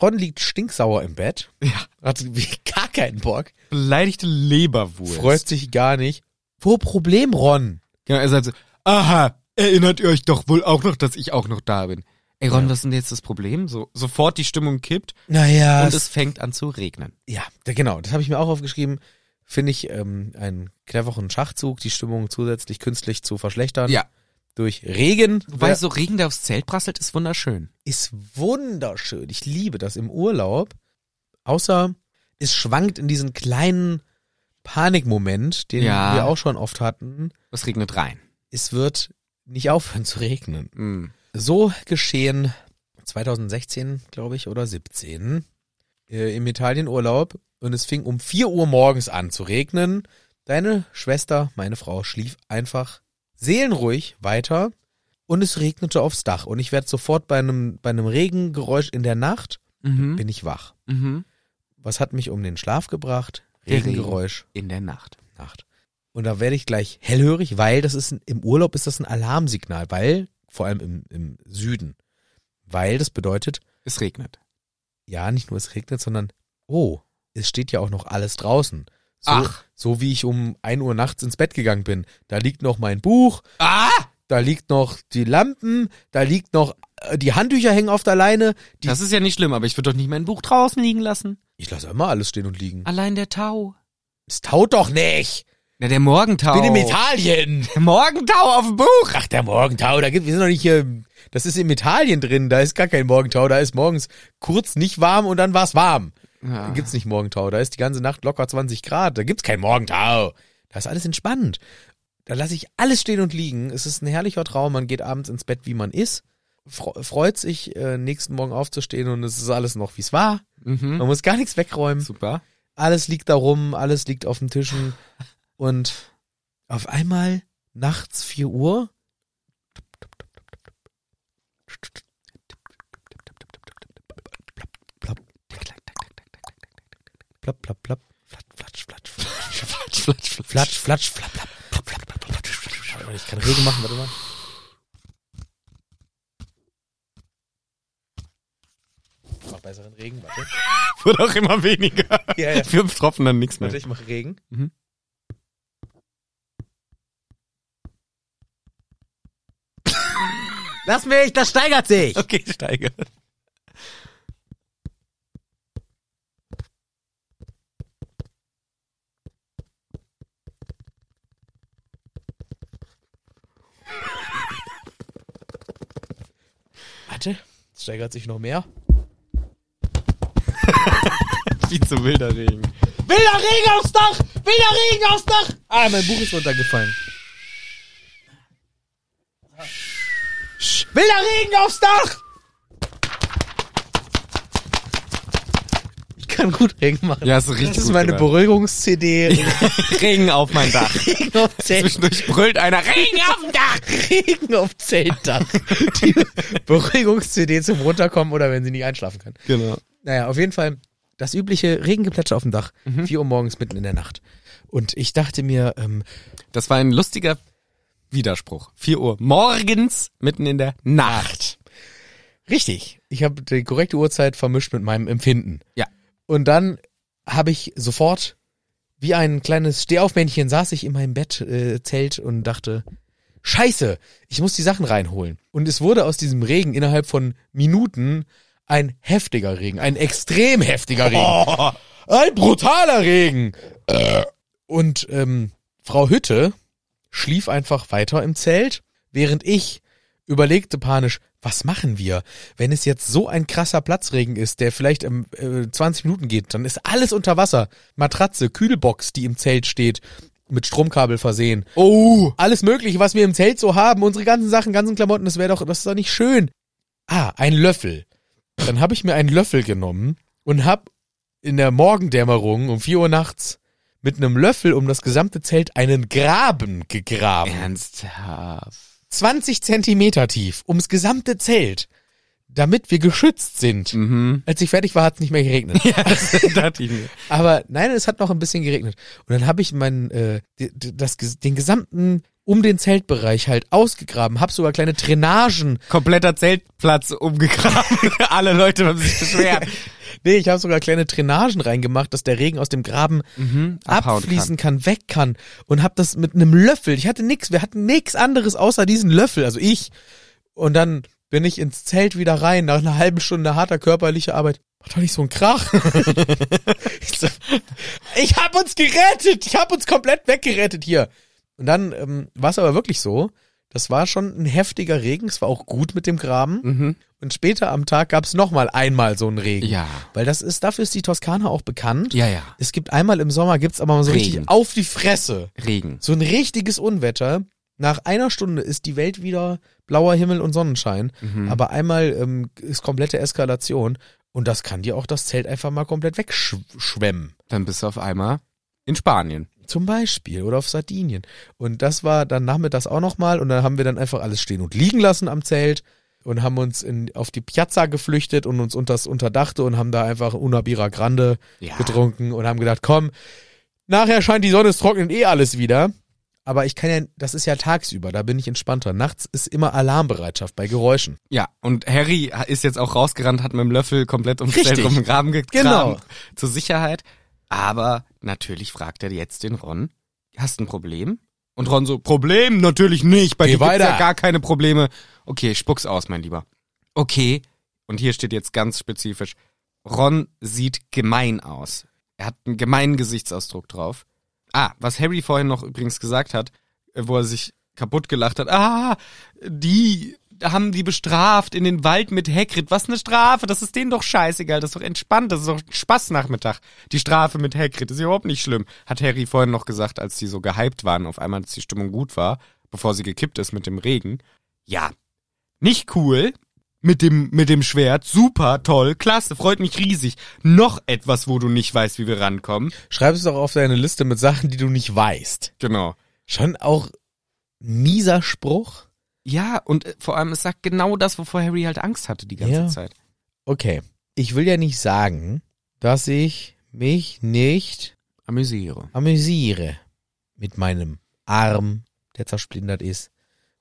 Speaker 1: Ron liegt stinksauer im Bett.
Speaker 2: Ja.
Speaker 1: Hat wie- gar keinen Bock.
Speaker 2: Beleidigte Leberwurst.
Speaker 1: Freut sich gar nicht. Wo Problem, Ron?
Speaker 2: Genau, er sagt so, aha, erinnert ihr euch doch wohl auch noch, dass ich auch noch da bin. Ey Ron, was ist denn jetzt das Problem? So, sofort die Stimmung kippt
Speaker 1: Naja.
Speaker 2: und es fängt an zu regnen.
Speaker 1: Ja, da, genau, das habe ich mir auch aufgeschrieben. Finde ich ähm, einen cleveren Schachzug, die Stimmung zusätzlich künstlich zu verschlechtern.
Speaker 2: Ja.
Speaker 1: Durch Regen.
Speaker 2: Wobei
Speaker 1: Wer-
Speaker 2: so Regen, der aufs Zelt prasselt, ist wunderschön.
Speaker 1: ist wunderschön. Ich liebe das im Urlaub. Außer es schwankt in diesen kleinen Panikmoment, den
Speaker 2: Ja.
Speaker 1: wir auch schon oft hatten.
Speaker 2: Es regnet rein.
Speaker 1: Es wird nicht aufhören zu regnen.
Speaker 2: Mhm.
Speaker 1: So geschehen 2016, glaube ich, oder 17 äh, im Italienurlaub und es fing um 4 Uhr morgens an zu regnen. Deine Schwester, meine Frau, schlief einfach seelenruhig weiter und es regnete aufs Dach. Und ich werde sofort bei einem, bei einem Regengeräusch in der Nacht,
Speaker 2: Mhm.
Speaker 1: bin ich wach.
Speaker 2: Mhm.
Speaker 1: Was hat mich um den Schlaf gebracht?
Speaker 2: Der Regen.
Speaker 1: Regengeräusch.
Speaker 2: In der Nacht.
Speaker 1: Nacht. Und da werde ich gleich hellhörig, weil das ist ein, im Urlaub ist das ein Alarmsignal, weil, vor allem im, im Süden, weil das bedeutet,
Speaker 2: Es regnet.
Speaker 1: ja, nicht nur es regnet, sondern, oh, es steht ja auch noch alles draußen. So,
Speaker 2: Ach.
Speaker 1: So wie ich um 1 Uhr nachts ins Bett gegangen bin. Da liegt noch mein Buch,
Speaker 2: Ah!
Speaker 1: da liegt noch die Lampen, da liegt noch, äh, die Handtücher hängen auf der Leine. Die,
Speaker 2: Das ist ja nicht schlimm, aber ich würde doch nicht mein Buch draußen liegen lassen.
Speaker 1: ich lasse immer alles stehen und liegen.
Speaker 2: Allein der Tau.
Speaker 1: Es taut doch nicht.
Speaker 2: Na, der Morgentau.
Speaker 1: Ich bin in Italien.
Speaker 2: Der Morgentau auf dem Buch.
Speaker 1: Ach, der Morgentau, da gibt, wir sind noch nicht hier, das ist im Italien drin, da ist gar kein Morgentau, da ist morgens kurz nicht warm und dann war's warm. Da
Speaker 2: Ja.
Speaker 1: gibt's nicht Morgentau, da ist die ganze Nacht locker 20 Grad, da gibt's kein Morgentau. Da ist alles entspannt. Da lasse ich alles stehen und liegen. Es ist ein herrlicher Traum, man geht abends ins Bett, wie man ist. Fre freut sich, äh, nächsten Morgen aufzustehen und es ist alles noch, wie es war.
Speaker 2: Mhm.
Speaker 1: Man muss gar nichts wegräumen
Speaker 2: Super.
Speaker 1: alles liegt da rum, alles liegt auf den Tischen und auf einmal nachts 4 Uhr plapp plapp plapp flatsch flatsch flatsch
Speaker 2: Flatsch, flatsch, flatsch.
Speaker 1: flatsch flatsch flapp plapp plapp plapp plapp plapp plapp. Oh, ich kann Regen machen, warte mal. Ich mach besseren Regen, warte.
Speaker 2: Wurde auch immer weniger.
Speaker 1: Ja, ja.
Speaker 2: Fünf Tropfen, dann nichts mehr.
Speaker 1: Warte, ich mache Regen.
Speaker 2: Mhm.
Speaker 1: Lass mich, das steigert sich.
Speaker 2: Okay, steige.
Speaker 1: Warte, es steigert sich noch mehr.
Speaker 2: Wie zu wilder Regen.
Speaker 1: Wilder Regen aufs Dach! Wilder Regen aufs Dach! Ah, mein Buch ist runtergefallen. Wilder Regen aufs Dach! Ich kann gut Regen machen.
Speaker 2: Ja, ist richtig
Speaker 1: das ist
Speaker 2: gut
Speaker 1: meine
Speaker 2: gemacht.
Speaker 1: Beruhigungs-CD.
Speaker 2: Regen auf mein Dach.
Speaker 1: Regen auf Zelt.
Speaker 2: Zwischendurch brüllt einer Regen auf dem Dach.
Speaker 1: Regen auf Zeltdach. Die Beruhigungs-CD zum Runterkommen oder wenn sie nicht einschlafen kann.
Speaker 2: Genau.
Speaker 1: Naja, auf jeden Fall das übliche Regengeplätscher auf dem Dach. vier 4 Uhr morgens mitten in der Nacht. Und ich dachte mir, ähm,
Speaker 2: Das war ein lustiger Widerspruch. 4 Uhr morgens, mitten in der Nacht.
Speaker 1: richtig, ich habe die korrekte Uhrzeit vermischt mit meinem Empfinden.
Speaker 2: Ja.
Speaker 1: Und dann habe ich sofort, wie ein kleines Stehaufmännchen, saß ich in meinem Bett, äh, Zelt und dachte, Scheiße, ich muss die Sachen reinholen. Und es wurde aus diesem Regen innerhalb von Minuten ein heftiger Regen, ein extrem heftiger Regen. Ein brutaler Regen. Äh. Und ähm, Frau Hütte schlief einfach weiter im Zelt, während ich überlegte panisch, was machen wir, wenn es jetzt so ein krasser Platzregen ist, der vielleicht ähm, äh, 20 Minuten geht, dann ist alles unter Wasser. Matratze, Kühlbox, die im Zelt steht, mit Stromkabel versehen. Oh! Alles mögliche, was wir im Zelt so haben, unsere ganzen Sachen, ganzen Klamotten, das wäre doch, das ist doch nicht schön. Ah, ein Löffel. Dann habe ich mir einen Löffel genommen und hab in der Morgendämmerung um 4 Uhr nachts mit einem Löffel um das gesamte Zelt einen Graben gegraben.
Speaker 2: Ernsthaft.
Speaker 1: 20 Zentimeter tief, ums gesamte Zelt, damit wir geschützt sind.
Speaker 2: Mhm.
Speaker 1: Als ich fertig war, hat es nicht mehr geregnet.
Speaker 2: Dachte ich mir.
Speaker 1: Aber nein, es hat noch ein bisschen geregnet. Und dann habe ich meinen, äh, d- d- das, ges- den gesamten um den Zeltbereich halt ausgegraben, habe sogar kleine Drainagen.
Speaker 2: Kompletter Zeltplatz umgegraben. Alle Leute haben sich beschwert.
Speaker 1: Nee, ich habe sogar kleine Drainagen reingemacht, dass der Regen aus dem Graben
Speaker 2: abhauen
Speaker 1: abfließen kann. weg kann. Und habe das mit einem Löffel. Ich hatte nix, wir hatten nix anderes außer diesen Löffel, also ich. Und dann bin ich ins Zelt wieder rein, nach einer halben Stunde harter körperlicher Arbeit. Mach doch nicht so einen Krach. ich, so, ich hab uns gerettet. Ich hab uns komplett weggerettet hier. Und dann ähm, war es aber wirklich so. Das war schon ein heftiger Regen. Es war auch gut mit dem Graben.
Speaker 2: Mhm.
Speaker 1: Und später am Tag gab es nochmal einmal so einen Regen.
Speaker 2: Ja.
Speaker 1: Weil das ist, dafür ist die Toskana auch bekannt.
Speaker 2: Ja, ja.
Speaker 1: Es gibt einmal im Sommer, gibt's aber mal so
Speaker 2: Regen.
Speaker 1: richtig auf die Fresse.
Speaker 2: Regen.
Speaker 1: So ein richtiges Unwetter. Nach einer Stunde ist die Welt wieder blauer Himmel und Sonnenschein.
Speaker 2: Mhm.
Speaker 1: Aber einmal ähm, ist komplette Eskalation. Und das kann dir auch das Zelt einfach mal komplett wegschwemmen.
Speaker 2: Dann bist du auf einmal in Spanien.
Speaker 1: Zum Beispiel. Oder auf Sardinien. Und das war dann nachmittags auch nochmal. Und dann haben wir dann einfach alles stehen und liegen lassen am Zelt. Und haben uns in, auf die Piazza geflüchtet und uns unters Unterdachte und haben da einfach Una Bira Grande
Speaker 2: Ja.
Speaker 1: getrunken und haben gedacht, komm, nachher scheint die Sonne, es trocknet eh alles wieder. Aber ich kann ja, das ist ja tagsüber, da bin ich entspannter. Nachts ist immer Alarmbereitschaft bei Geräuschen.
Speaker 2: Ja, und Harry ist jetzt auch rausgerannt, hat mit dem Löffel komplett um ums
Speaker 1: Richtig.
Speaker 2: Zelt rum den Graben gegraben.
Speaker 1: Genau.
Speaker 2: Zur Sicherheit. Aber natürlich fragt er jetzt den Ron, hast du ein Problem? Und Ron so, Problem? Natürlich nicht. Bei
Speaker 1: Geh
Speaker 2: dir gibt's
Speaker 1: weiter.
Speaker 2: ja gar keine Probleme. Okay, spuck's aus, mein Lieber. Okay. Und hier steht jetzt ganz spezifisch, Ron sieht gemein aus. Er hat einen gemeinen Gesichtsausdruck drauf. Ah, was Harry vorhin noch übrigens gesagt hat, äh, wo er sich kaputt gelacht hat. Ah, die haben die bestraft in den Wald mit Hagrid. Was eine Strafe, das ist denen doch scheißegal, das ist doch entspannt, das ist doch ein Spaßnachmittag. Die Strafe mit Hagrid ist überhaupt nicht schlimm, hat Harry vorhin noch gesagt, als die so gehypt waren, auf einmal, dass die Stimmung gut war, bevor sie gekippt ist mit dem Regen. Ja, nicht cool. Mit dem, mit dem Schwert. Super, toll, klasse, freut mich riesig. Noch etwas, wo du nicht weißt, wie wir rankommen.
Speaker 1: Schreib es doch auf deine Liste mit Sachen, die du nicht weißt.
Speaker 2: Genau.
Speaker 1: Schon auch mieser Spruch.
Speaker 2: Ja, und äh, vor allem, es sagt genau das, wovor Harry halt Angst hatte die ganze
Speaker 1: Ja.
Speaker 2: Zeit.
Speaker 1: Okay, ich will ja nicht sagen, dass ich mich nicht
Speaker 2: Amüsiere.
Speaker 1: amüsiere mit meinem Arm, der zersplintert ist,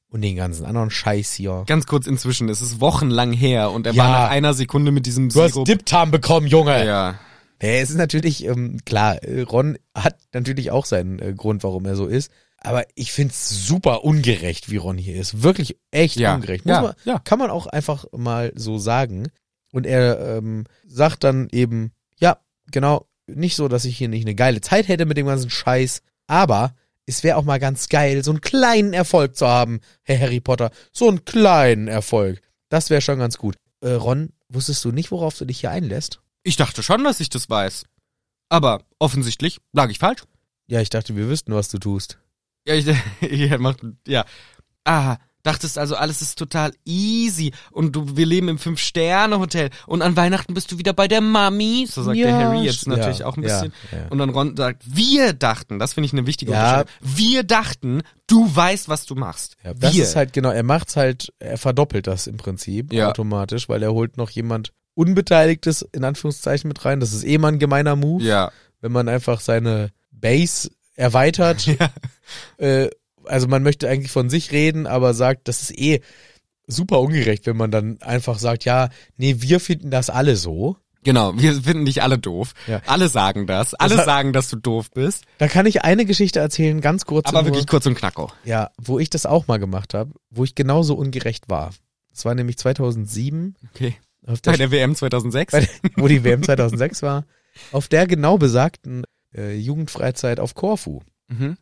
Speaker 1: und den ganzen anderen Scheiß hier.
Speaker 2: Ganz kurz inzwischen, es ist wochenlang her und er
Speaker 1: Ja.
Speaker 2: war nach einer Sekunde mit diesem
Speaker 1: Du hast
Speaker 2: Sirup.
Speaker 1: Diptam bekommen, Junge.
Speaker 2: ja.
Speaker 1: Hey, es ist natürlich, ähm, klar, äh, Ron hat natürlich auch seinen äh, Grund, warum er so ist. Aber ich find's super ungerecht, wie Ron hier ist. Wirklich echt
Speaker 2: Ja,
Speaker 1: ungerecht.
Speaker 2: ja,
Speaker 1: man,
Speaker 2: ja.
Speaker 1: Kann man auch einfach mal so sagen. Und er ähm, sagt dann eben, ja, genau, nicht so, dass ich hier nicht eine geile Zeit hätte mit dem ganzen Scheiß, aber es wäre auch mal ganz geil, so einen kleinen Erfolg zu haben, Herr Harry Potter. So einen kleinen Erfolg. Das wäre schon ganz gut. Äh, Ron, wusstest du nicht, worauf du dich hier einlässt?
Speaker 2: Ich dachte schon, dass ich das weiß. Aber offensichtlich lag ich falsch.
Speaker 1: Ja, ich dachte, wir wüssten, was du tust.
Speaker 2: Ja, ich, ja, macht, ja. Ah, dachtest also, alles ist total easy und du, wir leben im Fünf-Sterne-Hotel und an Weihnachten bist du wieder bei der Mami. So sagt
Speaker 1: Ja,
Speaker 2: der Harry jetzt
Speaker 1: st-
Speaker 2: natürlich
Speaker 1: ja,
Speaker 2: auch ein
Speaker 1: ja,
Speaker 2: bisschen.
Speaker 1: ja.
Speaker 2: Und dann Ron sagt, wir dachten, das finde ich eine wichtige
Speaker 1: Ja.
Speaker 2: Unterscheidung. Wir dachten, du weißt, was du machst.
Speaker 1: Ja, das halt
Speaker 2: wir.
Speaker 1: ist halt genau, er macht's halt, er verdoppelt das im Prinzip
Speaker 2: Ja.
Speaker 1: automatisch, weil er holt noch jemand Unbeteiligtes in Anführungszeichen mit rein. Das ist eh mal ein gemeiner Move,
Speaker 2: Ja.
Speaker 1: wenn man einfach seine Base erweitert.
Speaker 2: Ja.
Speaker 1: Äh, also man möchte eigentlich von sich reden, aber sagt, das ist eh super ungerecht, wenn man dann einfach sagt, ja, nee, wir finden das alle so.
Speaker 2: Genau, wir finden dich alle doof.
Speaker 1: Ja.
Speaker 2: Alle sagen das. Alle
Speaker 1: hat-
Speaker 2: sagen, dass du doof bist.
Speaker 1: Da kann ich eine Geschichte erzählen, ganz kurz.
Speaker 2: Aber
Speaker 1: nur.
Speaker 2: wirklich kurz und knacko.
Speaker 1: Ja, wo ich das auch mal gemacht habe, wo ich genauso ungerecht war. Das war nämlich 2007,
Speaker 2: Okay.
Speaker 1: auf der,
Speaker 2: Bei der WM 2006.
Speaker 1: bei der, wo die WM 2006 war, auf der genau besagten äh, Jugendfreizeit auf Korfu.
Speaker 2: mhm.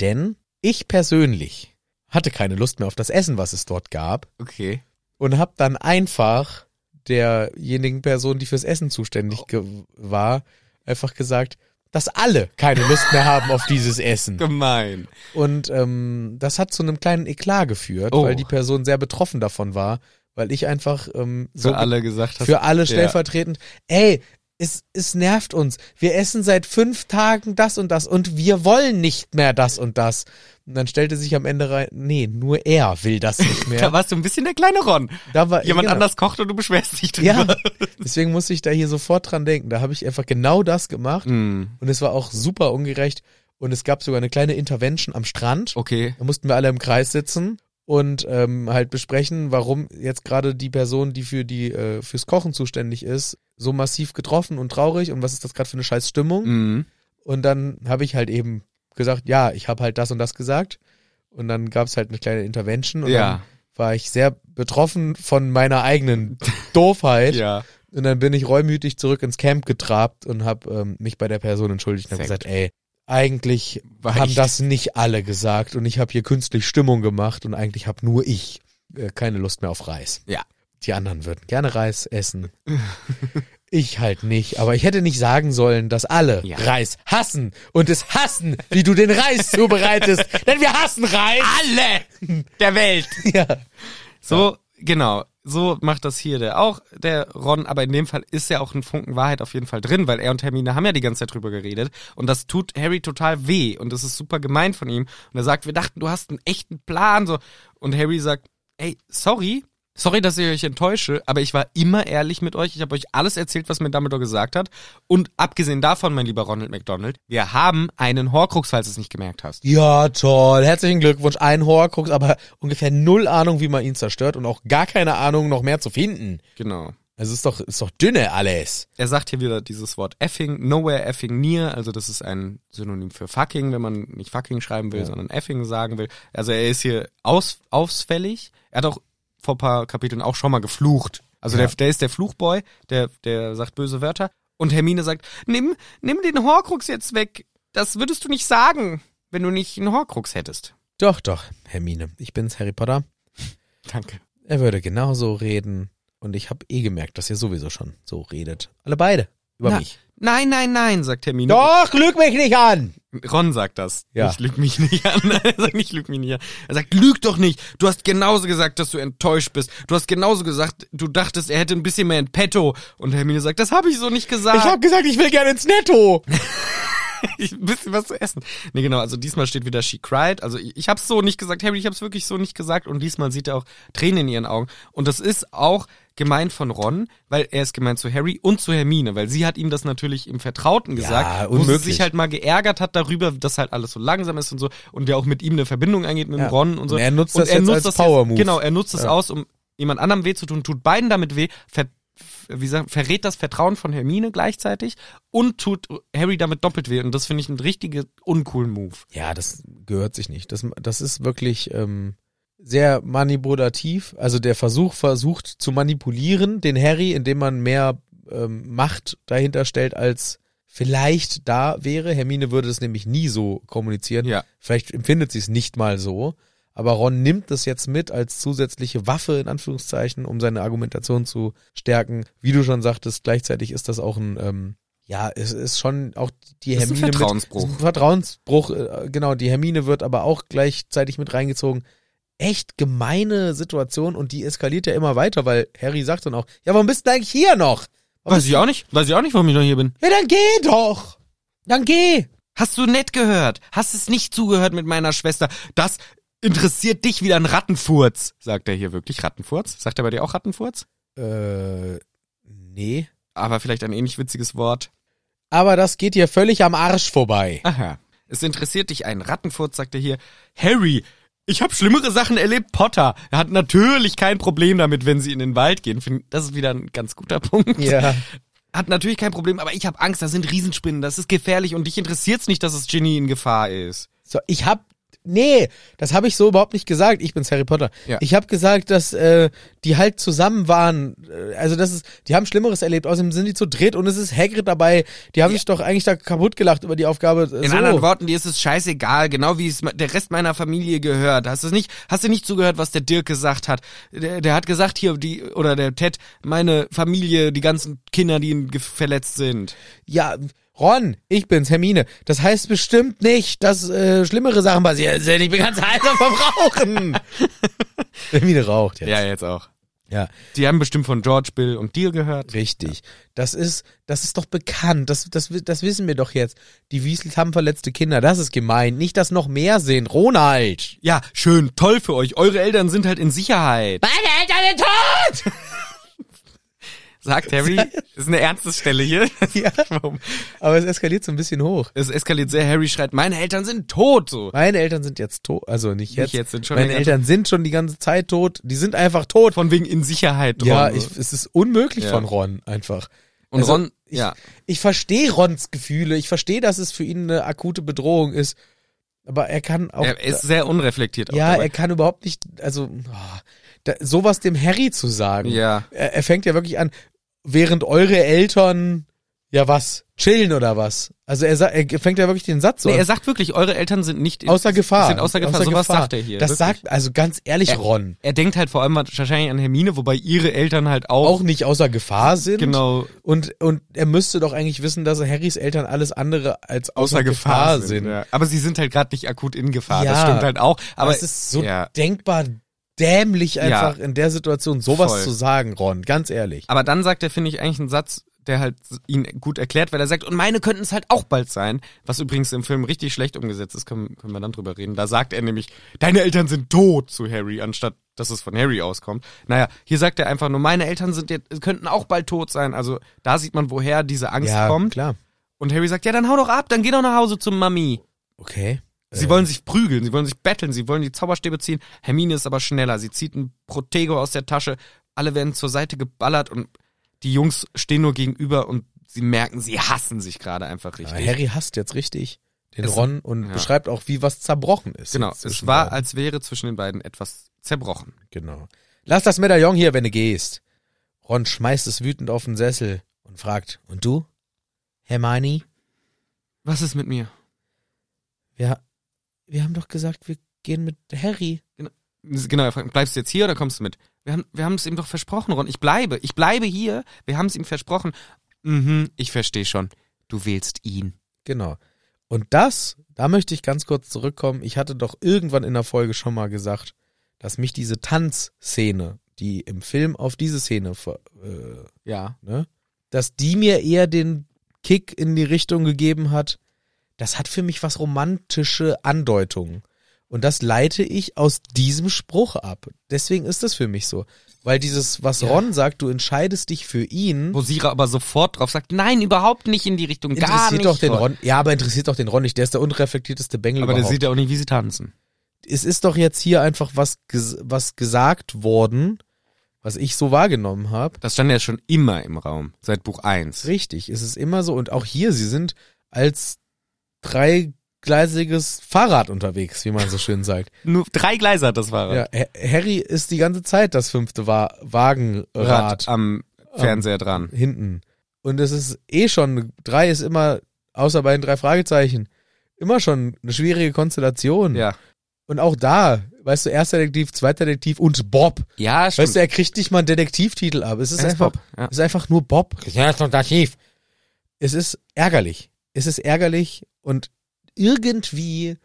Speaker 1: Denn ich persönlich hatte keine Lust mehr auf das Essen, was es dort gab
Speaker 2: Okay.
Speaker 1: und habe dann einfach derjenigen Person, die fürs Essen zuständig ge war, einfach gesagt, dass alle keine Lust mehr haben auf dieses Essen.
Speaker 2: Gemein.
Speaker 1: Und ähm, das hat zu einem kleinen Eklat geführt,
Speaker 2: Oh.
Speaker 1: weil die Person sehr betroffen davon war, weil ich einfach ähm,
Speaker 2: So
Speaker 1: so
Speaker 2: Für alle gesagt hast.
Speaker 1: für alle stellvertretend, ey, es, es nervt uns. Wir essen seit fünf Tagen das und das und wir wollen nicht mehr das und das. Und dann stellte sich am Ende rein, nee, nur er will das nicht
Speaker 2: Da
Speaker 1: mehr.
Speaker 2: warst du ein bisschen der kleine Ron.
Speaker 1: Da war
Speaker 2: Jemand
Speaker 1: genau.
Speaker 2: anders kocht und du beschwerst dich
Speaker 1: Ja,
Speaker 2: drüber.
Speaker 1: deswegen musste ich da hier sofort dran denken. Da habe ich einfach genau das gemacht
Speaker 2: Hm.
Speaker 1: und es war auch super ungerecht. Und es gab sogar eine kleine Intervention am Strand.
Speaker 2: Okay.
Speaker 1: Da mussten wir alle im Kreis sitzen und ähm, halt besprechen, warum jetzt gerade die Person, die für die äh, fürs Kochen zuständig ist, so massiv getroffen und traurig und was ist das gerade für eine scheiß Stimmung?
Speaker 2: Mhm.
Speaker 1: Und dann habe ich halt eben gesagt, ja, ich habe halt das und das gesagt und dann gab es halt eine kleine Intervention und
Speaker 2: Ja.
Speaker 1: dann war ich sehr betroffen von meiner eigenen Doofheit
Speaker 2: Ja.
Speaker 1: und dann bin ich reumütig zurück ins Camp getrabt und habe ähm, mich bei der Person entschuldigt und hab
Speaker 2: Sehr
Speaker 1: gesagt, ey, eigentlich
Speaker 2: War
Speaker 1: haben
Speaker 2: ich-
Speaker 1: das nicht alle gesagt und ich habe hier künstlich Stimmung gemacht und eigentlich habe nur ich äh, keine Lust mehr auf Reis.
Speaker 2: Ja.
Speaker 1: Die anderen würden gerne Reis essen. Ich halt nicht, aber ich hätte nicht sagen sollen, dass alle
Speaker 2: Ja.
Speaker 1: Reis hassen und es hassen, wie du den Reis zubereitest, denn wir hassen Reis.
Speaker 2: Alle der Welt.
Speaker 1: Ja.
Speaker 2: So, genau. So macht das hier der auch, der Ron. Aber in dem Fall ist ja auch ein Funken Wahrheit auf jeden Fall drin, weil er und Hermine haben ja die ganze Zeit drüber geredet. Und das tut Harry total weh. Und das ist super gemein von ihm. Und er sagt, wir dachten, du hast einen echten Plan. So. Und Harry sagt, ey, sorry. Sorry, dass ich euch enttäusche, aber ich war immer ehrlich mit euch. Ich habe euch alles erzählt, was mir Dumbledore gesagt hat. Und abgesehen davon, mein lieber Ronald McDonald, wir haben einen Horcrux, falls du es nicht gemerkt hast.
Speaker 1: Ja, toll. Herzlichen Glückwunsch. Ein Horcrux, aber ungefähr null Ahnung, wie man ihn zerstört und auch gar keine Ahnung, noch mehr zu finden.
Speaker 2: Genau.
Speaker 1: Also ist doch, ist doch dünne alles.
Speaker 2: Er sagt hier wieder dieses Wort effing, nowhere effing near, also das ist ein Synonym für fucking, wenn man nicht fucking schreiben will, sondern effing sagen will. Also er ist hier aus, ausfällig. Er hat auch vor ein paar Kapiteln auch schon mal geflucht. Also der, der ist der Fluchboy, der, der sagt böse Wörter. Und Hermine sagt, nimm, nimm den Horcrux jetzt weg. Das würdest du nicht sagen, wenn du nicht einen Horcrux hättest.
Speaker 1: Doch, doch, Hermine. Ich bin's, Harry Potter.
Speaker 2: Danke.
Speaker 1: Er würde genauso reden. Und ich habe eh gemerkt, dass ihr sowieso schon so redet. Alle beide. Über
Speaker 2: Na,
Speaker 1: mich.
Speaker 2: nein, nein, nein, sagt Hermine.
Speaker 1: Doch, lüg mich nicht an!
Speaker 2: Ron sagt das.
Speaker 1: Ja.
Speaker 2: Ich lüg mich nicht an. Er sagt nicht, lüg mich nicht an. Er sagt, lüg doch nicht. Du hast genauso gesagt, dass du enttäuscht bist. Du hast genauso gesagt, du dachtest, er hätte ein bisschen mehr in petto. Und Hermine sagt, das habe ich so nicht gesagt.
Speaker 1: Ich habe gesagt, ich will gerne ins Netto.
Speaker 2: Ich- ein bisschen was zu essen. Nee, genau. Also diesmal steht wieder She Cried. Also ich, ich habe so nicht gesagt, Harry, ich habe es wirklich so nicht gesagt. Und diesmal sieht er auch Tränen in ihren Augen. Und das ist auch gemein von Ron, weil er ist gemein zu Harry und zu Hermine, weil sie hat ihm das natürlich im Vertrauten gesagt, wo sie
Speaker 1: unmöglich.
Speaker 2: sich halt mal geärgert hat darüber, dass halt alles so langsam ist und so und der auch mit ihm eine Verbindung eingeht mit dem
Speaker 1: Ja.
Speaker 2: Ron und so.
Speaker 1: Und er nutzt das jetzt als
Speaker 2: jetzt-
Speaker 1: Power-Move.
Speaker 2: Genau, er nutzt es aus, um jemand anderem weh zu tun, tut beiden damit weh, ver, wie sagen, verrät das Vertrauen von Hermine gleichzeitig und tut Harry damit doppelt weh. Und das finde ich einen richtigen uncoolen Move.
Speaker 1: Ja, das gehört sich nicht. Das, das ist wirklich ähm, sehr manipulativ. Also der Versuch versucht zu manipulieren, den Harry, indem man mehr ähm, Macht dahinter stellt, als vielleicht da wäre. Hermine würde es nämlich nie so kommunizieren.
Speaker 2: Ja.
Speaker 1: Vielleicht empfindet sie es nicht mal so. Aber Ron nimmt das jetzt mit als zusätzliche Waffe, in Anführungszeichen, um seine Argumentation zu stärken. Wie du schon sagtest, gleichzeitig ist das auch ein, ähm, ja, es ist schon auch die
Speaker 2: Das ist ein
Speaker 1: Hermine.
Speaker 2: Vertrauensbruch.
Speaker 1: Mit, ist ein Vertrauensbruch, äh, genau. Die Hermine wird aber auch gleichzeitig mit reingezogen. Echt gemeine Situation und die eskaliert ja immer weiter, weil Harry sagt dann auch, ja, warum bist du eigentlich hier noch?
Speaker 2: Weiß ich auch nicht. Weiß ich auch nicht, warum ich noch hier bin.
Speaker 1: Ja, dann geh doch! Dann geh!
Speaker 2: Hast du nett gehört? Hast es nicht zugehört mit meiner Schwester? Das interessiert dich wieder ein Rattenfurz. Sagt er hier wirklich Rattenfurz? Sagt er bei dir auch Rattenfurz?
Speaker 1: Äh, nee. Nee.
Speaker 2: aber vielleicht ein ähnlich witziges Wort.
Speaker 1: Aber das geht dir völlig am Arsch vorbei.
Speaker 2: Aha. Es interessiert dich ein Rattenfurz, sagt er hier. Harry, ich habe schlimmere Sachen erlebt. Potter er hat natürlich kein Problem damit, wenn sie in den Wald gehen. Find- Das ist wieder ein ganz guter Punkt. Hat natürlich kein Problem, aber ich habe Angst. Da sind Riesenspinnen. Das ist gefährlich und dich interessiert's nicht, dass das Ginny in Gefahr ist.
Speaker 1: So, ich hab. Nee, das habe ich so überhaupt nicht gesagt. Ich bin's Harry Potter.
Speaker 2: Ja.
Speaker 1: Ich habe gesagt, dass äh, die halt zusammen waren. Äh, Also das ist, die haben Schlimmeres erlebt. Außerdem sind die zu dritt und es ist Hagrid dabei. Die haben sich doch eigentlich da kaputt gelacht über die Aufgabe. äh,
Speaker 2: In
Speaker 1: so.
Speaker 2: anderen Worten, dir ist es scheißegal, genau wie es me- der Rest meiner Familie gehört. Hast du nicht, hast du nicht zugehört, was der Dirk gesagt hat? Der, der hat gesagt hier die oder der Ted, meine Familie, die ganzen Kinder, die ge- verletzt sind.
Speaker 1: Ja, Ron, ich bin's, Hermine. Das heißt bestimmt nicht, dass äh, schlimmere Sachen passiert sind. Ich bin ganz heiß auf Verbrauchen. Hermine raucht jetzt.
Speaker 2: Ja, jetzt auch.
Speaker 1: ja.
Speaker 2: Die haben bestimmt von George, Bill und dir gehört.
Speaker 1: Richtig. Das ist, das ist doch bekannt. Das, das, wi- das wissen wir doch jetzt. Die Wiesels haben verletzte Kinder. Das ist gemein. Nicht, dass noch mehr sehen. Ronald!
Speaker 2: Ja, schön, toll für euch. Eure Eltern sind halt in Sicherheit.
Speaker 1: Meine Eltern sind tot!
Speaker 2: Sagt Harry. ist eine ernste Stelle hier.
Speaker 1: Ja. Aber es eskaliert so ein bisschen hoch.
Speaker 2: Es eskaliert sehr. Harry schreit, meine Eltern sind tot. So.
Speaker 1: Meine Eltern sind jetzt tot. Also nicht jetzt.
Speaker 2: jetzt, sind schon
Speaker 1: Meine
Speaker 2: länger
Speaker 1: Eltern sind schon die ganze Zeit tot. Die sind einfach tot.
Speaker 2: Von wegen in Sicherheit.
Speaker 1: ja,
Speaker 2: Ron.
Speaker 1: ich, es ist unmöglich
Speaker 2: Ja.
Speaker 1: von Ron einfach.
Speaker 2: und
Speaker 1: also,
Speaker 2: Ron,
Speaker 1: ich-
Speaker 2: ja.
Speaker 1: Ich verstehe Rons Gefühle. Ich verstehe, dass es für ihn eine akute Bedrohung ist. Aber er kann auch.
Speaker 2: Er ist sehr unreflektiert.
Speaker 1: Ja,
Speaker 2: auch dabei.
Speaker 1: er kann überhaupt nicht, also oh, da, sowas dem Harry zu sagen.
Speaker 2: Ja.
Speaker 1: Er, er fängt ja wirklich an, während eure Eltern ja was chillen oder was. Also er, sa- er fängt ja wirklich den Satz so
Speaker 2: Nee,
Speaker 1: an.
Speaker 2: er sagt wirklich, eure Eltern sind nicht in-
Speaker 1: außer Gefahr.
Speaker 2: Sind außer Gefahr. Sowas sagt er hier.
Speaker 1: Das
Speaker 2: wirklich.
Speaker 1: sagt also ganz ehrlich
Speaker 2: Er-
Speaker 1: Ron
Speaker 2: Er denkt halt vor allem wahrscheinlich an Hermine, wobei ihre Eltern halt auch,
Speaker 1: auch nicht außer Gefahr sind.
Speaker 2: genau
Speaker 1: Und und er müsste doch eigentlich wissen, dass Harrys Eltern alles andere als außer, Gefahr, sind.
Speaker 2: Ja. Aber sie sind halt gerade nicht akut in Gefahr. Das
Speaker 1: Ja.
Speaker 2: stimmt halt auch. Aber
Speaker 1: Aber es ist so
Speaker 2: ja.
Speaker 1: denkbar dämlich einfach in der Situation sowas
Speaker 2: Voll.
Speaker 1: zu sagen, Ron, ganz ehrlich.
Speaker 2: Aber dann sagt er, finde ich, eigentlich einen Satz, der halt ihn gut erklärt, weil er sagt, und meine könnten es halt auch bald sein, was übrigens im Film richtig schlecht umgesetzt ist, können, können wir dann drüber reden. Da sagt er nämlich, deine Eltern sind tot zu Harry, anstatt dass es von Harry auskommt. Naja, hier sagt er einfach nur, meine Eltern sind jetzt, könnten auch bald tot sein. Also da sieht man, woher diese Angst
Speaker 1: ja,
Speaker 2: kommt.
Speaker 1: klar.
Speaker 2: Und Harry sagt, ja, dann hau doch ab, dann geh doch nach Hause zu Mami.
Speaker 1: Okay.
Speaker 2: Sie wollen sich prügeln, sie wollen sich betteln, sie wollen die Zauberstäbe ziehen. Hermine ist aber schneller. Sie zieht ein Protego aus der Tasche. Alle werden zur Seite geballert und die Jungs stehen nur gegenüber und sie merken, sie hassen sich gerade einfach
Speaker 1: Aber
Speaker 2: richtig.
Speaker 1: Ah, Harry hasst jetzt richtig den
Speaker 2: Es-
Speaker 1: Ron und
Speaker 2: ja.
Speaker 1: beschreibt auch, wie was zerbrochen ist.
Speaker 2: genau,
Speaker 1: jetzt
Speaker 2: es
Speaker 1: zwischen
Speaker 2: war,
Speaker 1: beiden.
Speaker 2: als wäre zwischen den beiden etwas zerbrochen.
Speaker 1: Genau. Lass das Medaillon hier, wenn du gehst. Ron schmeißt es wütend auf den Sessel und fragt, und du? Hermione?
Speaker 2: Was ist mit mir?
Speaker 1: Wir, wir haben doch gesagt, wir gehen mit Harry.
Speaker 2: Genau, er fragt, bleibst du jetzt hier oder kommst du mit? Wir haben wir haben es ihm doch versprochen, Ron. Ich bleibe, ich bleibe hier. Wir haben es ihm versprochen. Mhm, ich verstehe schon. Du wählst ihn.
Speaker 1: Genau. Und das, da möchte ich ganz kurz zurückkommen. Ich hatte doch irgendwann in der Folge schon mal gesagt, dass mich diese Tanzszene, die im Film auf diese Szene ver, äh,
Speaker 2: Ja.
Speaker 1: ne? dass die mir eher den Kick in die Richtung gegeben hat, das hat für mich was romantische Andeutungen. Und das leite ich aus diesem Spruch ab. Deswegen ist das für mich so. Weil dieses, was
Speaker 2: Ja.
Speaker 1: Ron sagt, du entscheidest dich für ihn,
Speaker 2: Wo Sira aber sofort drauf sagt, nein, überhaupt nicht in die Richtung, gar
Speaker 1: interessiert
Speaker 2: nicht.
Speaker 1: doch den
Speaker 2: Ron.
Speaker 1: Ron. Ja, aber interessiert doch den Ron nicht. Der ist der unreflektierteste Bengel
Speaker 2: Aber der
Speaker 1: überhaupt.
Speaker 2: sieht ja auch nicht, wie sie tanzen.
Speaker 1: es ist doch jetzt hier einfach was, ges was gesagt worden, was ich so wahrgenommen habe.
Speaker 2: Das stand ja schon immer im Raum, seit Buch 1.
Speaker 1: Richtig, es ist immer so. Und auch hier, sie sind als dreigleisiges Fahrrad unterwegs, wie man so schön sagt.
Speaker 2: Nur drei Gleise hat das Fahrrad.
Speaker 1: Ja, Ha- Harry ist die ganze Zeit das fünfte Wa Wagenrad
Speaker 2: Rad am Fernseher dran.
Speaker 1: hinten. Und es ist eh schon, drei ist immer, außer bei den drei Fragezeichen, immer schon eine schwierige Konstellation.
Speaker 2: Ja.
Speaker 1: Und auch da, weißt du, erster Detektiv, zweiter Detektiv und Bob.
Speaker 2: Ja, stimmt.
Speaker 1: Weißt du, er kriegt nicht mal einen Detektivtitel ab. Es ist,
Speaker 2: Er ist
Speaker 1: einfach,
Speaker 2: Bob, ja.
Speaker 1: es ist einfach nur Bob. Recherche und Archiv. Es ist ärgerlich. Es ist ärgerlich und irgendwie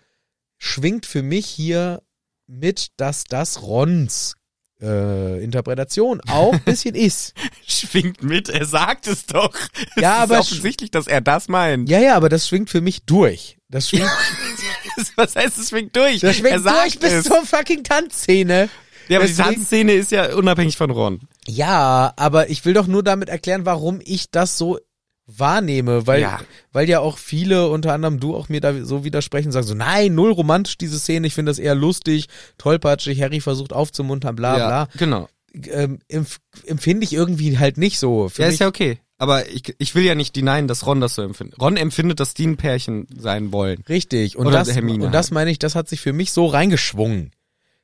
Speaker 1: schwingt für mich hier mit, dass das Rons äh, Interpretation auch ein bisschen ist.
Speaker 2: schwingt mit, er sagt es doch.
Speaker 1: Ja,
Speaker 2: es
Speaker 1: aber
Speaker 2: ist
Speaker 1: sch-
Speaker 2: offensichtlich, dass er das meint.
Speaker 1: Ja, ja, aber das schwingt für mich durch. Das schwingt,
Speaker 2: Was heißt, es schwingt durch?
Speaker 1: das
Speaker 2: er
Speaker 1: schwingt
Speaker 2: sagt
Speaker 1: durch bis
Speaker 2: es.
Speaker 1: zur fucking Tanzszene.
Speaker 2: Ja, aber die
Speaker 1: Deswegen-
Speaker 2: Tanzszene ist ja unabhängig von Ron.
Speaker 1: Ja, aber ich will doch nur damit erklären, warum ich das so wahrnehme, weil
Speaker 2: Ja.
Speaker 1: weil ja auch viele, unter anderem du auch mir da so widersprechen, sagen so, nein, null romantisch diese Szene, ich finde das eher lustig, tollpatschig, Harry versucht aufzumuntern, bla
Speaker 2: ja,
Speaker 1: bla.
Speaker 2: genau.
Speaker 1: Ähm, empf empfinde ich irgendwie halt nicht so. Für
Speaker 2: Ja,
Speaker 1: mich,
Speaker 2: ist ja okay. Aber ich, ich will ja nicht denyen, dass Ron das so empfindet. Ron empfindet, dass die ein Pärchen sein wollen.
Speaker 1: Richtig. Und
Speaker 2: Oder
Speaker 1: das,
Speaker 2: Hermine
Speaker 1: und das meine ich, das hat sich für mich so reingeschwungen,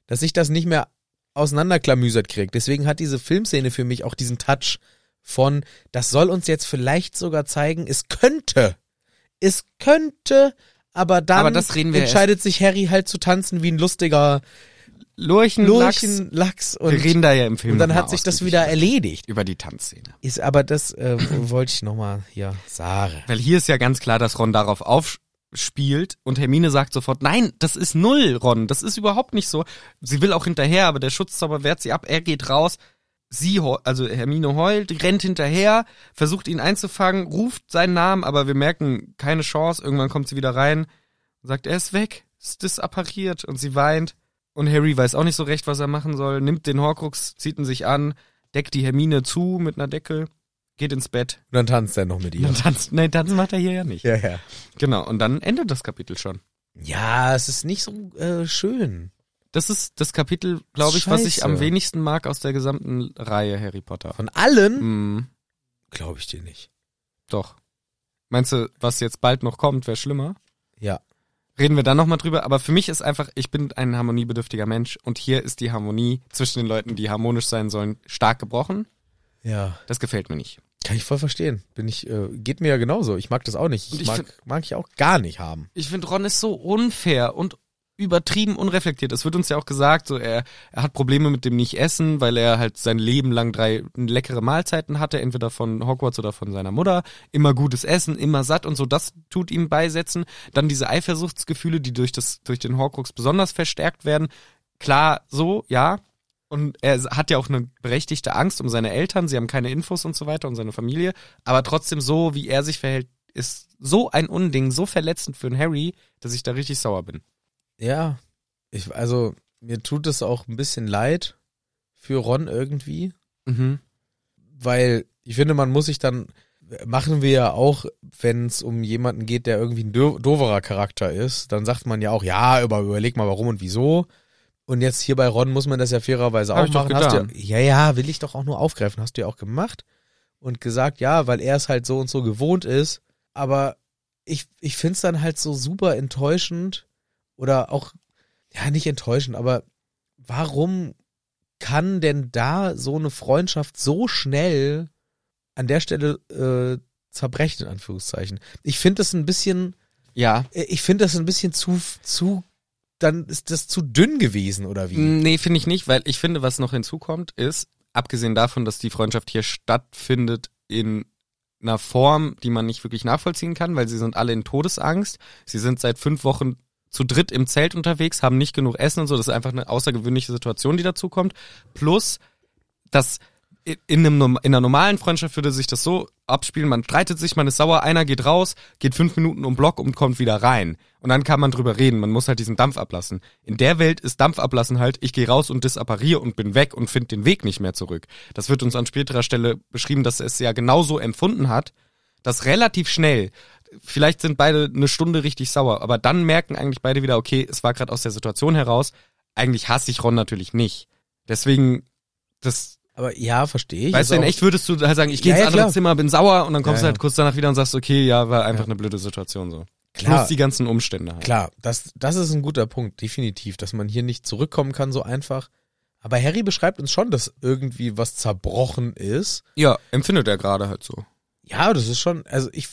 Speaker 1: dass ich das nicht mehr auseinanderklamüsert kriege. Deswegen hat diese Filmszene für mich auch diesen Touch von, das soll uns jetzt vielleicht sogar zeigen, es könnte. Es könnte, aber dann
Speaker 2: Aber das reden wir
Speaker 1: entscheidet sich Harry halt zu tanzen wie ein lustiger
Speaker 2: Lurchen, Lurchen
Speaker 1: Lurchen, Lachs
Speaker 2: Hm, Lachs. Wir reden
Speaker 1: und,
Speaker 2: da ja im Film
Speaker 1: und dann
Speaker 2: noch mal
Speaker 1: hat sich das
Speaker 2: ausgiebig
Speaker 1: wieder erledigt.
Speaker 2: Über die Tanzszene.
Speaker 1: Ist, aber das äh, wollte ich nochmal hier sagen.
Speaker 2: Weil hier ist ja ganz klar, dass Ron darauf aufspielt und Hermine sagt sofort, nein, das ist null, Ron, das ist überhaupt nicht so. Sie will auch hinterher, aber der Schutzzauber wehrt sie ab, er geht raus. Sie, heu- also Hermine heult, rennt hinterher, versucht ihn einzufangen, ruft seinen Namen, aber wir merken keine Chance. Irgendwann kommt sie wieder rein, sagt, er ist weg, ist disappariert und sie weint. Und Harry weiß auch nicht so recht, was er machen soll, nimmt den Horcrux, zieht ihn sich an, deckt die Hermine zu mit einer Decke, geht ins Bett.
Speaker 1: Und dann tanzt er noch mit ihr.
Speaker 2: Und tanzt, nein, tanzen macht er hier ja nicht.
Speaker 1: Ja, ja.
Speaker 2: Genau, und dann endet das Kapitel schon.
Speaker 1: Ja, es ist nicht so äh, schön.
Speaker 2: Das ist das Kapitel, glaube ich, was ich
Speaker 1: Scheiße.
Speaker 2: am wenigsten mag aus der gesamten Reihe Harry Potter.
Speaker 1: Von allen?
Speaker 2: Hm,
Speaker 1: Glaube ich dir nicht.
Speaker 2: doch. Meinst du, was jetzt bald noch kommt, wäre schlimmer?
Speaker 1: Ja.
Speaker 2: Reden wir dann nochmal drüber, aber für mich ist einfach, ich bin ein harmoniebedürftiger Mensch und hier ist die Harmonie zwischen den Leuten, die harmonisch sein sollen, stark gebrochen.
Speaker 1: Ja.
Speaker 2: Das gefällt mir nicht.
Speaker 1: Kann ich voll verstehen. Bin ich, äh, geht mir ja genauso. Ich mag das auch nicht.
Speaker 2: Und
Speaker 1: Ich,
Speaker 2: ich
Speaker 1: mag, mag ich auch gar nicht haben.
Speaker 2: Ich finde, Ron ist so unfair und übertrieben unreflektiert. Es wird uns ja auch gesagt, so er, er hat Probleme mit dem Nicht-Essen, weil er halt sein Leben lang drei leckere Mahlzeiten hatte, entweder von Hogwarts oder von seiner Mutter. Immer gutes Essen, immer satt und so, das tut ihm beisetzen. Dann diese Eifersuchtsgefühle, die durch, das, durch den Horcrux besonders verstärkt werden. Klar, so, ja. Und er hat ja auch eine berechtigte Angst um seine Eltern, sie haben keine Infos und so weiter und seine Familie. Aber trotzdem so, wie er sich verhält, ist so ein Unding, so verletzend für einen Harry, dass ich da richtig sauer bin.
Speaker 1: Ja. Ich, also, mir tut es auch ein bisschen leid für Ron irgendwie,
Speaker 2: Mhm.
Speaker 1: weil ich finde, man muss sich dann, machen wir ja auch, wenn es um jemanden geht, der irgendwie ein dö- doverer Charakter ist, dann sagt man ja auch, ja, über, überleg mal warum und wieso. Und jetzt hier bei Ron muss man das ja fairerweise
Speaker 2: Hab
Speaker 1: auch
Speaker 2: ich doch
Speaker 1: machen. Hast du,
Speaker 2: getan.
Speaker 1: ja, ja, will ich doch auch nur aufgreifen. Hast du ja auch gemacht und gesagt, ja, weil er es halt so und so gewohnt ist. Aber ich, ich finde es dann halt so super enttäuschend oder auch, ja, nicht enttäuschend, aber warum kann denn da so eine Freundschaft so schnell an der Stelle äh, zerbrechen, in Anführungszeichen? Ich finde das ein bisschen
Speaker 2: Ja.
Speaker 1: äh, ich finde das ein bisschen zu, zu, dann ist das zu dünn gewesen oder wie?
Speaker 2: Hm, Nee, finde ich nicht, weil ich finde, was noch hinzukommt, ist, abgesehen davon, dass die Freundschaft hier stattfindet in einer Form, die man nicht wirklich nachvollziehen kann, weil sie sind alle in Todesangst. Sie sind seit fünf Wochen zu dritt im Zelt unterwegs, haben nicht genug Essen und so. Das ist einfach eine außergewöhnliche Situation, die dazu kommt. Plus, dass in, einem, norm- in einer normalen Freundschaft würde sich das so abspielen, man streitet sich, man ist sauer, einer geht raus, geht fünf Minuten um den Block und kommt wieder rein. Und dann kann man drüber reden, man muss halt diesen Dampf ablassen. In der Welt ist Dampf ablassen halt, ich gehe raus und disappariere und bin weg und finde den Weg nicht mehr zurück. Das wird uns an späterer Stelle beschrieben, dass er es ja genauso empfunden hat, dass relativ schnell, vielleicht sind beide eine Stunde richtig sauer, aber dann merken eigentlich beide wieder, okay, es war gerade aus der Situation heraus, eigentlich hasse ich Ron natürlich nicht. Deswegen, das,
Speaker 1: Aber ja, verstehe ich.
Speaker 2: Weißt du,
Speaker 1: Ist
Speaker 2: in
Speaker 1: auch-
Speaker 2: echt würdest du halt sagen, ich gehe
Speaker 1: Ja,
Speaker 2: ins
Speaker 1: ja,
Speaker 2: andere
Speaker 1: klar.
Speaker 2: Zimmer, bin sauer und dann kommst
Speaker 1: Ja,
Speaker 2: du halt
Speaker 1: ja.
Speaker 2: kurz danach wieder und sagst, okay, ja, war einfach
Speaker 1: Ja.
Speaker 2: eine blöde Situation so.
Speaker 1: Klar.
Speaker 2: Plus die ganzen Umstände halt.
Speaker 1: Klar, das, das ist ein guter Punkt, definitiv, dass man hier nicht zurückkommen kann so einfach. Aber Harry beschreibt uns schon, dass irgendwie was zerbrochen ist.
Speaker 2: Ja, empfindet er gerade halt so.
Speaker 1: Ja, das ist schon, also ich,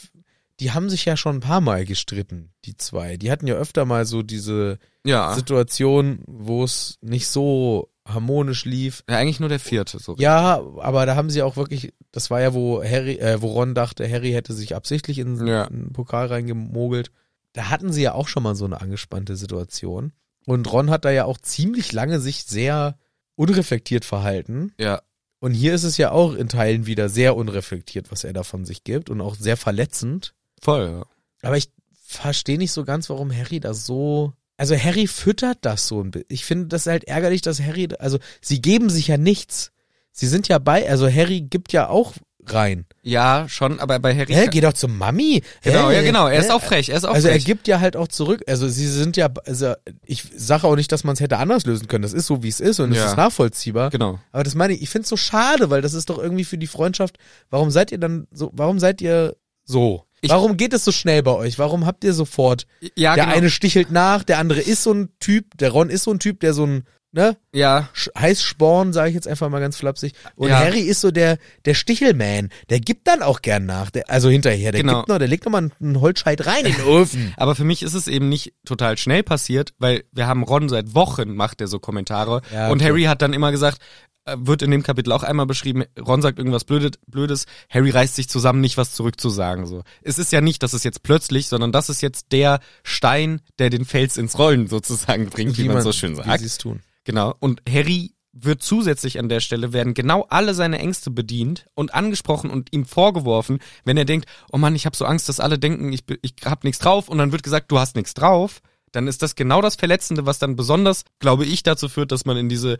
Speaker 1: die haben sich ja schon ein paar Mal gestritten, die zwei. Die hatten ja öfter mal so diese
Speaker 2: Ja.
Speaker 1: Situation, wo es nicht so harmonisch lief.
Speaker 2: ja eigentlich nur der vierte so.
Speaker 1: Ja, aber da haben sie auch wirklich, das war ja, wo Harry, äh, wo Ron dachte, Harry hätte sich absichtlich in
Speaker 2: Ja.
Speaker 1: einen Pokal reingemogelt. Da hatten sie ja auch schon mal so eine angespannte Situation. Und Ron hat da ja auch ziemlich lange sich sehr unreflektiert verhalten.
Speaker 2: Ja.
Speaker 1: Und hier ist es ja auch in Teilen wieder sehr unreflektiert, was er da von sich gibt und auch sehr verletzend.
Speaker 2: Voll.
Speaker 1: Aber ich verstehe nicht so ganz, warum Harry da so also Harry füttert das so ein bisschen. Ich finde das halt ärgerlich, dass Harry, also sie geben sich ja nichts. Sie sind ja bei, also Harry gibt ja auch rein.
Speaker 2: Ja, schon, aber bei Harry.
Speaker 1: Hä, geh doch zur Mami. Hä?
Speaker 2: genau, ja, genau. Er ist
Speaker 1: Hä?
Speaker 2: auch frech. Er ist auch
Speaker 1: Also er
Speaker 2: frech.
Speaker 1: gibt ja halt auch zurück. Also sie sind ja, also ich sage auch nicht, dass man es hätte anders lösen können. Das ist so, wie es ist und
Speaker 2: Ja.
Speaker 1: es ist nachvollziehbar.
Speaker 2: Genau.
Speaker 1: Aber das meine ich, ich finde es so schade, weil das ist doch irgendwie für die Freundschaft. Warum seid ihr dann so, warum seid ihr so?
Speaker 2: Ich-
Speaker 1: warum geht es so schnell bei euch? Warum habt ihr sofort,
Speaker 2: Ja,
Speaker 1: der
Speaker 2: genau.
Speaker 1: eine stichelt nach, der andere ist so ein Typ, der Ron ist so ein Typ, der so ein, ne,
Speaker 2: ja,
Speaker 1: Sch- Heißsporn, sage ich jetzt einfach mal ganz flapsig. Und
Speaker 2: Ja.
Speaker 1: Harry ist so der, der Stichelman, der gibt dann auch gern nach, der, also hinterher, der
Speaker 2: Genau.
Speaker 1: gibt noch, der legt noch mal einen Holzscheit rein in den Ofen.
Speaker 2: Aber für mich ist es eben nicht total schnell passiert, weil wir haben Ron seit Wochen macht er so Kommentare
Speaker 1: Ja,
Speaker 2: und
Speaker 1: okay.
Speaker 2: Harry hat dann immer gesagt, äh, wird in dem Kapitel auch einmal beschrieben, Ron sagt irgendwas Blödes, Blödes, Harry reißt sich zusammen, nicht was zurückzusagen. So, es ist ja nicht, dass es jetzt plötzlich, sondern das ist jetzt der Stein, der den Fels ins Rollen sozusagen bringt, wie, man, so schön
Speaker 1: Wie
Speaker 2: sagt.
Speaker 1: sie es tun.
Speaker 2: Genau. Und Harry wird zusätzlich an der Stelle, werden genau alle seine Ängste bedient und angesprochen und ihm vorgeworfen, wenn er denkt, oh Mann, ich habe so Angst, dass alle denken, ich, bin- ich habe nichts drauf und dann wird gesagt, du hast nichts drauf, dann ist das genau das Verletzende, was dann besonders, glaube ich, dazu führt, dass man in diese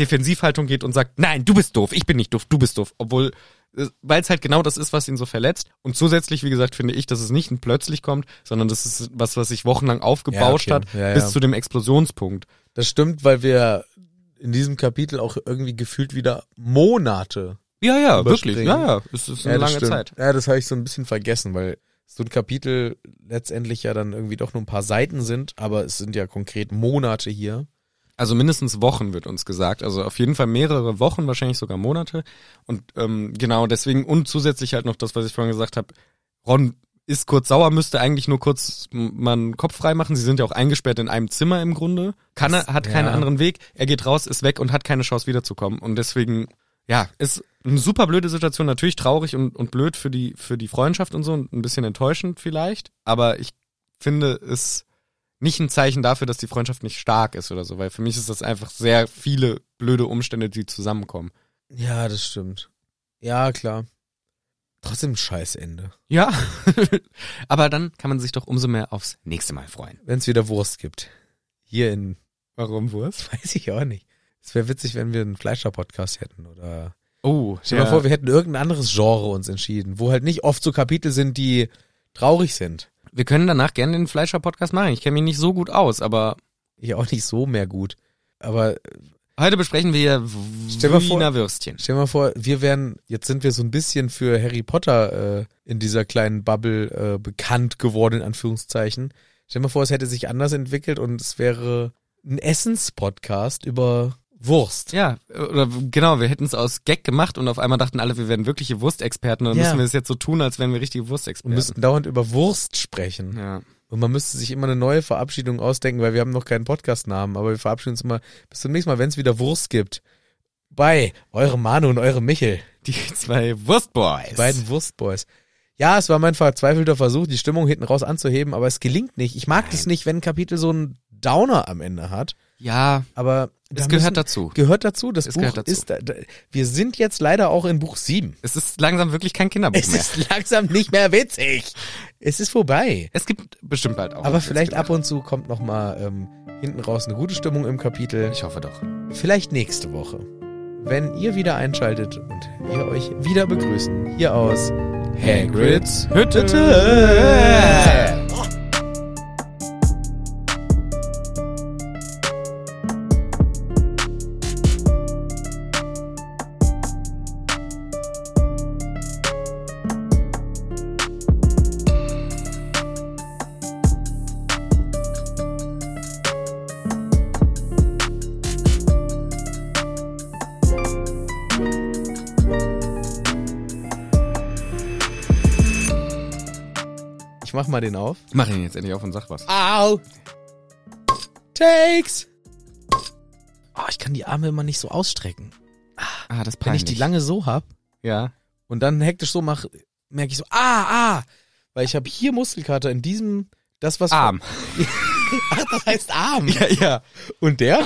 Speaker 2: Defensivhaltung geht und sagt, nein, du bist doof, ich bin nicht doof, du bist doof, obwohl weil es halt genau das ist, was ihn so verletzt. Und zusätzlich, wie gesagt, finde ich, dass es nicht ein plötzlich kommt, sondern das ist was, was sich wochenlang aufgebauscht
Speaker 1: okay.
Speaker 2: hat,
Speaker 1: Ja,
Speaker 2: bis
Speaker 1: ja.
Speaker 2: zu dem Explosionspunkt.
Speaker 1: Das stimmt, weil wir in diesem Kapitel auch irgendwie gefühlt wieder Monate.
Speaker 2: Ja, ja,
Speaker 1: überspringen.
Speaker 2: wirklich. Ja, ja. Es ist eine
Speaker 1: ja, das
Speaker 2: lange
Speaker 1: stimmt.
Speaker 2: Zeit.
Speaker 1: Ja, das habe ich so ein bisschen vergessen, weil so ein Kapitel letztendlich ja dann irgendwie doch nur ein paar Seiten sind, aber es sind ja konkret Monate hier.
Speaker 2: Also mindestens Wochen wird uns gesagt. Also auf jeden Fall mehrere Wochen, wahrscheinlich sogar Monate. Und ähm, genau deswegen und zusätzlich halt noch das, was ich vorhin gesagt habe. Ron ist kurz sauer, müsste eigentlich nur kurz m- mal einen Kopf frei machen. Sie sind ja auch eingesperrt in einem Zimmer im Grunde. Kann er, hat keinen
Speaker 1: ja.
Speaker 2: anderen Weg. Er geht raus, ist weg und hat keine Chance wiederzukommen. Und deswegen, ja, ist eine super blöde Situation. Natürlich traurig und, und blöd für die, für die Freundschaft und so und ein bisschen enttäuschend vielleicht. Aber ich finde es nicht ein Zeichen dafür, dass die Freundschaft nicht stark ist oder so, weil für mich ist das einfach sehr viele blöde Umstände, die zusammenkommen.
Speaker 1: Ja, das stimmt. Ja, klar. Trotzdem ein Scheißende.
Speaker 2: Ja, aber dann kann man sich doch umso mehr aufs nächste Mal freuen.
Speaker 1: Wenn es wieder Wurst gibt. Hier in
Speaker 2: Warum Wurst?
Speaker 1: Weiß ich auch nicht. Es wäre witzig, wenn wir einen Fleischer-Podcast hätten oder.
Speaker 2: Oh,
Speaker 1: Stell dir mal vor, wir hätten irgendein anderes Genre uns entschieden, wo halt nicht oft so Kapitel sind, die traurig sind.
Speaker 2: wir können danach gerne den Fleischer-Podcast machen. Ich kenne mich nicht so gut aus, aber
Speaker 1: Ich auch nicht so mehr gut. Aber
Speaker 2: heute besprechen wir
Speaker 1: Stell mal
Speaker 2: Wiener
Speaker 1: vor-
Speaker 2: Würstchen.
Speaker 1: stell dir mal vor, wir wären, jetzt sind wir so ein bisschen für Harry Potter äh, in dieser kleinen Bubble äh, bekannt geworden, in Anführungszeichen. Stell dir mal vor, es hätte sich anders entwickelt und es wäre ein Essens-Podcast über Wurst.
Speaker 2: Ja, oder genau, wir hätten es aus Gag gemacht und auf einmal dachten alle, wir wären wirkliche Wurstexperten und dann
Speaker 1: Ja.
Speaker 2: müssen wir es jetzt so tun, als wären wir richtige
Speaker 1: Und
Speaker 2: Wurstexperten.
Speaker 1: müssten dauernd über Wurst sprechen.
Speaker 2: ja.
Speaker 1: Und man müsste sich immer eine neue Verabschiedung ausdenken, weil wir haben noch keinen Podcast-Namen, aber wir verabschieden uns immer bis zum nächsten Mal, wenn es wieder Wurst gibt. Bei eurem Manu und eurem Michel,
Speaker 2: Die zwei Wurstboys.
Speaker 1: die beiden Wurstboys. Ja, es war mein verzweifelter Versuch, die Stimmung hinten raus anzuheben, aber es gelingt nicht. Ich mag das nicht, wenn ein Kapitel so einen Downer am Ende hat,
Speaker 2: Ja,
Speaker 1: aber da
Speaker 2: es gehört
Speaker 1: müssen-
Speaker 2: dazu.
Speaker 1: Gehört dazu, das
Speaker 2: Es
Speaker 1: Buch
Speaker 2: gehört dazu.
Speaker 1: ist, da, da, wir sind jetzt leider auch in Buch 7.
Speaker 2: Es ist langsam wirklich kein Kinderbuch
Speaker 1: Es
Speaker 2: mehr.
Speaker 1: ist langsam nicht mehr witzig. Es ist vorbei.
Speaker 2: es gibt bestimmt bald auch.
Speaker 1: Aber vielleicht ab und zu kommt noch mal ähm, hinten raus eine gute Stimmung im Kapitel.
Speaker 2: Ich hoffe doch.
Speaker 1: Vielleicht nächste Woche, wenn ihr wieder einschaltet und wir euch wieder begrüßen. Hier aus Hagrids Hütte. Ich mach mal den auf.
Speaker 2: Mach ihn jetzt endlich auf und sag was.
Speaker 1: Au! Takes! Oh, ich kann die Arme immer nicht so ausstrecken.
Speaker 2: Ah, das
Speaker 1: Wenn ich die lange so hab
Speaker 2: Ja.
Speaker 1: und dann hektisch so mache, merke ich so, ah, ah! Weil ich habe hier Muskelkater in diesem, das was...
Speaker 2: Arm.
Speaker 1: Ach, das heißt Arm.
Speaker 2: Ja, ja.
Speaker 1: Und der?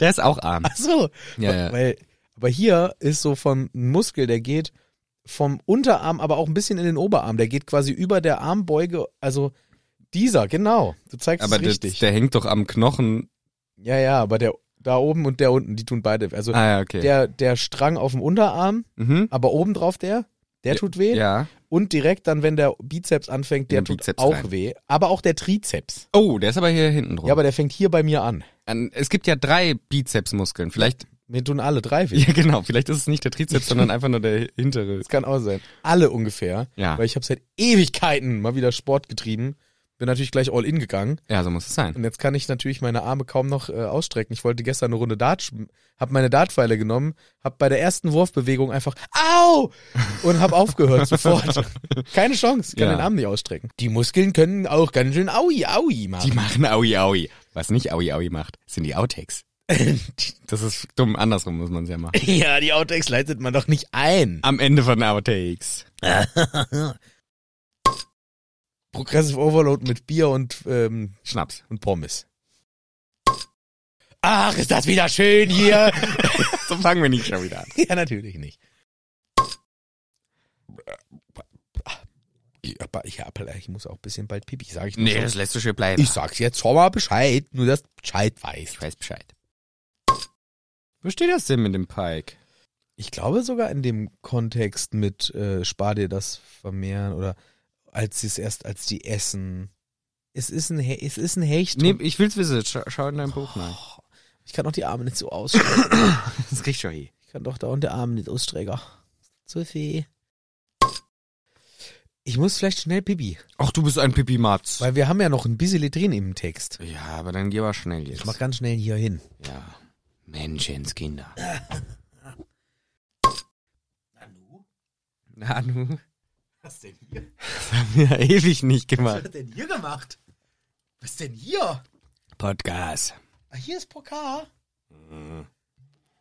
Speaker 2: Der ist auch arm.
Speaker 1: Ach so.
Speaker 2: Ja, ja.
Speaker 1: Weil, aber hier ist so von ein Muskel, der geht vom Unterarm, aber auch ein bisschen in den Oberarm. Der geht quasi über der Armbeuge, also Dieser, genau. Du zeigst
Speaker 2: Aber
Speaker 1: es
Speaker 2: das,
Speaker 1: richtig.
Speaker 2: der hängt doch am Knochen.
Speaker 1: ja, ja, aber der da oben und der unten, die tun beide. Also
Speaker 2: Ah ja, okay.
Speaker 1: der, der Strang auf dem Unterarm,
Speaker 2: mhm.
Speaker 1: aber obendrauf der, der
Speaker 2: Ja,
Speaker 1: tut weh.
Speaker 2: Ja.
Speaker 1: Und direkt dann, wenn der Bizeps anfängt, der
Speaker 2: Den
Speaker 1: tut
Speaker 2: Bizeps
Speaker 1: auch
Speaker 2: rein.
Speaker 1: weh. Aber auch der Trizeps.
Speaker 2: Oh, der ist aber hier hinten drum.
Speaker 1: Ja, aber der fängt hier bei mir an.
Speaker 2: An- es gibt ja drei Bizepsmuskeln. Vielleicht,
Speaker 1: Mir tun alle drei weh.
Speaker 2: ja genau, vielleicht ist es nicht der Trizeps, sondern einfach nur der hintere.
Speaker 1: Das kann auch sein. Alle ungefähr.
Speaker 2: Ja.
Speaker 1: Weil ich habe seit Ewigkeiten mal wieder Sport getrieben. Bin natürlich gleich all in gegangen.
Speaker 2: Ja, so muss es sein.
Speaker 1: Und jetzt kann ich natürlich meine Arme kaum noch äh, ausstrecken. Ich wollte gestern eine Runde Dart, sch- hab meine Dartpfeile genommen, hab bei der ersten Wurfbewegung einfach Au! und hab aufgehört sofort. Keine Chance, kann
Speaker 2: Ja.
Speaker 1: den Arm nicht ausstrecken. Die Muskeln können auch ganz schön Aui, Aui
Speaker 2: Die
Speaker 1: machen.
Speaker 2: machen Aui Aui. Was nicht Aui Aui macht, sind die Outtakes. Das ist dumm, andersrum muss man es ja machen.
Speaker 1: ja, die Outtakes leitet man doch nicht ein.
Speaker 2: Am Ende von Outtakes.
Speaker 1: Progressive Overload mit Bier und, ähm,
Speaker 2: Schnaps.
Speaker 1: und Pommes. Ach, ist das wieder schön hier.
Speaker 2: So fangen wir nicht schon wieder an.
Speaker 1: ja, natürlich nicht. Ja, aber ich, aber ich muss auch ein bisschen bald pipi, sag ich nur so.
Speaker 2: lässt du schön bleiben.
Speaker 1: Ich
Speaker 2: Ich,
Speaker 1: sag's jetzt schon mal Bescheid, nur dass Bescheid weiß.
Speaker 2: ich weiß Bescheid. Wo steht das denn mit dem Pike?
Speaker 1: Ich glaube sogar in dem Kontext mit äh, Spar dir das vermehren oder als sie es erst, als die essen. Es ist ein, He- es ist ein Hecht. Oh,
Speaker 2: Nee, ich will's wissen. Schau, schau in deinem Buch nach.
Speaker 1: Ich kann auch die Arme nicht so ausstrecken.
Speaker 2: Das kriegst du hier.
Speaker 1: Ich kann doch eh. da unter Armen nicht ausstrecken. Zu viel. Ich muss vielleicht schnell Pipi,
Speaker 2: Ach, du bist ein Pipi-Matz.
Speaker 1: weil wir haben ja noch ein bisschen Letrin im Text.
Speaker 2: Ja, aber dann geh mal schnell jetzt.
Speaker 1: Ich mach ganz schnell hier hin.
Speaker 2: Ja. Menschenskinder. Nanu? Nanu?
Speaker 1: Was denn hier?
Speaker 2: Das haben wir ja ewig nicht gemacht.
Speaker 1: denn hier gemacht? Was denn hier?
Speaker 2: Podcast.
Speaker 1: Ah, hier ist Pokal. Äh.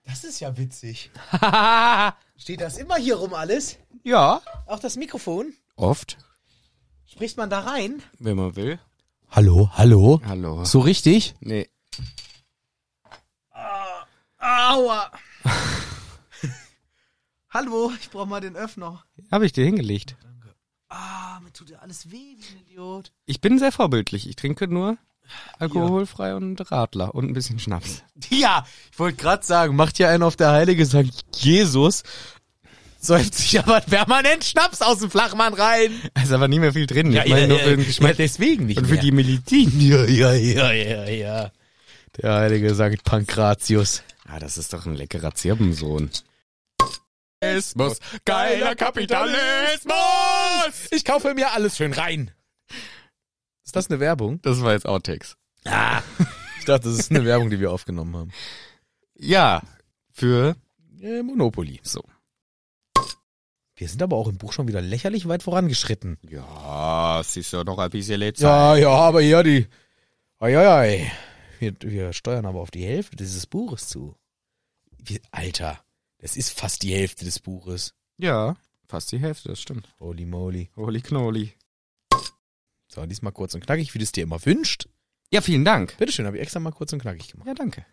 Speaker 1: Das ist ja witzig. Steht das immer hier rum alles?
Speaker 2: ja.
Speaker 1: Auch das Mikrofon?
Speaker 2: Oft,
Speaker 1: Spricht man da rein?
Speaker 2: wenn man will.
Speaker 1: Hallo, hallo.
Speaker 2: Hallo.
Speaker 1: So richtig?
Speaker 2: Nee.
Speaker 1: Aua. hallo, ich brauche mal den Öffner.
Speaker 2: Habe ich dir hingelegt.
Speaker 1: Ah, mir tut ja alles weh wie ein Idiot.
Speaker 2: Ich bin sehr vorbildlich. Ich trinke nur alkoholfrei und Radler und ein bisschen Schnaps.
Speaker 1: Ja, ich wollte gerade sagen, macht hier einen auf der heilige St. Jesus, säuft sich aber permanent Schnaps aus dem Flachmann rein.
Speaker 2: Da ist aber nicht mehr viel drin. ich meine nur für den Geschmack
Speaker 1: deswegen nicht
Speaker 2: und für
Speaker 1: mehr.
Speaker 2: die Medizin.
Speaker 1: Ja, ja, ja, ja, ja. Der heilige St. Pankratius.
Speaker 2: Ah, das ist doch ein leckerer Zirbensohn. Kapitalismus, geiler Kapitalismus!
Speaker 1: Ich kaufe mir alles schön rein. Ist das eine Werbung?
Speaker 2: Das war jetzt Outtakes.
Speaker 1: Ich dachte, das ist eine Werbung, die wir aufgenommen haben.
Speaker 2: Ja, für
Speaker 1: Äh, Monopoly.
Speaker 2: so.
Speaker 1: Wir sind aber auch im Buch schon wieder lächerlich weit vorangeschritten.
Speaker 2: Ja, es ist ja noch ein bisschen letzter.
Speaker 1: Ja, ja, aber ja, die. Eieiei. Wir, wir steuern aber auf die Hälfte dieses Buches zu. Wir, Alter, das ist fast die Hälfte des Buches.
Speaker 2: Ja, fast die Hälfte, das stimmt.
Speaker 1: Holy moly.
Speaker 2: Holy Knoli.
Speaker 1: So, diesmal kurz und knackig, wie du es dir immer wünscht.
Speaker 2: Ja, vielen Dank.
Speaker 1: Bitteschön, habe ich extra mal kurz und knackig gemacht.
Speaker 2: Ja, danke.